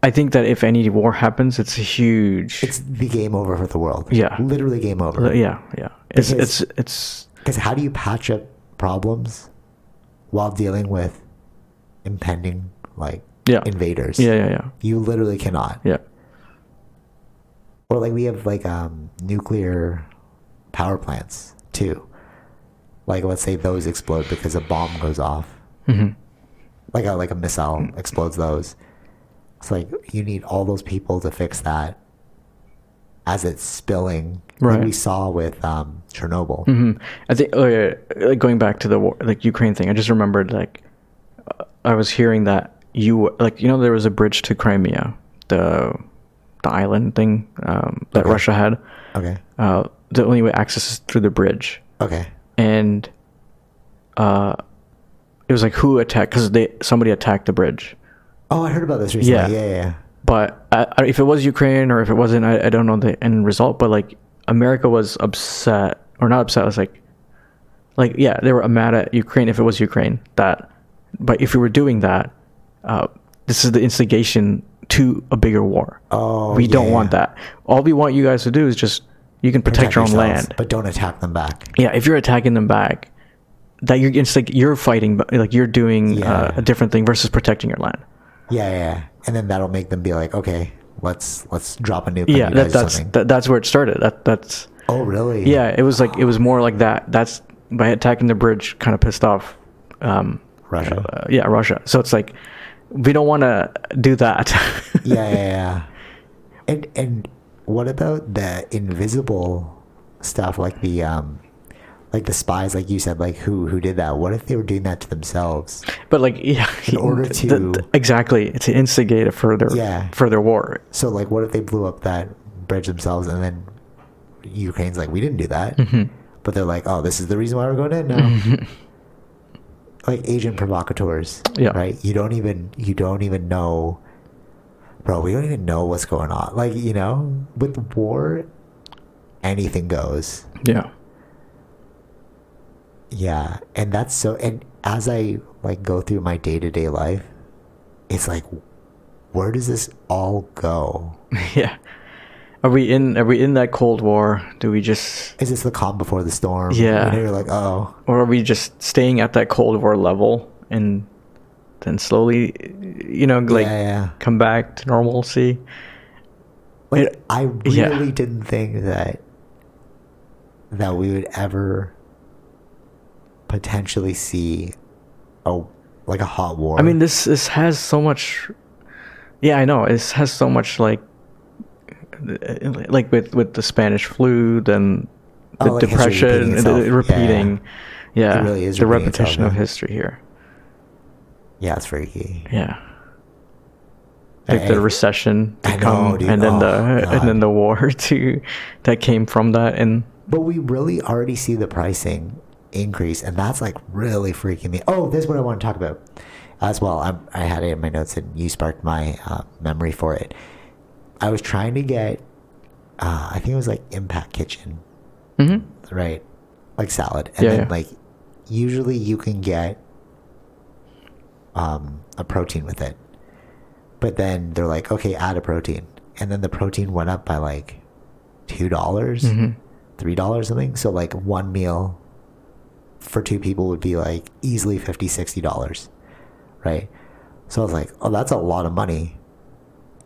Speaker 2: I think that if any war happens, it's a huge.
Speaker 1: It's the game over for the world.
Speaker 2: Yeah.
Speaker 1: Literally game over.
Speaker 2: yeah, yeah. It's,
Speaker 1: Because-
Speaker 2: it's, it's.
Speaker 1: Because how do you patch up problems while dealing with impending like
Speaker 2: Yeah.
Speaker 1: invaders?
Speaker 2: Yeah, yeah, yeah.
Speaker 1: You literally cannot.
Speaker 2: Yeah.
Speaker 1: Or like we have like um nuclear power plants too. Like let's say those explode because a bomb goes off,
Speaker 2: hmm
Speaker 1: like a like a missile explodes those. It's like you need all those people to fix that as it's spilling. Like
Speaker 2: Right.
Speaker 1: we saw with um, Chernobyl.
Speaker 2: hmm I think oh yeah, like going back to the war, like Ukraine thing. I just remembered like uh, I was hearing that you like you know there was a bridge to Crimea, the the island thing um, that
Speaker 1: Okay.
Speaker 2: Russia had.
Speaker 1: Okay.
Speaker 2: Uh, the only way access is through the bridge,
Speaker 1: Okay.
Speaker 2: and uh, it was like who attacked because they somebody attacked the bridge.
Speaker 1: Oh, I heard about this recently.
Speaker 2: Yeah.
Speaker 1: Yeah, yeah, yeah.
Speaker 2: But I, I, if it was Ukraine or if it wasn't, I, I don't know the end result. But like America was upset or not upset. It was like, like yeah, they were mad at Ukraine if it was Ukraine that. But if we were doing that, uh, this is the instigation to a bigger war.
Speaker 1: Oh,
Speaker 2: we don't
Speaker 1: yeah,
Speaker 2: want
Speaker 1: yeah.
Speaker 2: that. All we want you guys to do is just you can protect, your own
Speaker 1: yourselves,
Speaker 2: land.
Speaker 1: but don't attack them back.
Speaker 2: yeah, if you're attacking them back, that you're it's like you're fighting, but like you're doing uh,
Speaker 1: Yeah.
Speaker 2: a different thing versus protecting your land.
Speaker 1: Yeah, yeah, yeah. And then that'll make them be like, okay, let's let's drop a nuke. on
Speaker 2: Yeah,
Speaker 1: you
Speaker 2: that,
Speaker 1: guys or
Speaker 2: that's
Speaker 1: something.
Speaker 2: that, that's where it started. That that's
Speaker 1: oh really?
Speaker 2: yeah it was like it was more like that that's by attacking the bridge kind of pissed off um
Speaker 1: Russia.
Speaker 2: uh, yeah russia so it's like we don't want to do that
Speaker 1: yeah, yeah, yeah. And and what about the invisible stuff, like the um, like the spies, like you said, like who who did that? What if they were doing that to themselves?
Speaker 2: but like yeah
Speaker 1: In order to-
Speaker 2: exactly to instigate a further
Speaker 1: Yeah.
Speaker 2: further war
Speaker 1: So like, what if they blew up that bridge themselves, and then Ukraine's like, we didn't do that,
Speaker 2: Mm-hmm.
Speaker 1: but they're like, oh, this is the reason why we're going in now. like agent provocateurs,
Speaker 2: Yeah.
Speaker 1: right? You don't even you don't even know, bro. We don't even know what's going on. Like you know, with war, anything goes.
Speaker 2: yeah
Speaker 1: Yeah, and that's so. And as I like go through my day to day life, it's like, where does this all go?
Speaker 2: yeah are we in are we in that cold war do we just
Speaker 1: Is this the calm before the storm?
Speaker 2: Yeah.
Speaker 1: You know, you're like, oh,
Speaker 2: or are we just staying at that cold war level and then slowly you know like
Speaker 1: yeah, yeah.
Speaker 2: come back to normalcy
Speaker 1: Like,
Speaker 2: it-
Speaker 1: I
Speaker 2: yeah.
Speaker 1: really didn't think that that we would ever potentially see a like a hot war.
Speaker 2: I mean, this this has so much. Yeah, I know. It has so much like, like with with the Spanish flu, then the
Speaker 1: Oh, like history repeating
Speaker 2: depression, the- the
Speaker 1: itself.
Speaker 2: repeating. Yeah,
Speaker 1: It really is
Speaker 2: the
Speaker 1: repeating itself,
Speaker 2: repetition of
Speaker 1: yeah.
Speaker 2: history here.
Speaker 1: yeah, it's freaky.
Speaker 2: Yeah,
Speaker 1: I-
Speaker 2: like the recession to
Speaker 1: I know,
Speaker 2: come,
Speaker 1: dude.
Speaker 2: and
Speaker 1: Oh,
Speaker 2: then the and then
Speaker 1: God.
Speaker 2: the war too, that came from that, and
Speaker 1: But we really already see the pricing increase, and that's like really freaking me. Oh, this is what I want to talk about as well. I'm, I had it in my notes, and you sparked my uh, memory for it. I was trying to get, uh, I think it was like Impact Kitchen,
Speaker 2: Mhm.
Speaker 1: right? Like salad, and
Speaker 2: Yeah,
Speaker 1: then
Speaker 2: yeah.
Speaker 1: like usually you can get um, a protein with it, but then they're like, okay, add a protein, and then the protein went up by like two dollars
Speaker 2: Mhm.
Speaker 1: three dollars something so like one meal for two people would be like easily 50 60 dollars right so i was like oh that's a lot of money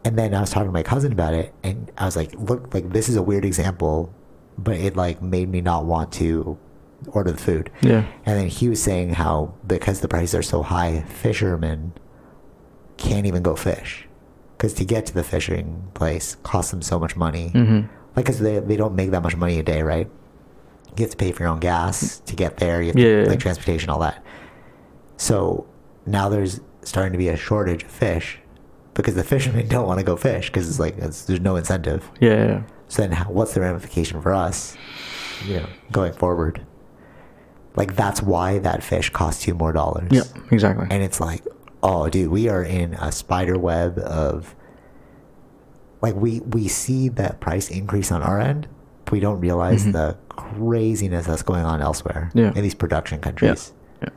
Speaker 1: and then i was talking to my cousin about it and i was like look like this is a weird example but it like made me not want to order the food
Speaker 2: yeah,
Speaker 1: and then he was saying how because the prices are so high fishermen can't even go fish because to get to the fishing place costs them so much money
Speaker 2: hmm
Speaker 1: like because they, they don't make that much money a day right you have to pay for your own gas to get there you have to,
Speaker 2: Yeah, yeah, yeah.
Speaker 1: like transportation all that so now there's starting to be a shortage of fish because the fishermen don't want to go fish because it's like it's, there's no incentive
Speaker 2: yeah, yeah.
Speaker 1: so then how, what's the ramification for us you know going forward like that's why that fish costs you more dollars
Speaker 2: yeah, exactly.
Speaker 1: and it's like, oh, dude, we are in a spider web of like we we see that price increase on our end, but we don't realize
Speaker 2: Mhm.
Speaker 1: the craziness that's going on elsewhere
Speaker 2: Yeah.
Speaker 1: in these production
Speaker 2: yeah.
Speaker 1: countries.
Speaker 2: yeah,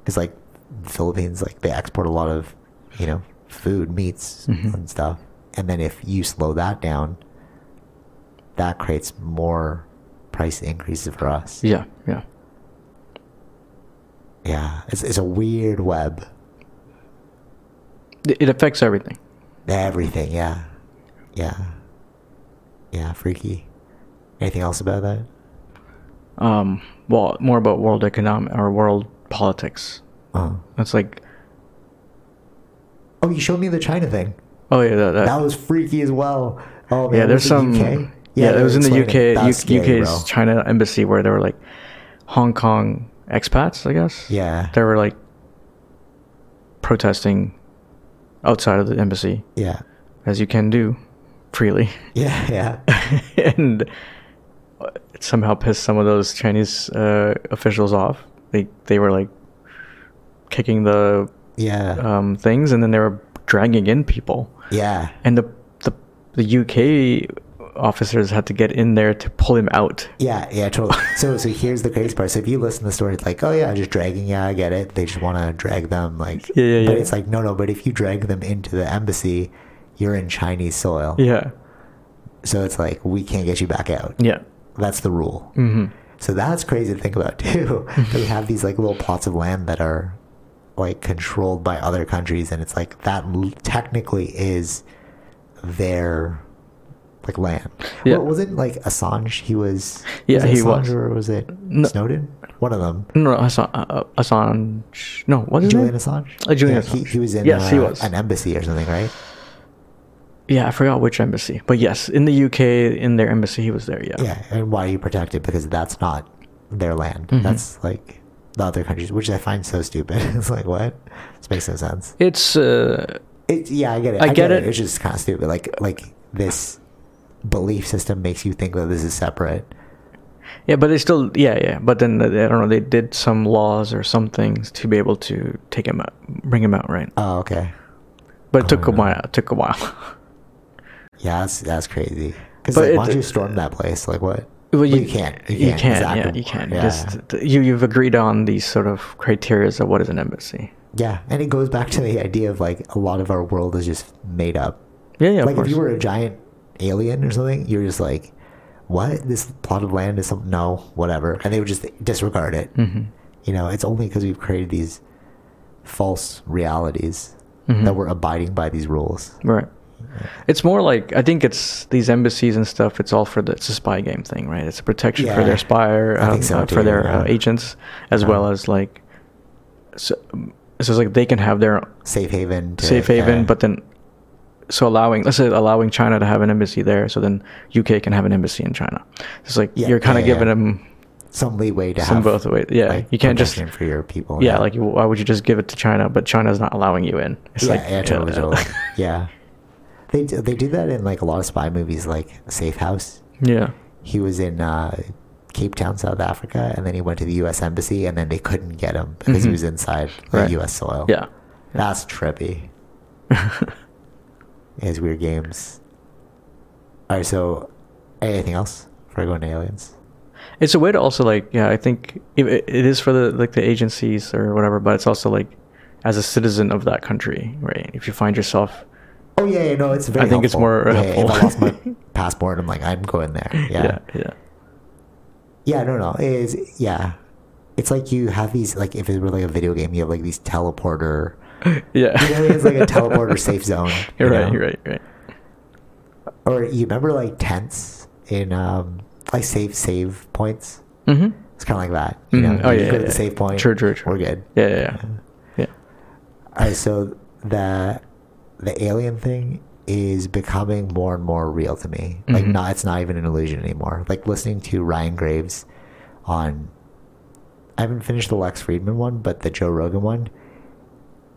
Speaker 1: Because like the Philippines, like they export a lot of you know food, meats,
Speaker 2: Mhm.
Speaker 1: and stuff, and then if you slow that down, that creates more price increases for us.
Speaker 2: yeah, yeah.
Speaker 1: yeah, it's it's a weird web.
Speaker 2: It it affects everything.
Speaker 1: Everything, yeah. Yeah. Yeah, freaky. Anything else about that?
Speaker 2: um, well, more about world economic or world politics.
Speaker 1: Uh-huh.
Speaker 2: That's like,
Speaker 1: Oh, you showed me the China thing.
Speaker 2: oh yeah, that, that,
Speaker 1: That was freaky as well. Oh man,
Speaker 2: yeah. There's
Speaker 1: was it
Speaker 2: some.
Speaker 1: UK?
Speaker 2: Yeah,
Speaker 1: they
Speaker 2: it was in the
Speaker 1: explained it.
Speaker 2: UK.
Speaker 1: That
Speaker 2: U-
Speaker 1: was scary,
Speaker 2: UK's
Speaker 1: bro.
Speaker 2: China embassy where they were like Hong Kong expats, I guess.
Speaker 1: Yeah.
Speaker 2: They were like protesting outside of the embassy,
Speaker 1: Yeah.
Speaker 2: as you can do freely.
Speaker 1: Yeah. Yeah.
Speaker 2: and it somehow pissed some of those Chinese uh, officials off. They they were like kicking the
Speaker 1: Yeah.
Speaker 2: um, things, and then they were dragging in people.
Speaker 1: yeah.
Speaker 2: And the the the UK officers had to get in there to pull him out.
Speaker 1: Yeah, yeah, totally. So, so here's the crazy part. So, if you listen to the story, it's like, oh yeah, just dragging. Yeah, I get it. They just want to drag them, like.
Speaker 2: Yeah, yeah,
Speaker 1: But
Speaker 2: yeah.
Speaker 1: it's like, no, no. But if you drag them into the embassy, you're in Chinese soil.
Speaker 2: Yeah,
Speaker 1: So it's like we can't get you back out.
Speaker 2: yeah,
Speaker 1: That's the rule.
Speaker 2: hmm
Speaker 1: So that's crazy to think about too. that we have these like little plots of land that are like controlled by other countries, and it's like that l- technically is their like land.
Speaker 2: Yeah.
Speaker 1: Well, wasn't like Assange? He was.
Speaker 2: Yeah,
Speaker 1: was it
Speaker 2: he
Speaker 1: Assange
Speaker 2: was.
Speaker 1: or was it
Speaker 2: No.
Speaker 1: Snowden? One of them.
Speaker 2: No, no, Assange. Uh, Assange. No, what is
Speaker 1: Julian
Speaker 2: it?
Speaker 1: Assange.
Speaker 2: Uh, Julian
Speaker 1: yeah, He,
Speaker 2: Assange.
Speaker 1: he was in
Speaker 2: Yes, he
Speaker 1: uh,
Speaker 2: was.
Speaker 1: an embassy or something, right?
Speaker 2: Yeah, I forgot which embassy, but yes, in the UK, in their embassy, he was there. Yeah.
Speaker 1: Yeah, and why are you protected? Because that's not their land.
Speaker 2: Mhm.
Speaker 1: That's like the other countries, which I find so stupid. it's like what? This makes no sense.
Speaker 2: It's uh,
Speaker 1: It, yeah, I get it.
Speaker 2: I get it.
Speaker 1: It's just kind of stupid. Like like this belief system makes you think that this is separate.
Speaker 2: Yeah, but they still, yeah, yeah. But then uh, I don't know. They did some laws or some things to be able to take him out, bring him out, right?
Speaker 1: Oh, okay.
Speaker 2: But it took a
Speaker 1: Oh.
Speaker 2: while. It took a while.
Speaker 1: Yeah, that's that's crazy. Because
Speaker 2: But
Speaker 1: like,
Speaker 2: it-
Speaker 1: why don't you storm that place? Like what?
Speaker 2: Well,
Speaker 1: you, can't. You can't. exactly.
Speaker 2: Yeah, you can't.
Speaker 1: Yeah.
Speaker 2: Just you. You've agreed on these sort of criteria of what is an embassy.
Speaker 1: yeah, and it goes back to the idea of like a lot of our world is just made up.
Speaker 2: Yeah, yeah. of
Speaker 1: like if
Speaker 2: course.
Speaker 1: you were a giant alien or something, you're just like, what? This plot of land is some no, whatever, and they would just disregard it.
Speaker 2: Mhm.
Speaker 1: You know, it's only because we've created these false realities
Speaker 2: Mhm.
Speaker 1: that we're abiding by these rules.
Speaker 2: Right. It's more like I think it's these embassies and stuff. It's all for the it's a spy game thing, right? It's a protection for
Speaker 1: Yeah.
Speaker 2: their spy
Speaker 1: I
Speaker 2: um,
Speaker 1: think so
Speaker 2: uh,
Speaker 1: too,
Speaker 2: for their
Speaker 1: yeah. Uh-huh.
Speaker 2: uh, agents, as
Speaker 1: Yeah.
Speaker 2: well as like. So, so it's like they can have their
Speaker 1: Safe haven. To,
Speaker 2: safe haven,
Speaker 1: yeah.
Speaker 2: but then so allowing let's say allowing China to have an embassy there, so then UK can have an embassy in China. It's like
Speaker 1: Yeah,
Speaker 2: you're kind
Speaker 1: yeah,
Speaker 2: of
Speaker 1: yeah.
Speaker 2: giving them
Speaker 1: some leeway to
Speaker 2: some
Speaker 1: have
Speaker 2: both ways. Yeah,
Speaker 1: like,
Speaker 2: you can't just
Speaker 1: protection for your people.
Speaker 2: yeah, like why would you just give it to China, but China's not allowing you in? It's
Speaker 1: yeah,
Speaker 2: like
Speaker 1: yeah, totally,
Speaker 2: uh,
Speaker 1: totally. yeah. They do, they do that in like a lot of spy movies, like Safe House.
Speaker 2: yeah,
Speaker 1: he was in uh, Cape Town, South Africa, and then he went to the U.S. embassy, and then they couldn't get him because he
Speaker 2: Mhm.
Speaker 1: was inside the
Speaker 2: Right.
Speaker 1: U.S. soil.
Speaker 2: yeah.
Speaker 1: that's trippy. His weird games. All right, so anything else before I go into aliens?
Speaker 2: It's a way to also like yeah, I think it, it is for the like the agencies or whatever, but it's also like as a citizen of that country, right? If you find yourself
Speaker 1: Oh yeah, yeah no, it's very.
Speaker 2: I think it's
Speaker 1: helpful.
Speaker 2: more uh,
Speaker 1: Yeah, yeah, If I
Speaker 2: helpful.
Speaker 1: lost my passport, I'm like, I'm going there. Yeah, yeah,
Speaker 2: yeah, yeah.
Speaker 1: no, no, is yeah. It's like you have these like if it were like a video game, you have like these teleporter.
Speaker 2: Yeah.
Speaker 1: You know, it's like a teleporter safe zone, you
Speaker 2: You're right,
Speaker 1: know?
Speaker 2: you're right, you're right.
Speaker 1: or you remember like tents in um like save save points
Speaker 2: Mm-hmm.
Speaker 1: it's kind of like that you know
Speaker 2: Mhm. Oh,
Speaker 1: you
Speaker 2: yeah,
Speaker 1: go to the
Speaker 2: yeah, yeah.
Speaker 1: save point
Speaker 2: True, true, true.
Speaker 1: we're good
Speaker 2: Yeah, yeah, yeah. Yeah.
Speaker 1: all right so the the alien thing is becoming more and more real to me like
Speaker 2: Mhm.
Speaker 1: not it's not even an illusion anymore like listening to ryan graves on i haven't finished the lex friedman one but the joe rogan one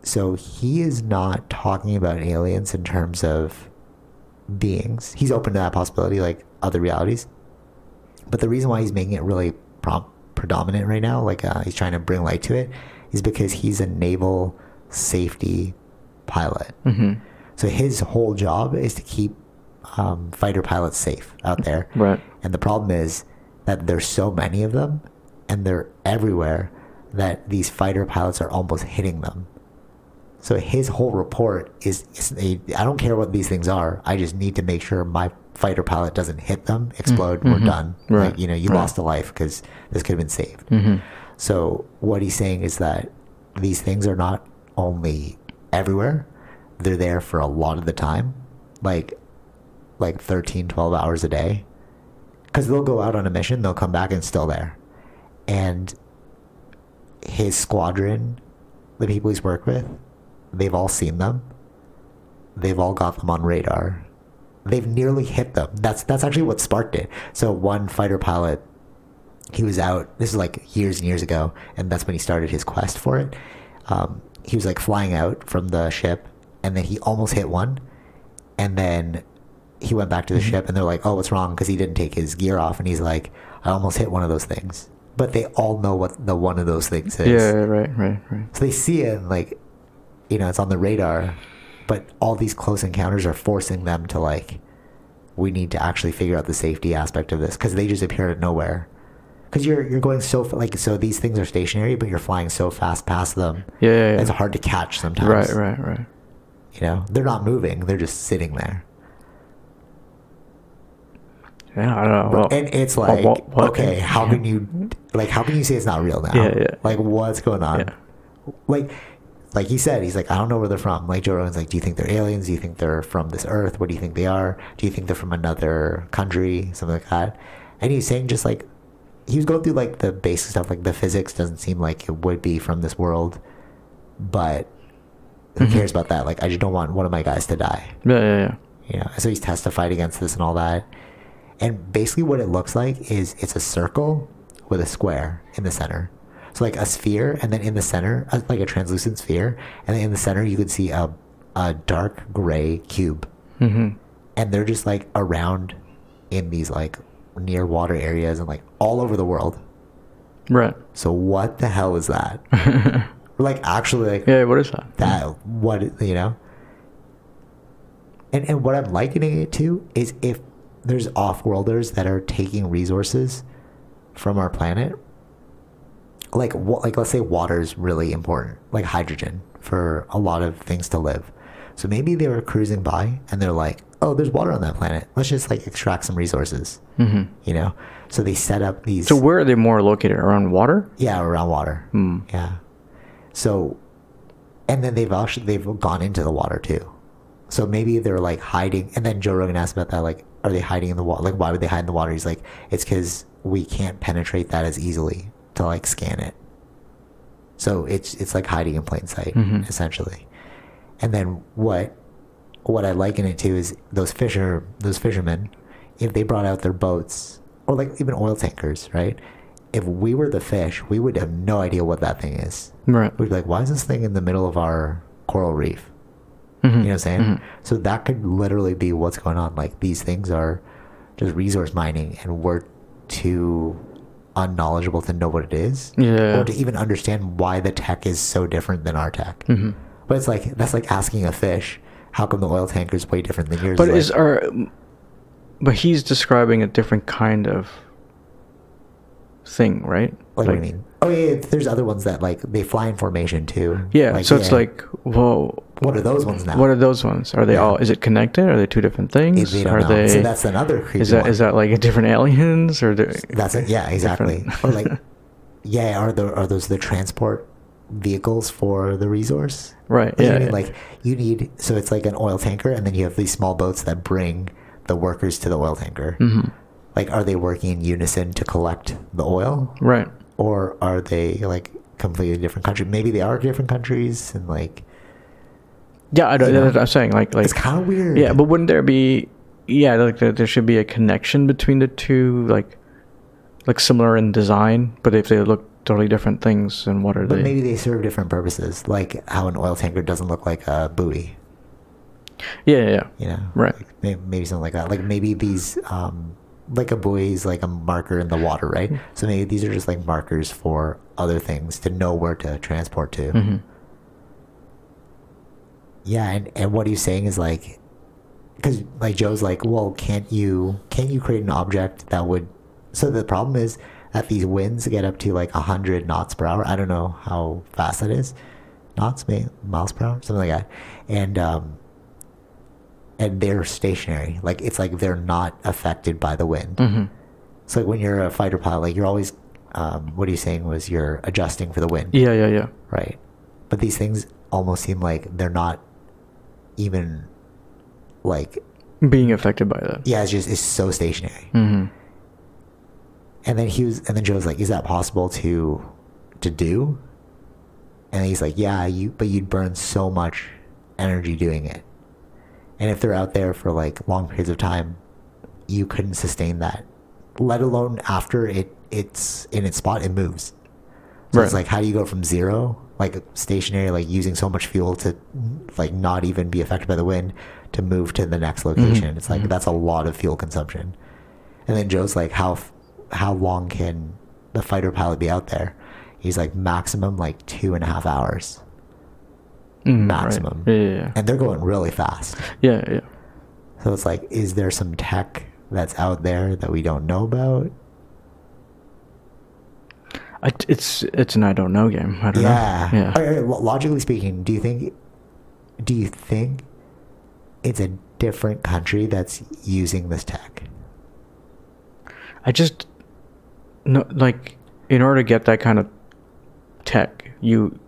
Speaker 1: so he is not talking about aliens in terms of beings. He's open to that possibility, like other realities. But the reason why he's making it really prom- predominant right now, like uh, he's trying to bring light to it, is because he's a naval safety pilot.
Speaker 2: Mm-hmm.
Speaker 1: So his whole job is to keep um, fighter pilots safe out there.
Speaker 2: Right.
Speaker 1: And the problem is that there's so many of them and they're everywhere that these fighter pilots are almost hitting them. So his whole report is, is a, I don't care what these things are. I just need to make sure my fighter pilot doesn't hit them, explode, we're
Speaker 2: mhm.
Speaker 1: done.
Speaker 2: Right,
Speaker 1: Like, you know, you
Speaker 2: right.
Speaker 1: lost a life because this could have been saved.
Speaker 2: Mm-hmm.
Speaker 1: So what he's saying is that these things are not only everywhere, they're there for a lot of the time, like like 13, 12 hours a day. Cuz they'll go out on a mission, they'll come back and it's still there. and his squadron, the people he's worked with, they've all seen them. They've all got them on radar. They've nearly hit them. That's that's actually what sparked it. So one fighter pilot, he was out. This is like years and years ago, and that's when he started his quest for it. Um, he was like flying out from the ship, and then he almost hit one, and then he went back to the mm-hmm. ship, and they're like, "Oh, what's wrong?" Because he didn't take his gear off, and he's like, "I almost hit one of those things." But they all know what the one of those things is.
Speaker 2: Yeah, right, right, right.
Speaker 1: So they see it, and like you know, it's on the radar, but all these close encounters are forcing them to like, we need to actually figure out the safety aspect of this because they just appear out of nowhere. Because you're you're going so like so these things are stationary, but you're flying so fast past them.
Speaker 2: Yeah, yeah, yeah.
Speaker 1: it's hard to catch sometimes.
Speaker 2: Right, right, right.
Speaker 1: You know, they're not moving; they're just sitting there.
Speaker 2: Yeah, I don't know. Well,
Speaker 1: and it's like, well, what, what, okay, how can you, like, how can you say it's not real now?
Speaker 2: Yeah, yeah.
Speaker 1: Like, what's going on? Yeah. Like, like he said, he's like, I don't know where they're from. Like Joe Rogan's like, do you think they're aliens? Do you think they're from this earth? What do you think they are? Do you think they're from another country? Something like that. And he's saying just like, he was going through like the basic stuff, like the physics doesn't seem like it would be from this world, but who cares about that? Like, I just don't want one of my guys to die.
Speaker 2: Yeah, yeah, yeah.
Speaker 1: You know, so he's testified against this and all that. And basically what it looks like is it's a circle with a square in the center. So like a sphere, and then in the center, uh, like a translucent sphere, and then in the center you could see a a dark gray cube,
Speaker 2: mm-hmm.
Speaker 1: and they're just like around in these like near water areas and like all over the world.
Speaker 2: Right.
Speaker 1: So what the hell is that? like actually, like
Speaker 2: yeah, what is that?
Speaker 1: That what you know. And and what I'm likening it to is if there's off-worlders that are taking resources from our planet like like let's say water is really important, like hydrogen for a lot of things to live. So maybe they were cruising by and they're like, "Oh, there's water on that planet. Let's just like extract some resources."
Speaker 2: Mm-hmm.
Speaker 1: You know. So they set up these.
Speaker 2: So where are they more located? Around water?
Speaker 1: Yeah, around water.
Speaker 2: Mm.
Speaker 1: Yeah. So, and then they've actually they've gone into the water too. So maybe they're like hiding. And then Joe Rogan asked about that. Like, are they hiding in the water? Like, why would they hide in the water? He's like, it's because we can't penetrate that as easily to like scan it. So it's it's like hiding in plain sight
Speaker 2: mm-hmm.
Speaker 1: essentially. And then what what I liken it to is those fisher those fishermen, if they brought out their boats or like even oil tankers, right? If we were the fish, we would have no idea what that thing is.
Speaker 2: Right.
Speaker 1: We'd be like, why is this thing in the middle of our coral reef?
Speaker 2: Mm-hmm.
Speaker 1: You know what I'm saying?
Speaker 2: Mm-hmm.
Speaker 1: So that could literally be what's going on. Like these things are just resource mining and we're too unknowledgeable to know what it is
Speaker 2: yeah.
Speaker 1: or to even understand why the tech is so different than our tech.
Speaker 2: Mm-hmm.
Speaker 1: But it's like that's like asking a fish, how come the oil tanker is way different than yours?
Speaker 2: But
Speaker 1: like,
Speaker 2: is our but he's describing a different kind of thing, right?
Speaker 1: Like, like I mean? Oh yeah, yeah, there's other ones that like they fly in formation too.
Speaker 2: Yeah, like, so it's yeah. like whoa.
Speaker 1: What are those ones now?
Speaker 2: What are those ones? Are they yeah. all? Is it connected? Are they two different things?
Speaker 1: They
Speaker 2: are
Speaker 1: know.
Speaker 2: they?
Speaker 1: So that's another creepy.
Speaker 2: Is that
Speaker 1: one.
Speaker 2: is that like a different aliens or?
Speaker 1: That's it. Yeah, exactly. or like, yeah, are there are those the transport vehicles for the resource?
Speaker 2: Right.
Speaker 1: You
Speaker 2: yeah,
Speaker 1: mean, Like you need so it's like an oil tanker, and then you have these small boats that bring the workers to the oil tanker.
Speaker 2: Mm-hmm.
Speaker 1: Like, are they working in unison to collect the oil?
Speaker 2: Right.
Speaker 1: Or are they like completely different country? Maybe they are different countries, and like.
Speaker 2: Yeah, I don't,
Speaker 1: You know?
Speaker 2: that's what I'm saying. Like, like
Speaker 1: It's kind of weird.
Speaker 2: yeah, but wouldn't there be? Yeah, like there, there should be a connection between the two, like, like similar in design, but if they look totally different things, then what are
Speaker 1: But
Speaker 2: they?
Speaker 1: maybe they serve different purposes, like how an oil tanker doesn't look like a buoy,
Speaker 2: yeah, yeah, yeah.
Speaker 1: you know?
Speaker 2: Right.
Speaker 1: Like, may- maybe something like that. Like maybe these, um, like a buoy is like a marker in the water, right? So maybe these are just like markers for other things to know where to transport to.
Speaker 2: hmm
Speaker 1: Yeah, and, and what he's saying is like, because like Joe's like, well, can't you can't you create an object that would? So the problem is that these winds get up to like hundred knots per hour. I don't know how fast that is, knots, may- miles per hour, something like that, and um, and they're stationary. Like it's like they're not affected by the wind.
Speaker 2: hmm
Speaker 1: So like when you're a fighter pilot, like you're always, um, what are you saying? Was you're adjusting for the wind?
Speaker 2: Yeah, yeah, yeah.
Speaker 1: Right. But these things almost seem like they're not even like
Speaker 2: Being affected by that. Mm-hmm.
Speaker 1: yeah, it's just it's so stationary.
Speaker 2: hmm
Speaker 1: And then he was, and then Joe was like, "Is that possible to, to do?" And he's like, "Yeah, you, but you'd burn so much energy doing it, and if they're out there for like long periods of time, you couldn't sustain that, let alone after it it's in its spot it moves. So it's
Speaker 2: Right.
Speaker 1: like, how do you go from zero, like stationary, like using so much fuel to like not even be affected by the wind, to move to the next location?
Speaker 2: Mm-hmm.
Speaker 1: It's like that's a lot of fuel consumption. And then Joe's like, how f- how long can the fighter pilot be out there? He's like maximum like two and a half hours,
Speaker 2: Mm, right.
Speaker 1: maximum.
Speaker 2: Yeah, yeah, yeah.
Speaker 1: and they're going really fast.
Speaker 2: yeah, yeah.
Speaker 1: So it's like, is there some tech that's out there that we don't know about?
Speaker 2: I, it's it's an I don't know game. I don't
Speaker 1: Yeah.
Speaker 2: know. Yeah.
Speaker 1: All right, all right, lo- logically speaking, do you think? Do you think it's a different country that's using this tech?
Speaker 2: I just no like in order to get that kind of tech, you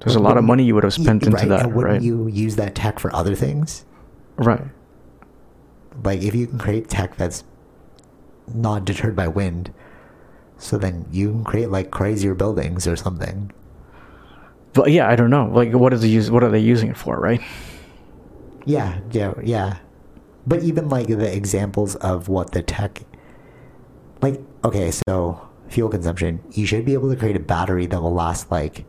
Speaker 2: there's a lot of money you would have
Speaker 1: Y-
Speaker 2: spent into
Speaker 1: right?
Speaker 2: that,
Speaker 1: And wouldn't
Speaker 2: right?
Speaker 1: you use that tech for other things?
Speaker 2: right.
Speaker 1: Like, if you can create tech that's not deterred by wind, so then you can create like crazier buildings or something.
Speaker 2: But yeah, I don't know. Like what is the use what are they using it for, right?
Speaker 1: Yeah, yeah, yeah. But even like the examples of what the tech, like, okay, so fuel consumption, you should be able to create a battery that will last like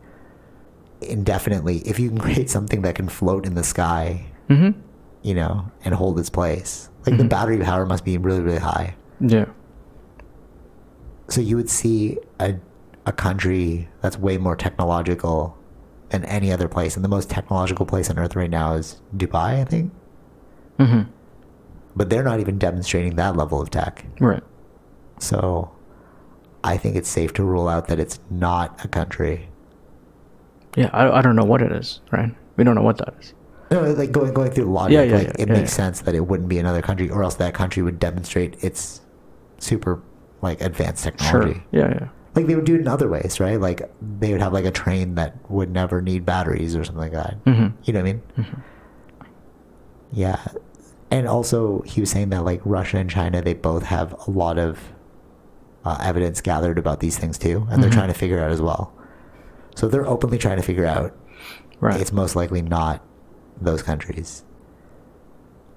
Speaker 1: indefinitely if you can create something that can float in the sky, Mm-hmm.
Speaker 2: Mhm.
Speaker 1: you know, and hold its place. Like the
Speaker 2: Mhm.
Speaker 1: battery power must be really, really high.
Speaker 2: Yeah.
Speaker 1: So you would see a a country that's way more technological than any other place, and the most technological place on earth right now is Dubai, I think.
Speaker 2: Mhm.
Speaker 1: but they're not even demonstrating that level of tech.
Speaker 2: Right.
Speaker 1: So I think it's safe to rule out that it's not a country.
Speaker 2: Yeah, I I don't know what it is, right? We don't know what that is.
Speaker 1: No, like going going through logic,
Speaker 2: Yeah, yeah,
Speaker 1: like
Speaker 2: yeah,
Speaker 1: it
Speaker 2: yeah,
Speaker 1: makes
Speaker 2: yeah.
Speaker 1: sense that it wouldn't be another country, or else that country would demonstrate its super like advanced
Speaker 2: Sure.
Speaker 1: technology.
Speaker 2: Yeah, yeah.
Speaker 1: Like they would do it in other ways, right? Like they would have like a train that would never need batteries or something like that.
Speaker 2: Mhm.
Speaker 1: You know what I mean?
Speaker 2: Mhm.
Speaker 1: Yeah. And also, he was saying that like Russia and China, they both have a lot of uh, evidence gathered about these things too, and they're
Speaker 2: Mhm.
Speaker 1: trying to figure out as well. So if they're openly trying to figure out.
Speaker 2: Right.
Speaker 1: It's most likely not those countries.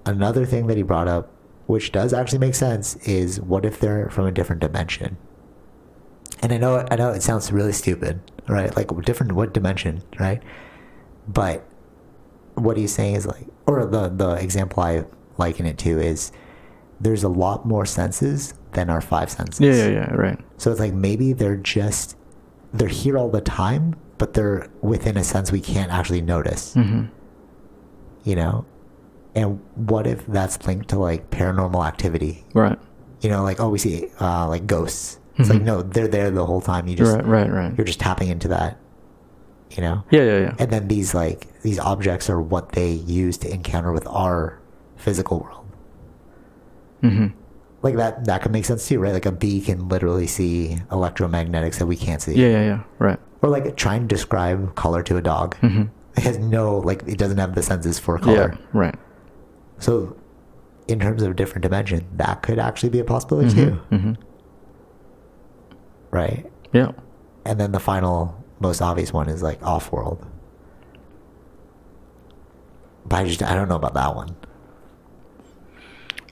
Speaker 1: Another thing that he brought up, which does actually make sense, is what if they're from a different dimension? And I know, I know, it sounds really stupid, right? Like different what dimension, right? But what he's saying is like, or the the example I liken it to is, there's a lot more senses than our five senses.
Speaker 2: Yeah, yeah, yeah, right.
Speaker 1: So it's like maybe they're just they're here all the time, but they're within a sense we can't actually notice,
Speaker 2: Mhm.
Speaker 1: you know? And what if that's linked to like paranormal activity?
Speaker 2: Right.
Speaker 1: You know, like oh we see uh, like ghosts. It's like
Speaker 2: Mhm.
Speaker 1: no, they're there the whole time. You just
Speaker 2: right, right, right.
Speaker 1: you're just tapping into that. You know?
Speaker 2: Yeah, yeah, yeah.
Speaker 1: And then these like these objects are what they use to encounter with our physical world.
Speaker 2: Mhm.
Speaker 1: Like that that could make sense too, right? Like a bee can literally see electromagnetics that we can't see.
Speaker 2: Yeah, yeah, yeah. Right.
Speaker 1: or like try and describe color to a dog.
Speaker 2: Mhm.
Speaker 1: It has no like it doesn't have the senses for
Speaker 2: Yeah,
Speaker 1: color.
Speaker 2: right.
Speaker 1: So in terms of different dimension, that could actually be a possibility too,
Speaker 2: Mhm.
Speaker 1: right?
Speaker 2: Yeah.
Speaker 1: And then the final, most obvious one is like off world. But I just I don't know about that one.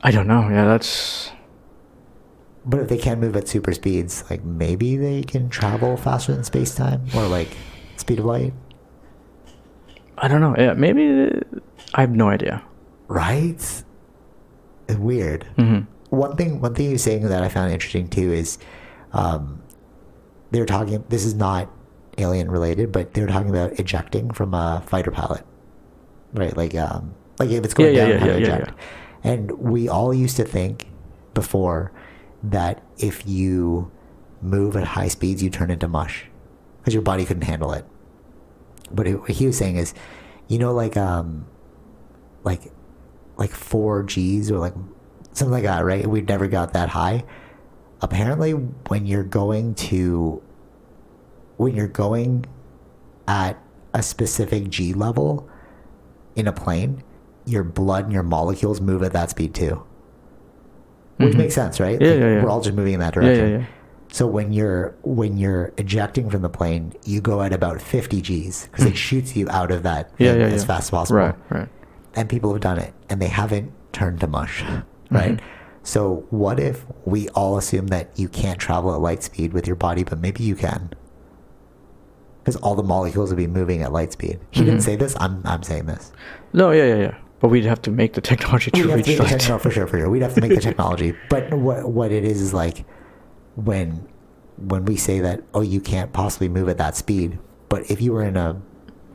Speaker 2: I don't know. Yeah, that's
Speaker 1: But if they can move at super speeds, like maybe they can travel faster than space time or like speed of light,
Speaker 2: I don't know. Yeah, maybe I have no idea.
Speaker 1: right? Weird.
Speaker 2: Mhm.
Speaker 1: one thing one thing he was saying that I found interesting too is um, they were talking this is not alien related, but they were talking about ejecting from a fighter pilot. Right? Like um like if it's going
Speaker 2: Yeah, yeah,
Speaker 1: down
Speaker 2: yeah,
Speaker 1: how to
Speaker 2: yeah, yeah,
Speaker 1: eject. And we all used to think before that if you move at high speeds you turn into mush. Because your body couldn't handle it. But it, what he was saying is, you know, like um, like like four Gs or like something like that, right? We never got that high. Apparently, when you're going to when you're going at a specific G level in a plane, your blood and your molecules move at that speed too. which
Speaker 2: Mhm.
Speaker 1: makes sense, right?
Speaker 2: Yeah,
Speaker 1: Like,
Speaker 2: yeah, yeah.
Speaker 1: We're all just moving in that
Speaker 2: Yeah,
Speaker 1: direction.
Speaker 2: yeah, yeah.
Speaker 1: So when you're when you're ejecting from the plane, you go at about 50 G's because it shoots you out of that
Speaker 2: Hmm. Yeah,
Speaker 1: thing
Speaker 2: yeah,
Speaker 1: as
Speaker 2: yeah.
Speaker 1: fast as possible.
Speaker 2: Right, right.
Speaker 1: And people have done it, and they haven't turned to mush, right?
Speaker 2: Mhm.
Speaker 1: So what if we all assume that you can't travel at light speed with your body, but maybe you can? Because all the molecules would be moving at light speed. He didn't
Speaker 2: Mhm.
Speaker 1: say this. I'm I'm saying this.
Speaker 2: No, yeah, yeah, yeah. But we'd have to make the technology
Speaker 1: We'd
Speaker 2: to
Speaker 1: have
Speaker 2: reach
Speaker 1: to make the
Speaker 2: that.
Speaker 1: techno- for sure, for sure. We'd have to make the technology. But what what it is is like when when we say that oh you can't possibly move at that speed, but if you were in a,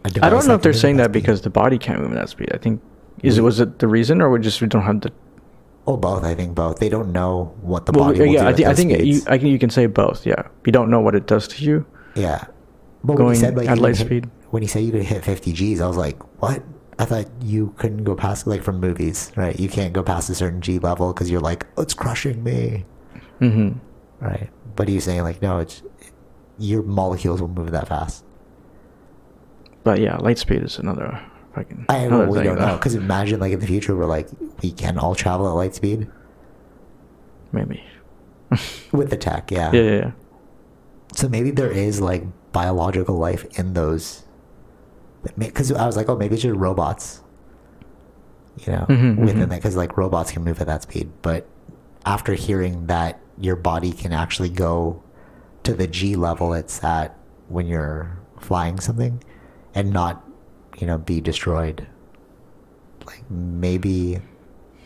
Speaker 1: a device
Speaker 2: I don't
Speaker 1: that
Speaker 2: know if
Speaker 1: can
Speaker 2: they're
Speaker 1: move at
Speaker 2: saying that
Speaker 1: speed- Mm.
Speaker 2: because the body can't move at that speed. I think is it was it the reason or we just we don't have the.
Speaker 1: oh both I think both they don't know what the
Speaker 2: Well,
Speaker 1: body will
Speaker 2: yeah,
Speaker 1: do
Speaker 2: I
Speaker 1: at
Speaker 2: think I
Speaker 1: those
Speaker 2: think you,
Speaker 1: speeds.
Speaker 2: I think you can say both. Yeah, you don't know what it does to you.
Speaker 1: yeah but when
Speaker 2: going
Speaker 1: he said like
Speaker 2: at
Speaker 1: you
Speaker 2: light
Speaker 1: could hit-
Speaker 2: speed.
Speaker 1: when he said you could hit 50 G's I was like what I thought you couldn't go past like from movies right you can't go past a certain G level because you're like oh, it's crushing me
Speaker 2: Mm-hmm.
Speaker 1: Right. But he's saying like, no, it's your molecules will move that fast.
Speaker 2: But yeah, light speed is another fucking.
Speaker 1: I
Speaker 2: another
Speaker 1: we
Speaker 2: thing,
Speaker 1: don't
Speaker 2: though.
Speaker 1: know because imagine like in the future we're like we can all travel at light speed
Speaker 2: maybe.
Speaker 1: with the tech, yeah.
Speaker 2: yeah, yeah, yeah.
Speaker 1: So maybe there is like biological life in those. Because I was like, oh, maybe it's just robots. You know,
Speaker 2: Mhm,
Speaker 1: within
Speaker 2: mhm.
Speaker 1: that, because like robots can move at that speed. But after hearing that your body can actually go to the G level it's at when you're flying something and not, you know, be destroyed, like maybe,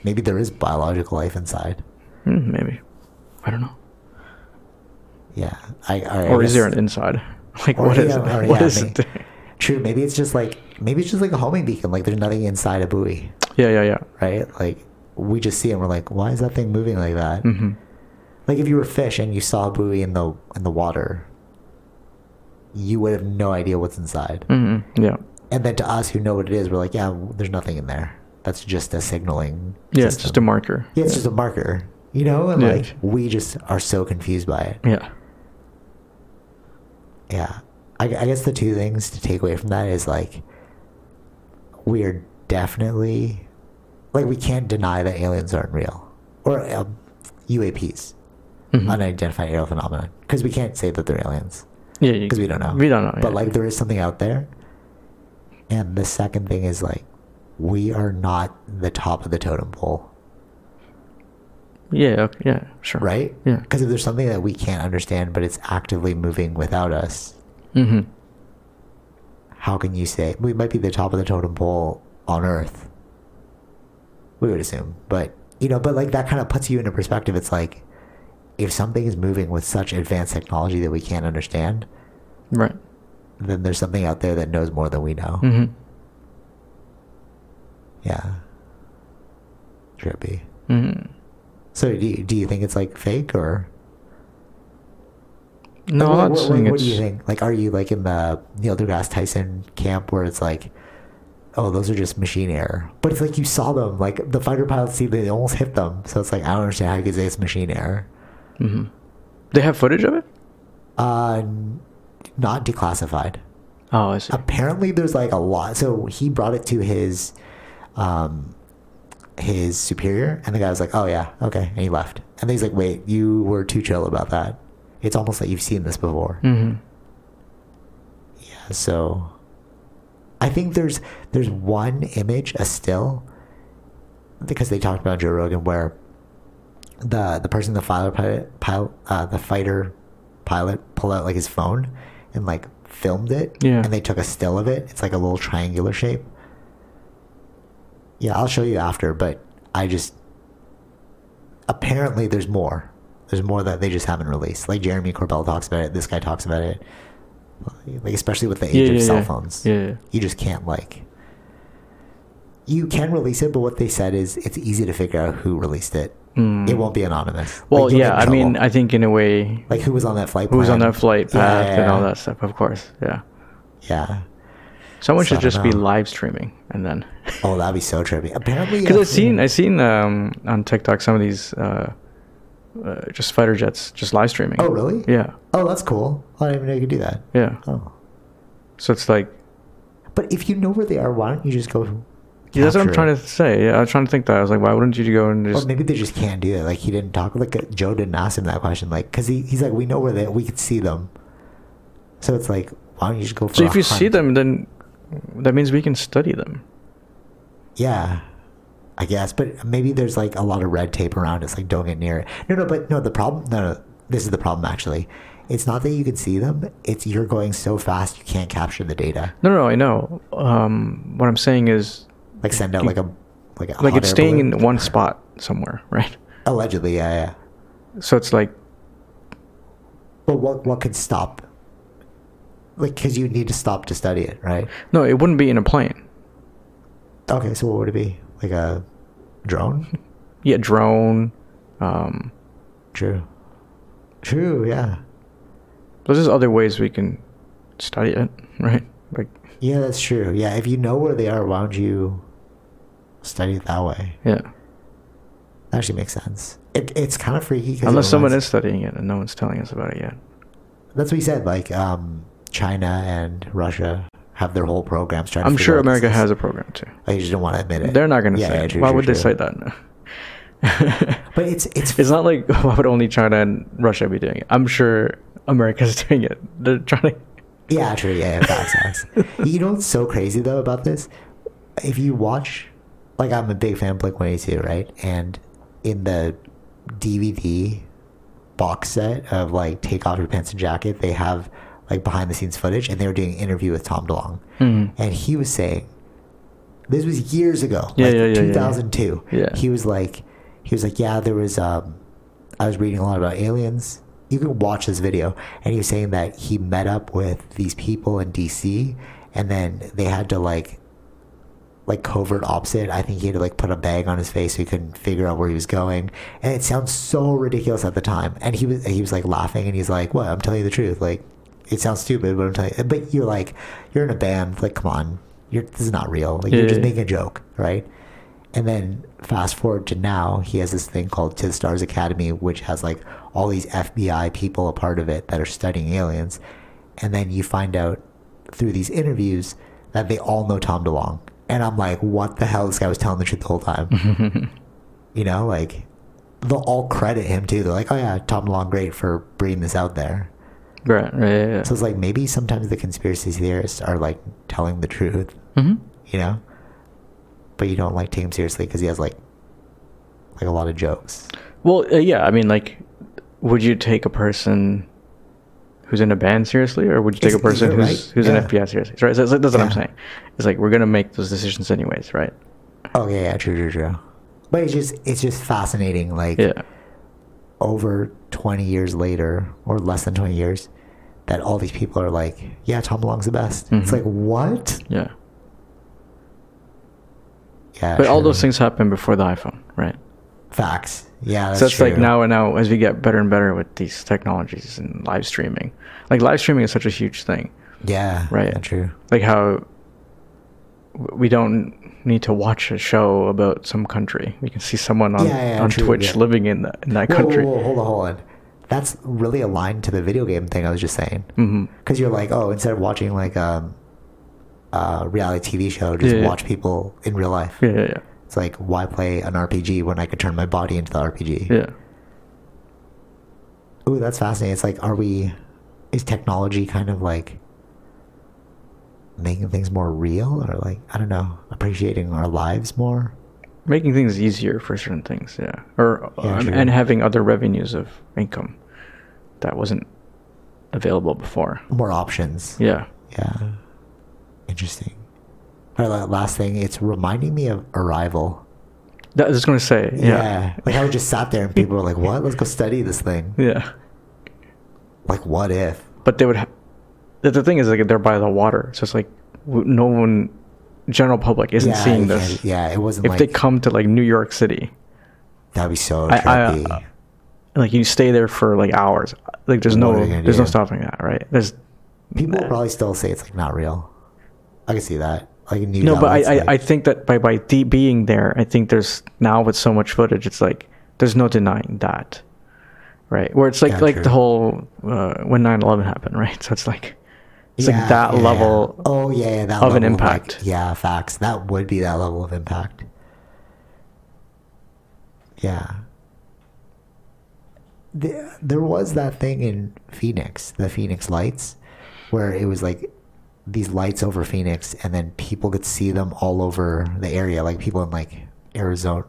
Speaker 1: maybe there is biological life inside.
Speaker 2: Mm, maybe. I don't know.
Speaker 1: Yeah. I, I
Speaker 2: or is
Speaker 1: guess-
Speaker 2: there an inside? Like,
Speaker 1: Or,
Speaker 2: what is
Speaker 1: yeah, or,
Speaker 2: it? What
Speaker 1: yeah,
Speaker 2: is
Speaker 1: may-
Speaker 2: it?
Speaker 1: True. Maybe it's just like maybe it's just like a homing beacon. Like there's nothing inside a buoy,
Speaker 2: Yeah, yeah, yeah.
Speaker 1: right? Like we just see it. and We're like, why is that thing moving like that?
Speaker 2: Mm-hmm.
Speaker 1: Like if you were a fish and you saw a buoy in the in the water, you would have no idea what's inside.
Speaker 2: Mm-hmm. Yeah.
Speaker 1: And then to us who know what it is, we're like, yeah, w- there's nothing in there. That's just a signaling.
Speaker 2: Yeah, it's just a
Speaker 1: system."
Speaker 2: marker.
Speaker 1: Yeah, it's just a marker. You know, and
Speaker 2: Yeah.
Speaker 1: like we just are so confused by it.
Speaker 2: Yeah.
Speaker 1: yeah I, I guess the two things to take away from that is like we are definitely like we can't deny that aliens aren't real or um, uaps
Speaker 2: Mhm.
Speaker 1: unidentified aerial phenomena because we can't say that they're aliens
Speaker 2: Yeah, you-
Speaker 1: because we don't know
Speaker 2: We don't know.
Speaker 1: but
Speaker 2: yeah.
Speaker 1: like there is something out there and the second thing is like we are not the top of the totem pole
Speaker 2: yeah, okay, yeah, sure.
Speaker 1: right
Speaker 2: Yeah.
Speaker 1: because if there's something that we can't understand but it's actively moving without us
Speaker 2: Mm-hmm.
Speaker 1: how can you say we might be the top of the totem pole on earth we would assume but you know but like that kind of puts you into perspective it's like if something is moving with such advanced technology that we can't understand
Speaker 2: Right.
Speaker 1: then there's something out there that knows more than we know
Speaker 2: Mm-hmm.
Speaker 1: yeah trippy
Speaker 2: Mm-hmm.
Speaker 1: so do you, do you think it's like fake or
Speaker 2: No,
Speaker 1: like,
Speaker 2: I'm not
Speaker 1: what,
Speaker 2: saying
Speaker 1: what, what
Speaker 2: it's.
Speaker 1: do you think like are you like in the neil degrasse tyson camp where it's like oh those are just machine error but it's like you saw them like the fighter pilots see they almost hit them so it's like i don't understand how you could say it's machine error
Speaker 2: hmm They have footage of it.
Speaker 1: uh n- not declassified
Speaker 2: Oh, I see.
Speaker 1: apparently there's like a lot so he brought it to his um his superior and the guy was like oh yeah okay and he left and then he's like wait you were too chill about that it's almost like you've seen this before
Speaker 2: Mm-hmm.
Speaker 1: Yeah, so I think there's there's one image, a still, because they talked about Joe Rogan, where the the person, the fighter pilot, pilot uh, the fighter pilot, pulled out like his phone and like filmed it,
Speaker 2: Yeah.
Speaker 1: and they took a still of it. It's like a little triangular shape. Yeah, I'll show you after, but I just apparently there's more. There's more that they just haven't released. Like Jeremy Corbell talks about it. This guy talks about it. Like especially with the age
Speaker 2: Yeah,
Speaker 1: of
Speaker 2: yeah,
Speaker 1: cell
Speaker 2: yeah.
Speaker 1: phones,
Speaker 2: Yeah, yeah.
Speaker 1: you just can't like. You can release it, but what they said is it's easy to figure out who released it.
Speaker 2: Mm.
Speaker 1: It won't be anonymous. Like,
Speaker 2: Well,
Speaker 1: you'll get
Speaker 2: yeah.
Speaker 1: in
Speaker 2: I mean,
Speaker 1: trouble.
Speaker 2: I think in a way,
Speaker 1: like who was on that flight?
Speaker 2: who was on
Speaker 1: plan?
Speaker 2: that flight
Speaker 1: Yeah,
Speaker 2: path
Speaker 1: yeah,
Speaker 2: and all
Speaker 1: yeah.
Speaker 2: that stuff. Of course, yeah.
Speaker 1: Yeah.
Speaker 2: Someone
Speaker 1: So I
Speaker 2: should
Speaker 1: don't
Speaker 2: just be
Speaker 1: know.
Speaker 2: live streaming and then.
Speaker 1: Oh, that'd be so trippy. Apparently,
Speaker 2: Because
Speaker 1: uh,
Speaker 2: I've seen I've seen um, on TikTok some of these uh, uh, just fighter jets just live streaming.
Speaker 1: Oh, really?
Speaker 2: Yeah,
Speaker 1: Oh, that's cool. I didn't even know you could do that.
Speaker 2: yeah.
Speaker 1: Oh.
Speaker 2: So it's like
Speaker 1: But if you know where they are, why don't you just go
Speaker 2: Yeah, that's what I'm
Speaker 1: capture
Speaker 2: trying
Speaker 1: it.
Speaker 2: to say. Yeah, I'm trying to think that. I was like, why wouldn't you go and
Speaker 1: Or
Speaker 2: just?
Speaker 1: maybe they just can't do that. Like he didn't talk. Like uh, Joe didn't ask him that question. Like because he, he's like we know where they we could see them. So it's like why don't you just go for?
Speaker 2: so
Speaker 1: a
Speaker 2: if you see
Speaker 1: hunt?
Speaker 2: them, then that means we can study them.
Speaker 1: yeah, I guess. But maybe there's like a lot of red tape around. It's like don't get near it. No, no. But no, the problem. No, no. This is the problem actually. It's not that you can see them. It's you're going so fast you can't capture the data.
Speaker 2: No, no, I know. Um, what I'm saying is,
Speaker 1: Like send out
Speaker 2: You-
Speaker 1: like a like a
Speaker 2: like,
Speaker 1: hot
Speaker 2: it's
Speaker 1: air
Speaker 2: staying
Speaker 1: balloon.
Speaker 2: in one spot somewhere, right?
Speaker 1: Allegedly, yeah, yeah.
Speaker 2: So it's like,
Speaker 1: But what what could stop? Like, because you need to stop to study it, right?
Speaker 2: no, it wouldn't be in a plane.
Speaker 1: Okay, so what would it be? Like a drone?
Speaker 2: Yeah, drone. Um,
Speaker 1: True. True. Yeah.
Speaker 2: there's just other ways we can study it, right? Like,
Speaker 1: Yeah, that's true. Yeah, if you know where they are, why don't you study it that way?
Speaker 2: yeah.
Speaker 1: That actually makes sense. It, it's kind of freaky. 'cause it
Speaker 2: Unless someone is
Speaker 1: reminds-
Speaker 2: studying it and no one's telling us about it yet.
Speaker 1: That's what he said. Like, um, China and Russia have their whole programs trying. to
Speaker 2: I'm
Speaker 1: figure
Speaker 2: sure
Speaker 1: out this
Speaker 2: America
Speaker 1: is-
Speaker 2: has a program too.
Speaker 1: I just don't want to admit it.
Speaker 2: They're not going to
Speaker 1: Yeah,
Speaker 2: say
Speaker 1: yeah,
Speaker 2: it.
Speaker 1: true,
Speaker 2: why
Speaker 1: true,
Speaker 2: would they
Speaker 1: true.
Speaker 2: say that? No.
Speaker 1: But it's it's
Speaker 2: It's not like why would only China and Russia be doing it? I'm sure America's doing it. They're trying to.
Speaker 1: Yeah, true. Yeah, yeah facts, facts. You know what's so crazy though about this? If you watch, like, I'm a big fan of Blink 182, right? And in the DVD box set of like Take Off Your Pants and Jacket, they have like behind the scenes footage, and they were doing an interview with Tom DeLong,
Speaker 2: Mhm.
Speaker 1: and he was saying, this was years ago,
Speaker 2: Yeah,
Speaker 1: like
Speaker 2: yeah, yeah, yeah, yeah.
Speaker 1: 2002.
Speaker 2: Yeah.
Speaker 1: He was like, he was like, yeah, there was, um, I was reading a lot about aliens. You can watch this video. And he was saying that he met up with these people in DC and then they had to like, like covert opposite. I think he had to like put a bag on his face so he couldn't figure out where he was going. And it sounds so ridiculous at the time. And he was, he was like laughing and he's like, what? I'm telling you the truth. Like, it sounds stupid, but I'm telling you, but you're like, you're in a band. Like, come on. You're, this is not real. Like, you're
Speaker 2: Yeah.
Speaker 1: just making a joke, right? And then fast forward to now, he has this thing called To the Stars Academy, which has like all these FBI people a part of it that are studying aliens. And then you find out through these interviews that they all know Tom DeLong. And I'm like, what the hell? This guy was telling the truth the whole time. you know, like they'll all credit him too. They're like, oh yeah, Tom DeLong, great for bringing this out there.
Speaker 2: Right, right, yeah, yeah.
Speaker 1: So it's like maybe sometimes the conspiracy theorists are like telling the truth
Speaker 2: Mhm.
Speaker 1: you know. But you don't like take him seriously because he has like, like a lot of jokes.
Speaker 2: Well, uh, yeah, I mean, like, would you take a person who's in a band seriously, or would you take
Speaker 1: It's-
Speaker 2: a person
Speaker 1: you're
Speaker 2: who's
Speaker 1: right,
Speaker 2: who's
Speaker 1: yeah.
Speaker 2: an FBI seriously? Right, so, so that's what I'm
Speaker 1: Yeah.
Speaker 2: saying. It's like we're gonna make those decisions anyways, right? Oh,
Speaker 1: Okay, yeah, true, true, true. But it's just it's just fascinating. Like
Speaker 2: Yeah,
Speaker 1: over twenty years later, or less than twenty years, that all these people are like, yeah, Tom Long's the best. It's
Speaker 2: Mhm.
Speaker 1: like what?
Speaker 2: yeah.
Speaker 1: Yeah,
Speaker 2: But all
Speaker 1: true.
Speaker 2: those things happened before the iPhone, right?
Speaker 1: facts. Yeah, that's
Speaker 2: so it's like
Speaker 1: true.
Speaker 2: now and now as we get better and better with these technologies and live streaming. Like live streaming is such a huge thing.
Speaker 1: Yeah,
Speaker 2: Right.
Speaker 1: yeah, true.
Speaker 2: Like how w- we don't need to watch a show about some country. We can see someone on,
Speaker 1: Yeah, yeah,
Speaker 2: on
Speaker 1: true,
Speaker 2: Twitch
Speaker 1: yeah.
Speaker 2: living in that in that
Speaker 1: Whoa,
Speaker 2: country.
Speaker 1: Whoa, whoa, hold on, hold on. That's really aligned to the video game thing I was just saying.
Speaker 2: hmm
Speaker 1: because you're like, oh, instead of watching like um, a reality TV show, just
Speaker 2: Yeah, yeah.
Speaker 1: watch people in real life.
Speaker 2: Yeah, yeah, yeah.
Speaker 1: It's like, why play an RPG when I could turn my body into the RPG?
Speaker 2: Yeah.
Speaker 1: Ooh, that's fascinating. It's like, are we? Is technology kind of like making things more real, or like I don't know, appreciating our lives more?
Speaker 2: Making things easier for certain things, yeah. Or
Speaker 1: Yeah,
Speaker 2: um,
Speaker 1: true.
Speaker 2: and having other revenues of income that wasn't available before.
Speaker 1: More options.
Speaker 2: Yeah.
Speaker 1: Yeah. Interesting. All right, la- last thing. It's reminding me of Arrival.
Speaker 2: That I was just gonna say, yeah.
Speaker 1: Like I just sat there and people were like, "What? Let's go study this thing."
Speaker 2: Yeah.
Speaker 1: Like, what if?
Speaker 2: but they would. Ha- the, the thing is, like they're by the water, so it's like w- no one, general public isn't
Speaker 1: yeah,
Speaker 2: seeing
Speaker 1: you
Speaker 2: this.
Speaker 1: can't- Yeah, it wasn't
Speaker 2: If
Speaker 1: like
Speaker 2: they come to like New York City,
Speaker 1: that'd be so
Speaker 2: I- I,
Speaker 1: trippy.
Speaker 2: uh, like you stay there for like hours, like there's
Speaker 1: What are
Speaker 2: no,
Speaker 1: you gonna
Speaker 2: there's no
Speaker 1: do?
Speaker 2: stopping that, right? There's
Speaker 1: People
Speaker 2: nah.
Speaker 1: probably still say it's like not real. I can see that. Like in New
Speaker 2: no, but
Speaker 1: Delhi, it's
Speaker 2: I, I,
Speaker 1: like-
Speaker 2: I think that by by de- being there, I think there's now with so much footage, it's like there's no denying that, right? Where it's like
Speaker 1: Yeah,
Speaker 2: like
Speaker 1: true.
Speaker 2: the whole uh, when 9-11 happened, right? So it's like It's like that
Speaker 1: yeah,
Speaker 2: level
Speaker 1: yeah. Oh yeah, yeah that
Speaker 2: of an
Speaker 1: level, like,
Speaker 2: impact.
Speaker 1: yeah, facts. That would be that level of impact. Yeah. There, there was that thing in Phoenix, the Phoenix lights, where it was like these lights over Phoenix, and then people could see them all over the area, like people in like Arizona,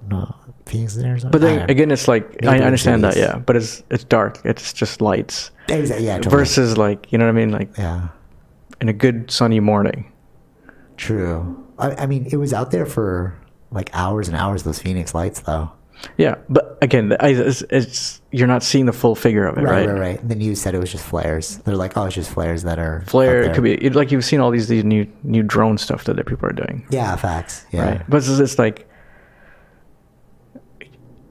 Speaker 1: Phoenix, and Arizona.
Speaker 2: But
Speaker 1: I
Speaker 2: then
Speaker 1: don't-
Speaker 2: again, it's like I
Speaker 1: Neighboring
Speaker 2: understand that,
Speaker 1: cities.
Speaker 2: yeah. But it's it's dark. It's just lights
Speaker 1: Exa- yeah, totally.
Speaker 2: versus like you know what I mean, like
Speaker 1: yeah.
Speaker 2: in a good sunny morning.
Speaker 1: True. I, I mean, it was out there for like hours and hours. Those Phoenix lights, though.
Speaker 2: Yeah, but again, I- it's, it's you're not seeing the full figure of it,
Speaker 1: Right,
Speaker 2: right?
Speaker 1: right, right. The news said it was just flares. They're like, oh, it's just flares that are out
Speaker 2: Flare
Speaker 1: there.
Speaker 2: it could be it, like you've seen all these these new new drone stuff that, that people are doing,
Speaker 1: Yeah, facts. Yeah,
Speaker 2: right? But it's, it's like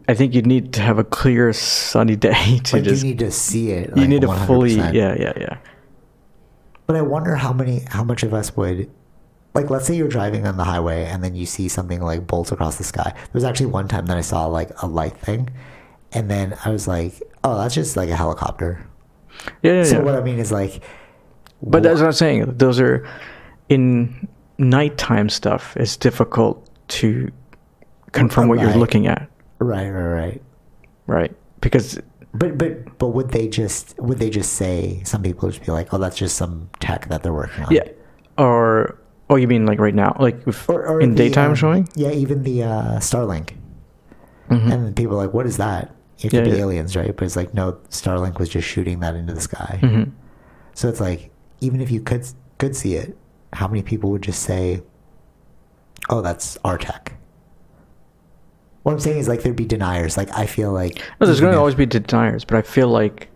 Speaker 2: I think you need to have a clear sunny day to
Speaker 1: like
Speaker 2: just
Speaker 1: you need to see it.
Speaker 2: you
Speaker 1: like,
Speaker 2: need to fully
Speaker 1: 100%.
Speaker 2: yeah yeah yeah
Speaker 1: But I wonder how many, how much of us would, like, let's say you're driving on the highway and then you see something like bolt across the sky. There was actually one time that I saw like a light thing, and then I was like, oh, that's just like a helicopter.
Speaker 2: yeah yeah.
Speaker 1: So
Speaker 2: yeah.
Speaker 1: what I mean is like,
Speaker 2: But that's what I'm saying. Those are in nighttime stuff. It's difficult to confirm what you're
Speaker 1: Right.
Speaker 2: looking at,
Speaker 1: right, right, right.
Speaker 2: right? Because
Speaker 1: But but but would they just would they just say some people would just be like, oh, that's just some tech that they're working on.
Speaker 2: yeah, or oh, you mean like right now, like if,
Speaker 1: Or, or
Speaker 2: in
Speaker 1: the,
Speaker 2: daytime
Speaker 1: um,
Speaker 2: showing?
Speaker 1: Yeah, even the uh, Starlink,
Speaker 2: Mhm.
Speaker 1: and people are like, what is that? It could
Speaker 2: Yeah,
Speaker 1: be
Speaker 2: yeah.
Speaker 1: aliens, right? But it's like, no, Starlink was just shooting that into the sky.
Speaker 2: Mhm.
Speaker 1: So it's like, even if you could could see it, how many people would just say, oh, that's our tech? What I'm saying is like there'd be deniers. Like I feel like
Speaker 2: No, there's
Speaker 1: even
Speaker 2: going to
Speaker 1: if-
Speaker 2: always be deniers, but I feel like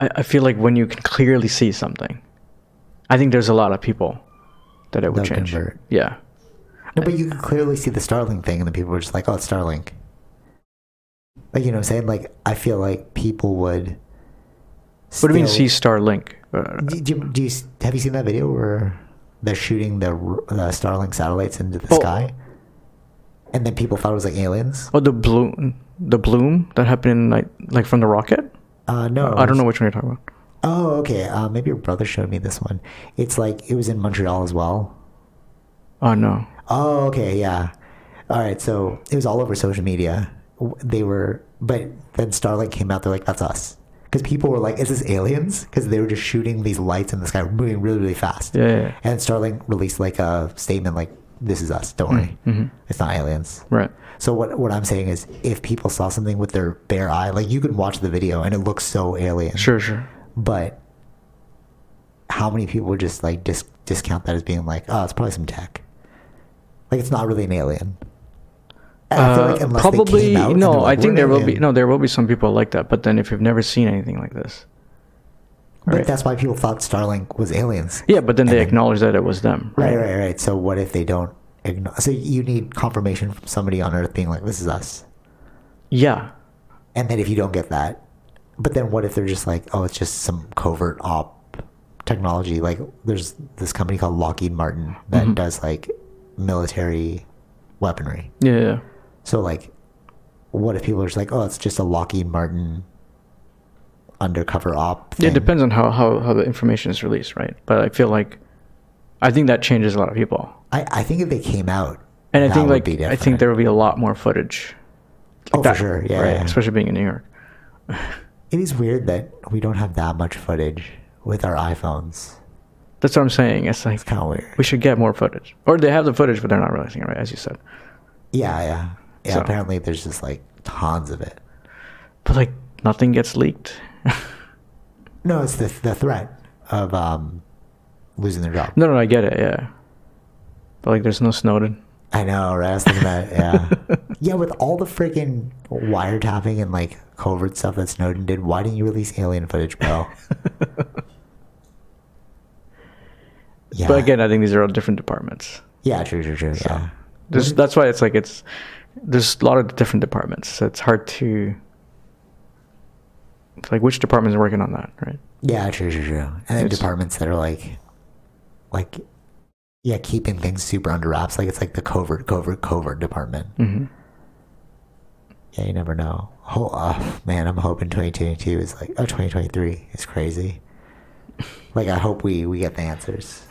Speaker 2: I, I feel like when you can clearly see something, I think there's a lot of people that it
Speaker 1: They'll
Speaker 2: would change.
Speaker 1: convert.
Speaker 2: Yeah,
Speaker 1: No, but you could clearly see the Starlink thing, and the people were just like, "Oh, it's Starlink." Like you know, what I'm saying like I feel like people would.
Speaker 2: what do you mean see
Speaker 1: still- Mm.
Speaker 2: Starlink? Uh,
Speaker 1: Do, do, you- do you have you seen that video where they're shooting the r- uh, Starlink satellites into the
Speaker 2: Oh.
Speaker 1: sky, and then people thought it was like aliens?
Speaker 2: Oh, the bloom, the bloom that happened in like like from the rocket.
Speaker 1: Uh, no,
Speaker 2: I don't know which one you're talking about.
Speaker 1: Oh, okay. Uh, maybe your brother showed me this one. It's like it was in Montreal as well.
Speaker 2: Oh no,
Speaker 1: Oh, okay, yeah. All right, so it was all over social media. W- They were, but then Starlink came out. They're like, "That's us," because people were like, "Is this aliens?" Because they were just shooting these lights in the sky, moving really, really fast.
Speaker 2: Yeah, yeah, yeah.
Speaker 1: And Starlink released like a statement like, "This is us.
Speaker 2: Mm,
Speaker 1: Don't worry,
Speaker 2: mm-hmm.
Speaker 1: it's not aliens."
Speaker 2: right?
Speaker 1: So what what I'm saying is, if people saw something with their bare eye, like you can watch the video and it looks so alien,
Speaker 2: Sure, sure.
Speaker 1: but how many people would just like dis- discount that as being like, oh, it's probably some tech. Like it's not really an alien. And I feel like
Speaker 2: Uh,
Speaker 1: unless they came
Speaker 2: probably
Speaker 1: out and
Speaker 2: no.
Speaker 1: they're like,
Speaker 2: I
Speaker 1: "We're
Speaker 2: think
Speaker 1: an
Speaker 2: there will be
Speaker 1: alien,"
Speaker 2: no. There will be some people like that. But then if you've never seen anything like this,
Speaker 1: But
Speaker 2: right?
Speaker 1: that's why people thought Starlink was aliens.
Speaker 2: yeah. But then they
Speaker 1: and then-
Speaker 2: acknowledge that it was them, right?
Speaker 1: Right, right, right. So what if they don't? Igno- so you need confirmation from somebody on Earth being like, this is us.
Speaker 2: Yeah,
Speaker 1: And then if you don't get that, but then what if they're just like, oh, it's just some covert op technology? Like there's this company called Lockheed Martin that
Speaker 2: Mm-hmm.
Speaker 1: does like military weaponry.
Speaker 2: yeah, yeah.
Speaker 1: So like, what if people are just like, oh, it's just a Lockheed Martin undercover op?
Speaker 2: Yeah, It
Speaker 1: thing."
Speaker 2: depends on how, how how the information is released, right? But I feel like I think that changes a lot of people,
Speaker 1: I, I think if they came out,
Speaker 2: and I
Speaker 1: that
Speaker 2: think
Speaker 1: would
Speaker 2: like
Speaker 1: be
Speaker 2: I think
Speaker 1: different.
Speaker 2: there will be a lot more footage.
Speaker 1: oh
Speaker 2: That-
Speaker 1: for sure, yeah,
Speaker 2: right,
Speaker 1: yeah.
Speaker 2: Especially being in New York.
Speaker 1: It is weird that we don't have that much footage with our iPhones.
Speaker 2: That's what I'm saying. It's like
Speaker 1: It's kind of weird.
Speaker 2: we should get more footage, or they have the footage, but they're not releasing it, right? As you said.
Speaker 1: Yeah, yeah, yeah.
Speaker 2: So-
Speaker 1: Apparently, there's just like tons of it.
Speaker 2: but like nothing gets leaked.
Speaker 1: No, it's the the threat of um, losing their job.
Speaker 2: no, no, I get it. Yeah, but like there's no Snowden.
Speaker 1: I know, right? I was thinking that, yeah. yeah, with all the freaking wiretapping and like covert stuff that Snowden did, why didn't you release alien footage, bro? yeah.
Speaker 2: But again, I think these are all different departments.
Speaker 1: yeah, true, true, true. Yeah. Mm-hmm.
Speaker 2: There's, that's why it's like it's there's a lot of different departments. So it's hard to it's like which department's working on that, right?
Speaker 1: Yeah, true, true, true. And then
Speaker 2: It's-
Speaker 1: departments that are like, like, yeah, keeping things super under wraps. Like it's like the covert, covert, covert department.
Speaker 2: Mm-hmm.
Speaker 1: Yeah, you never know. Oh, uh, man, I'm hoping 2022 is like, oh, 2023 is crazy. like I hope we we get the answers.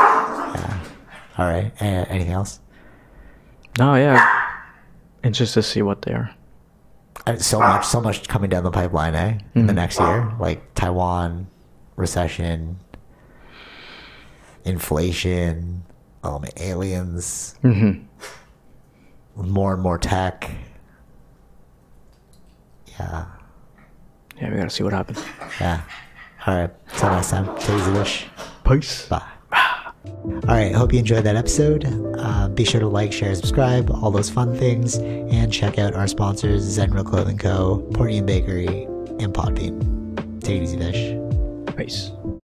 Speaker 1: Yeah. All right. A- anything else?
Speaker 2: No, yeah. It's just to see what they are.
Speaker 1: Uh, So much, so much coming down the pipeline, eh? In the
Speaker 2: Mhm.
Speaker 1: next year, like Taiwan recession, inflation, um, aliens,
Speaker 2: Mm-hmm.
Speaker 1: more and more tech. Yeah,
Speaker 2: Yeah, we gotta see what happens.
Speaker 1: yeah. All right. Till next time. Take it easy, Wish.
Speaker 2: Peace.
Speaker 1: Bye. All right, hope you enjoyed that episode. Uh, be sure to like, share, subscribe, all those fun things, and check out our sponsors Zenro Clothing Co., Portian Bakery, and Podbean. Take it easy, Vish.
Speaker 2: Peace.